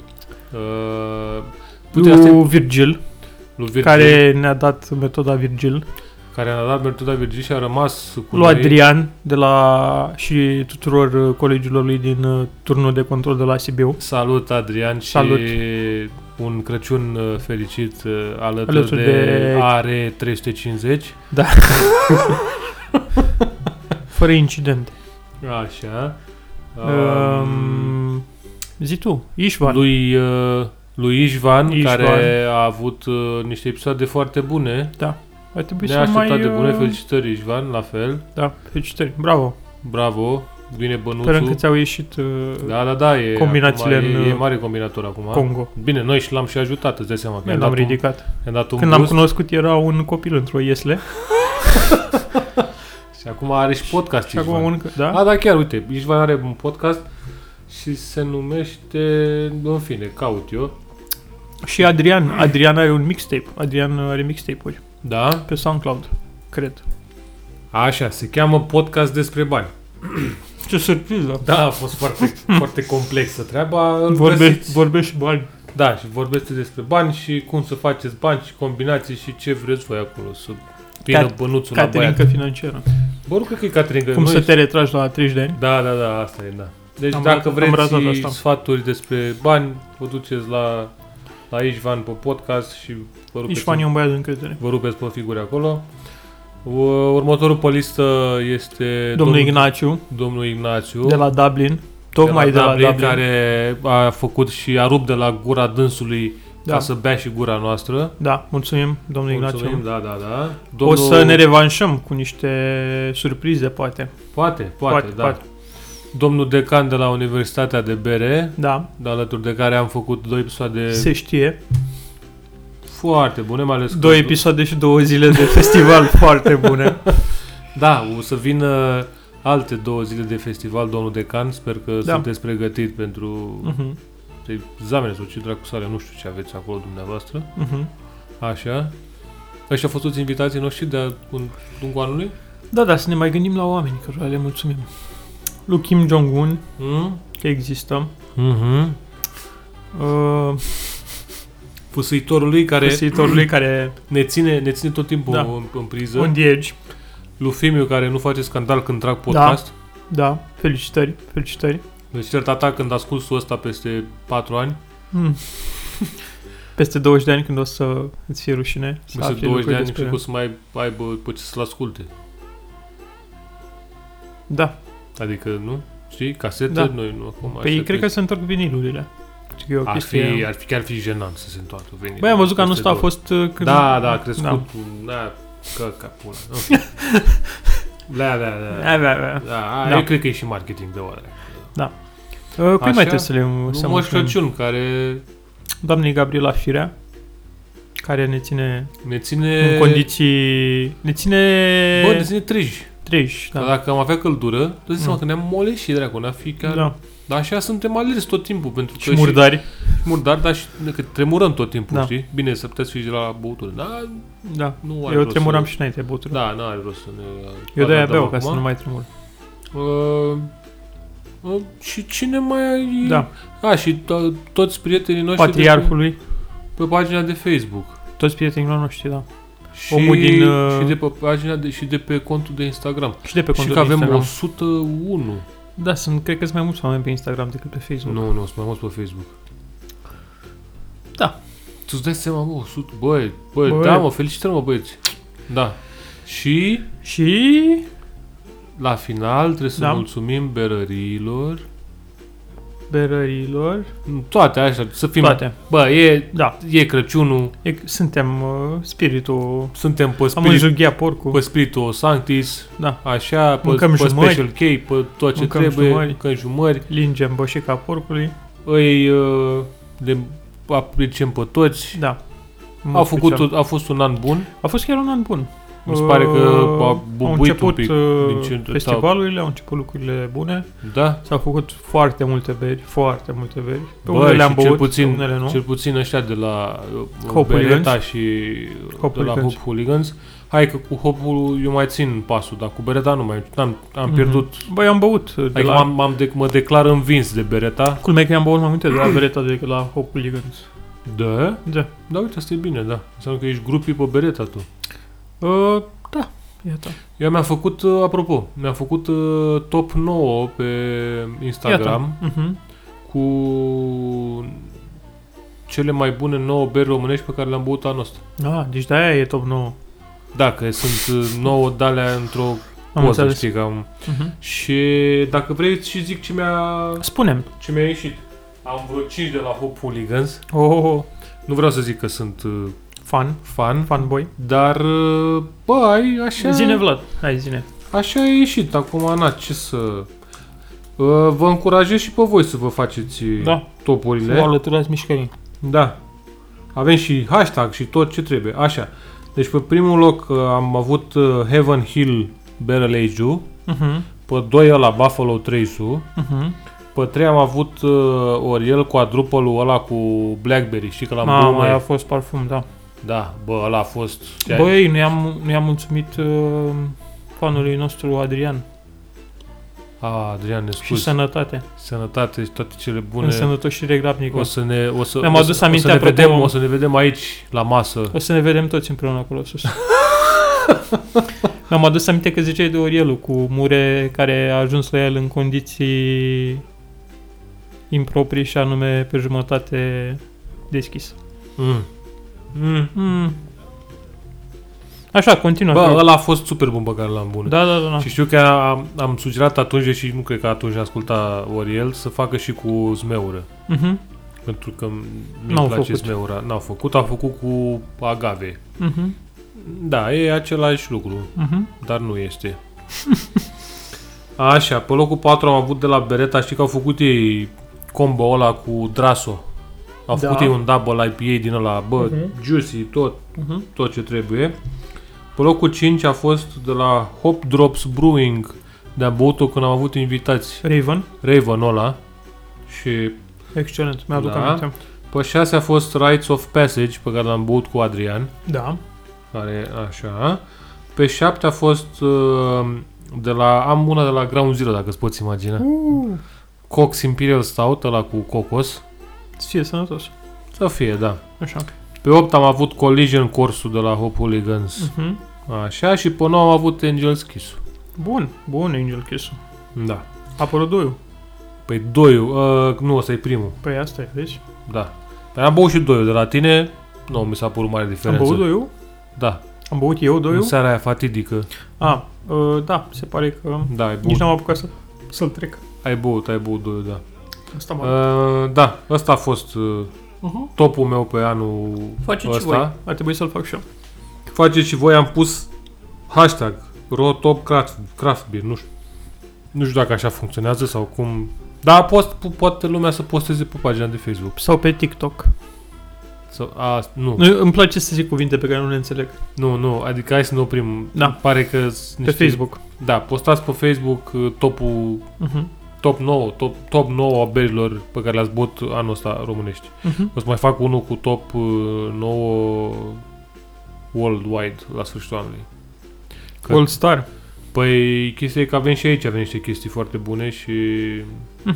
Speaker 2: Uh, putea să...
Speaker 1: Lui Virgil,
Speaker 2: Lui Virgil, care...
Speaker 1: care ne-a dat metoda Virgil.
Speaker 2: care a dat metoda Virgil și a rămas cu
Speaker 1: Lui
Speaker 2: noi.
Speaker 1: Adrian de la, și tuturor uh, colegilor lui din uh, turnul de control de la Sibiu.
Speaker 2: Salut, Adrian, și
Speaker 1: Salut.
Speaker 2: un Crăciun uh, fericit uh, alături,
Speaker 1: Alături
Speaker 2: alături de,
Speaker 1: de-
Speaker 2: de AR350.
Speaker 1: Fără incidente.
Speaker 2: Așa. Um,
Speaker 1: Um, zi tu, Ișvan.
Speaker 2: lui, uh, lui Ișvan,
Speaker 1: Ișvan.
Speaker 2: care a avut uh, niște episoade foarte bune.
Speaker 1: Ar trebui să
Speaker 2: Neașteptat
Speaker 1: mai...
Speaker 2: de bune,
Speaker 1: uh,
Speaker 2: felicitări Ișvan, la fel.
Speaker 1: Da, felicitări. Bravo.
Speaker 2: Bravo, bine
Speaker 1: Sperăm că
Speaker 2: bănuțul.
Speaker 1: ți-au ieșit uh,
Speaker 2: Da, da, da, e,
Speaker 1: Combinațiile
Speaker 2: acum,
Speaker 1: în,
Speaker 2: e, e
Speaker 1: uh,
Speaker 2: mare combinator acum.
Speaker 1: Congo.
Speaker 2: Bine, noi și l-am și ajutat, îți dai seama. că
Speaker 1: Eu
Speaker 2: i-am
Speaker 1: l-am
Speaker 2: dat un-
Speaker 1: ridicat.
Speaker 2: i-am dat un
Speaker 1: Când l-am
Speaker 2: boost.
Speaker 1: cunoscut era un copil într-o iesle
Speaker 2: Și acum are și podcast
Speaker 1: și acum
Speaker 2: Ișvan.
Speaker 1: un... Da?
Speaker 2: A, da, chiar, uite, Ișvan are un podcast și se numește, în fine, caut eu.
Speaker 1: Și Adrian. Adrian are un mixtape. Adrian are mixtape-uri
Speaker 2: Da?
Speaker 1: pe SoundCloud, cred.
Speaker 2: Așa, se cheamă podcast despre bani.
Speaker 1: Ce surpriză!
Speaker 2: Da, a fost foarte, foarte complexă treaba. Îl
Speaker 1: Vorbe,
Speaker 2: găsiți-
Speaker 1: vorbești bani.
Speaker 2: Da, și vorbește despre bani și cum să faceți bani și combinații și ce vreți voi acolo să vină
Speaker 1: Cat-
Speaker 2: bănuțul la băiat.
Speaker 1: Caterinca financiară.
Speaker 2: Bă, nu cred că e Caterinca.
Speaker 1: Cum
Speaker 2: noi-
Speaker 1: să te retragi la 30 de ani?
Speaker 2: Da, da, da, asta e, da. Deci
Speaker 1: Am
Speaker 2: dacă
Speaker 1: rat- am
Speaker 2: vreți
Speaker 1: ratat asta.
Speaker 2: sfaturi despre bani, vă duceți la, la Ișvan pe podcast și vă rupeți
Speaker 1: Ișvan e un băiat de încredere.
Speaker 2: Vă rupeți pe figuri acolo. U- Următorul pe listă este
Speaker 1: Domnul Ignaciu,
Speaker 2: domnul Ignaciu
Speaker 1: de la Dublin. Tocmai de la
Speaker 2: Dublin,
Speaker 1: Dublin.
Speaker 2: care a făcut și a rupt de la gura dânsului da.
Speaker 1: Da.
Speaker 2: ca să bea și gura noastră.
Speaker 1: Da, mulțumim, domnul
Speaker 2: Mulțumim,
Speaker 1: Ignaciu.
Speaker 2: da, da, da.
Speaker 1: O să ne revanșăm cu niște surprize, poate.
Speaker 2: Poate, poate,
Speaker 1: Poate,
Speaker 2: da.
Speaker 1: poate.
Speaker 2: Domnul decan de la Universitatea de Bere,
Speaker 1: Da,
Speaker 2: de alături de care am făcut două episoade
Speaker 1: se știe.
Speaker 2: foarte bune, mai ales că-
Speaker 1: Două episoade și două zile de festival foarte bune.
Speaker 2: Da, o să vină alte două zile de festival, domnul decan, sper că
Speaker 1: Da.
Speaker 2: sunteți pregătit pentru
Speaker 1: Mhm,
Speaker 2: examene sau ce dracu sare, nu știu ce aveți acolo dumneavoastră.
Speaker 1: mhm.
Speaker 2: Așa. Ăștia au fost toți invitații noștri de în lungul anului?
Speaker 1: Da, da, să ne mai gândim la oameni, cărora le mulțumim. Lui Kim Jong-un, Mm-hmm.
Speaker 2: Mm?
Speaker 1: că există.
Speaker 2: Mm-hmm.
Speaker 1: Uh,
Speaker 2: fusuitorului care
Speaker 1: Păsitorului care
Speaker 2: ne ține, ne ține tot timpul
Speaker 1: Da.
Speaker 2: da. în, în priză.
Speaker 1: on the edge.
Speaker 2: Lufimiu care nu face scandal când trag podcast. Da.
Speaker 1: Da, felicitări, felicitări.
Speaker 2: Deci cert ta când asculti ăsta peste 4 ani,
Speaker 1: Mm. Peste 20 de ani când o să îți fie rușine să
Speaker 2: peste
Speaker 1: afli
Speaker 2: 20 de
Speaker 1: lucruri
Speaker 2: ani,
Speaker 1: despre
Speaker 2: cred că o
Speaker 1: el.
Speaker 2: să mai aibă pe ce să-l asculte.
Speaker 1: Da,
Speaker 2: Adică, nu? Știi? Casete?
Speaker 1: Da.
Speaker 2: Da. Noi nu acum
Speaker 1: păi
Speaker 2: așteptăm.
Speaker 1: cred că se întorc vinilurile. Că e o
Speaker 2: ar
Speaker 1: chestie...
Speaker 2: fi, ar fi chiar fi jenant să se întoarcă venirea.
Speaker 1: Băi, am văzut că anul
Speaker 2: peste
Speaker 1: ăsta a
Speaker 2: două.
Speaker 1: fost... uh, Când...
Speaker 2: Da, da, a crescut.
Speaker 1: Da.
Speaker 2: Da. Da, că, ca pula. Ok. Da, da, da.
Speaker 1: Da, da, da.
Speaker 2: Da, a,
Speaker 1: Da.
Speaker 2: eu cred că e și marketing de oare.
Speaker 1: Uh, Cui mai
Speaker 2: Așa?
Speaker 1: trebuie să le
Speaker 2: Nu
Speaker 1: să
Speaker 2: Moș
Speaker 1: mulțumim?
Speaker 2: Crăciun, care
Speaker 1: Doamnei Gabriela Firea, care ne ține
Speaker 2: ne ține...
Speaker 1: în condiții... Ne ține...
Speaker 2: Bă, ne ține treji.
Speaker 1: 30,
Speaker 2: Da.
Speaker 1: da.
Speaker 2: Dacă am avea căldură, dă ți seama
Speaker 1: Mm.
Speaker 2: că ne-am moleșit, dracu, ne-a fi chiar...
Speaker 1: da.
Speaker 2: Dar așa suntem alergi tot timpul, pentru că
Speaker 1: Și murdari.
Speaker 2: și murdari, dar și că tremurăm tot timpul,
Speaker 1: Da.
Speaker 2: da. știi? Bine, să puteți fi de la băutură. Da,
Speaker 1: Da.
Speaker 2: nu are
Speaker 1: Eu
Speaker 2: rost
Speaker 1: tremuram
Speaker 2: să...
Speaker 1: și înainte de băutură.
Speaker 2: Da, nu are rost să ne...
Speaker 1: Eu de-aia
Speaker 2: adaptăm
Speaker 1: beau ca să
Speaker 2: da. acum.
Speaker 1: nu mai tremur.
Speaker 2: Uh, uh, și cine mai...
Speaker 1: Da.
Speaker 2: A, și to- toți prietenii noștri
Speaker 1: Patriarhului,
Speaker 2: de pe, pe pagina de Facebook.
Speaker 1: toți prietenii noștri, da.
Speaker 2: Și,
Speaker 1: Omul din, uh,
Speaker 2: și de pe pagina de, și de pe contul de Instagram.
Speaker 1: Și de pe
Speaker 2: și
Speaker 1: contul
Speaker 2: că
Speaker 1: de
Speaker 2: avem
Speaker 1: Instagram.
Speaker 2: 101.
Speaker 1: Da, sunt, cred că sunt mai mulți oameni pe Instagram decât pe Facebook.
Speaker 2: Nu, nu, sunt mai mulți pe Facebook.
Speaker 1: Da.
Speaker 2: Tu-ți dai seama, mă, 100, băi, băi,
Speaker 1: Băi.
Speaker 2: băi, da, mă, felicitări, mă, băieți. Da. Și
Speaker 1: Și
Speaker 2: la final trebuie să
Speaker 1: Da.
Speaker 2: da. mulțumim berăriilor.
Speaker 1: berărilor,
Speaker 2: Toate așa, să fim...
Speaker 1: toate.
Speaker 2: Bă, e,
Speaker 1: Da,
Speaker 2: e Crăciunul,
Speaker 1: e, suntem uh, spiritul...
Speaker 2: suntem pe
Speaker 1: Am
Speaker 2: spirit Păi-
Speaker 1: înjunghiat porcul.
Speaker 2: pe spiritul Sanctis,
Speaker 1: Da.
Speaker 2: așa, pe,
Speaker 1: Mâncăm
Speaker 2: pe
Speaker 1: jumări.
Speaker 2: special chei, pe tot ce
Speaker 1: Mâncăm
Speaker 2: trebuie,
Speaker 1: jumări.
Speaker 2: mâncăm jumări,
Speaker 1: Lingem bășica porcului.
Speaker 2: îi uh, le apreciem pe toți.
Speaker 1: Da.
Speaker 2: A, făcut, tot- a fost un an bun,
Speaker 1: A fost chiar un an bun.
Speaker 2: Mi se pare că
Speaker 1: Uh,
Speaker 2: a
Speaker 1: au
Speaker 2: bubuit
Speaker 1: început
Speaker 2: un pic
Speaker 1: uh,
Speaker 2: din ce-
Speaker 1: festivalurile, au început lucrurile bune.
Speaker 2: da?
Speaker 1: S-au făcut foarte multe beri, foarte multe beri. Pe
Speaker 2: Băi,
Speaker 1: unele le-am
Speaker 2: și
Speaker 1: băut,
Speaker 2: cel
Speaker 1: pe
Speaker 2: puțin,
Speaker 1: unele nu.
Speaker 2: cel puțin ăștia de la uh,
Speaker 1: Hop
Speaker 2: Bereta și uh,
Speaker 1: Hop
Speaker 2: de la
Speaker 1: Hooligans.
Speaker 2: Hop Hooligans. Hai că cu Hopul eu mai țin pasul, dar cu Bereta nu mai am, am
Speaker 1: Mhm.
Speaker 2: pierdut.
Speaker 1: Băi, am băut de
Speaker 2: Adică
Speaker 1: la...
Speaker 2: m-am, m-am de- mă declar învins de Bereta.
Speaker 1: Culmea e că am băut mai multe de la Beretta decât la Hop Hooligans.
Speaker 2: Da?
Speaker 1: Da.
Speaker 2: Da, uite, asta e bine, da. Înseamnă că ești grupii pe Bereta tu.
Speaker 1: Uh, da, iată.
Speaker 2: Eu mi-am făcut, uh, apropo, mi-am făcut uh, top 9 pe Instagram Iată.
Speaker 1: Iată. Mhm.
Speaker 2: cu cele mai bune 9 beri românești pe care le-am băut anul ăsta.
Speaker 1: Ah, deci de-aia e top 9.
Speaker 2: Dacă sunt uh, 9 de-alea într-o
Speaker 1: Am
Speaker 2: poză,
Speaker 1: înțeles.
Speaker 2: știi, cam.
Speaker 1: Mhm.
Speaker 2: Și dacă vrei și zic ce mi-a,
Speaker 1: Spune-mi.
Speaker 2: ce mi-a ieșit. Am vreo 5 de la Hop Hooligans.
Speaker 1: Oh, oh, oh.
Speaker 2: Nu vreau să zic că sunt uh,
Speaker 1: Fan,
Speaker 2: fan,
Speaker 1: fanboy.
Speaker 2: dar, uh, bă, ai așa...
Speaker 1: Zine Vlad, hai zine.
Speaker 2: Așa a ieșit acum, na, ce să... Uh, Vă încurajez și pe voi să vă faceți
Speaker 1: Da.
Speaker 2: topurile.
Speaker 1: Vă alăturați mișcării.
Speaker 2: Da. Avem și hashtag și tot ce trebuie. Așa. Deci pe primul loc uh, am avut uh, Heaven Hill Barrel Age
Speaker 1: Mhm.
Speaker 2: pe 2 la Buffalo 3 su
Speaker 1: Mhm.
Speaker 2: pe 3 am avut uh, Oriel quadruple-ul ăla cu Blackberry, știi că l-am
Speaker 1: Mamă,
Speaker 2: Mamă,
Speaker 1: aia a
Speaker 2: af-
Speaker 1: fost parfum, da.
Speaker 2: Da, bă, ăla a fost... Bă,
Speaker 1: Băi, nu i-am, nu i-am mulțumit uh, fanului nostru Adrian
Speaker 2: a, Adrian, ne
Speaker 1: și
Speaker 2: scuzi.
Speaker 1: sănătate.
Speaker 2: Sănătate și toate cele bune.
Speaker 1: În sănătos și regrabnic.
Speaker 2: O să ne, o să,
Speaker 1: Mi-am
Speaker 2: o
Speaker 1: adus
Speaker 2: să,
Speaker 1: aminte,
Speaker 2: o să ne
Speaker 1: apropo-
Speaker 2: vedem, o să ne vedem aici la masă.
Speaker 1: O să ne vedem toți împreună acolo sus. Mi-am adus aminte că ziceai de Orielul cu Mure care a ajuns la el în condiții improprii și anume pe jumătate deschis.
Speaker 2: Mm. Mm.
Speaker 1: Mm. Așa, continuă.
Speaker 2: Bă,
Speaker 1: Te rog.
Speaker 2: ăla a fost super bun pe care l-am bun.
Speaker 1: da, da, da, da.
Speaker 2: Și știu că am, am sugerat atunci și nu cred că atunci asculta Oriel să facă și cu zmeură.
Speaker 1: Mhm,
Speaker 2: Pentru că mi
Speaker 1: N-au
Speaker 2: place
Speaker 1: făcut.
Speaker 2: zmeura. N-au făcut, au făcut cu agave.
Speaker 1: mhm,
Speaker 2: Da, e același lucru,
Speaker 1: mhm.
Speaker 2: dar nu este. Așa, pe locul 4 am avut de la Beretta, știi că au făcut ei combo ăla cu Draso. Au
Speaker 1: Da.
Speaker 2: făcut ei un double IPA din ăla, bă,
Speaker 1: Mhm.
Speaker 2: juicy, tot,
Speaker 1: Mhm.
Speaker 2: tot ce trebuie. Pe locul 5 a fost de la Hop Drops Brewing, de-a băut-o când am avut invitați
Speaker 1: Raven,
Speaker 2: Raven ăla. Și
Speaker 1: excelent, mi-aduc
Speaker 2: Da.
Speaker 1: aminte.
Speaker 2: pe 6 a fost Rites of Passage, pe care l-am băut cu Adrian,
Speaker 1: Da.
Speaker 2: care așa. Pe 7 a fost uh, de la, am una de la Ground Zero, dacă îți poți imagina.
Speaker 1: Uh,
Speaker 2: Cox Imperial Stout, ăla cu cocos.
Speaker 1: să fie sănătos.
Speaker 2: Să fie, da.
Speaker 1: Așa.
Speaker 2: Pe 8 am avut Collision cursul de la Hop Hooligans.
Speaker 1: Uh-huh.
Speaker 2: Așa și pe 9 am avut Angel's Kiss.
Speaker 1: Bun, bun Angel Kiss.
Speaker 2: Da.
Speaker 1: A apărut doiul.
Speaker 2: Păi 2 uh, nu, ăsta e primul.
Speaker 1: Păi asta e, vezi?
Speaker 2: Da. Păi am băut și 2 de la tine. Nu, mi s-a părut mare
Speaker 1: Am
Speaker 2: diferență.
Speaker 1: băut doiul?
Speaker 2: Da.
Speaker 1: Am băut eu
Speaker 2: Doiul?
Speaker 1: doiul?
Speaker 2: În seara aia fatidică.
Speaker 1: A, uh, da, se pare că
Speaker 2: Da, ai
Speaker 1: nici
Speaker 2: băut.
Speaker 1: n-am apucat să, să-l trec. Asta
Speaker 2: Ai băut, ai băut doiul, da.
Speaker 1: m-a...
Speaker 2: Uh, da, ăsta a fost uh,
Speaker 1: uh-huh.
Speaker 2: topul meu pe anul
Speaker 1: Faceți și
Speaker 2: ăsta.
Speaker 1: voi. Ar trebui să-l fac și eu.
Speaker 2: Faceți și voi, am pus hashtag Rotop Craft, craft Beer, nu știu. Nu știu dacă așa funcționează sau cum... Dar post, po- poate lumea să posteze pe pagina de Facebook.
Speaker 1: Sau pe TikTok.
Speaker 2: Sau, a, nu,
Speaker 1: Nu, Îmi place să zic cuvinte pe care nu le înțeleg.
Speaker 2: nu, nu, adică hai să ne oprim.
Speaker 1: Da.
Speaker 2: Îmi Pare că niște,
Speaker 1: Pe Facebook.
Speaker 2: Da, postați pe Facebook uh, topul
Speaker 1: Uh-huh.
Speaker 2: top 9, top, top 9 a berilor pe care le-ați băut anul ăsta românești.
Speaker 1: Uh-huh.
Speaker 2: O să mai fac unul cu top uh, 9 worldwide la sfârșitul anului. Că-
Speaker 1: All Star.
Speaker 2: Păi chestia e că avem și aici, avem niște chestii foarte bune și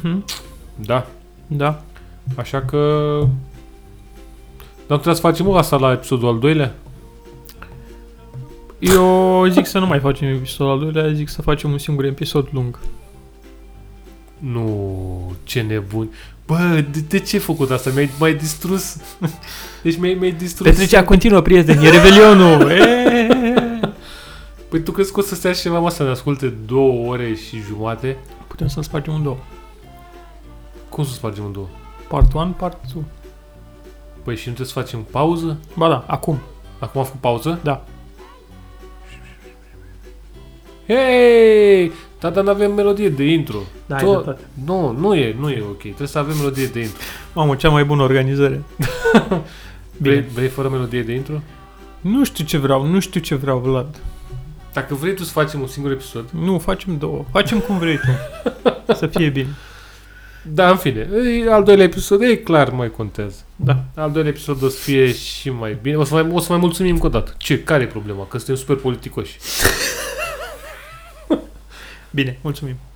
Speaker 1: Uh-huh.
Speaker 2: da,
Speaker 1: Da.
Speaker 2: așa că dar nu trebuie să facem mă, asta la episodul al doilea?
Speaker 1: Eu zic să nu mai facem episodul al doilea, zic să facem un singur episod lung.
Speaker 2: Nu, ce nebun. Bă, de, de ce ai făcut asta? Mi-ai, mi-ai distrus. Deci mi-ai, mi-ai distrus.
Speaker 1: Petrecerea continuă, prieteni, e Revelionul! E!
Speaker 2: Păi tu crezi că o să stea cineva mă să ne asculte două ore și jumate?
Speaker 1: Putem să-l spargem în două.
Speaker 2: Cum să facem în două?
Speaker 1: Part 1, part 2.
Speaker 2: Păi și nu trebuie să facem pauză?
Speaker 1: Ba da, acum.
Speaker 2: Acum am făcut pauză?
Speaker 1: Da.
Speaker 2: Hei! Dar dar n-avem melodie de intro.
Speaker 1: Da,
Speaker 2: Tu-
Speaker 1: ai dreptate.
Speaker 2: Nu, nu e, nu e ok. Trebuie să avem melodie de intro.
Speaker 1: Mamă, cea mai bună organizare. Bine.
Speaker 2: Vrei, vrei fără melodie de intro?
Speaker 1: Nu știu ce vreau, nu știu ce vreau, Vlad.
Speaker 2: Dacă vrei tu să facem un singur episod.
Speaker 1: Nu, facem două. Facem cum vrei tu. Să fie bine.
Speaker 2: Da, în fine. e, Al doilea episod, e clar, mai contează.
Speaker 1: Da.
Speaker 2: Al doilea episod o să fie și mai bine. O să mai, o să mai mulțumim încă o dată. Ce? Care e problema? Că suntem super politicoși.
Speaker 1: Bine, mulțumim.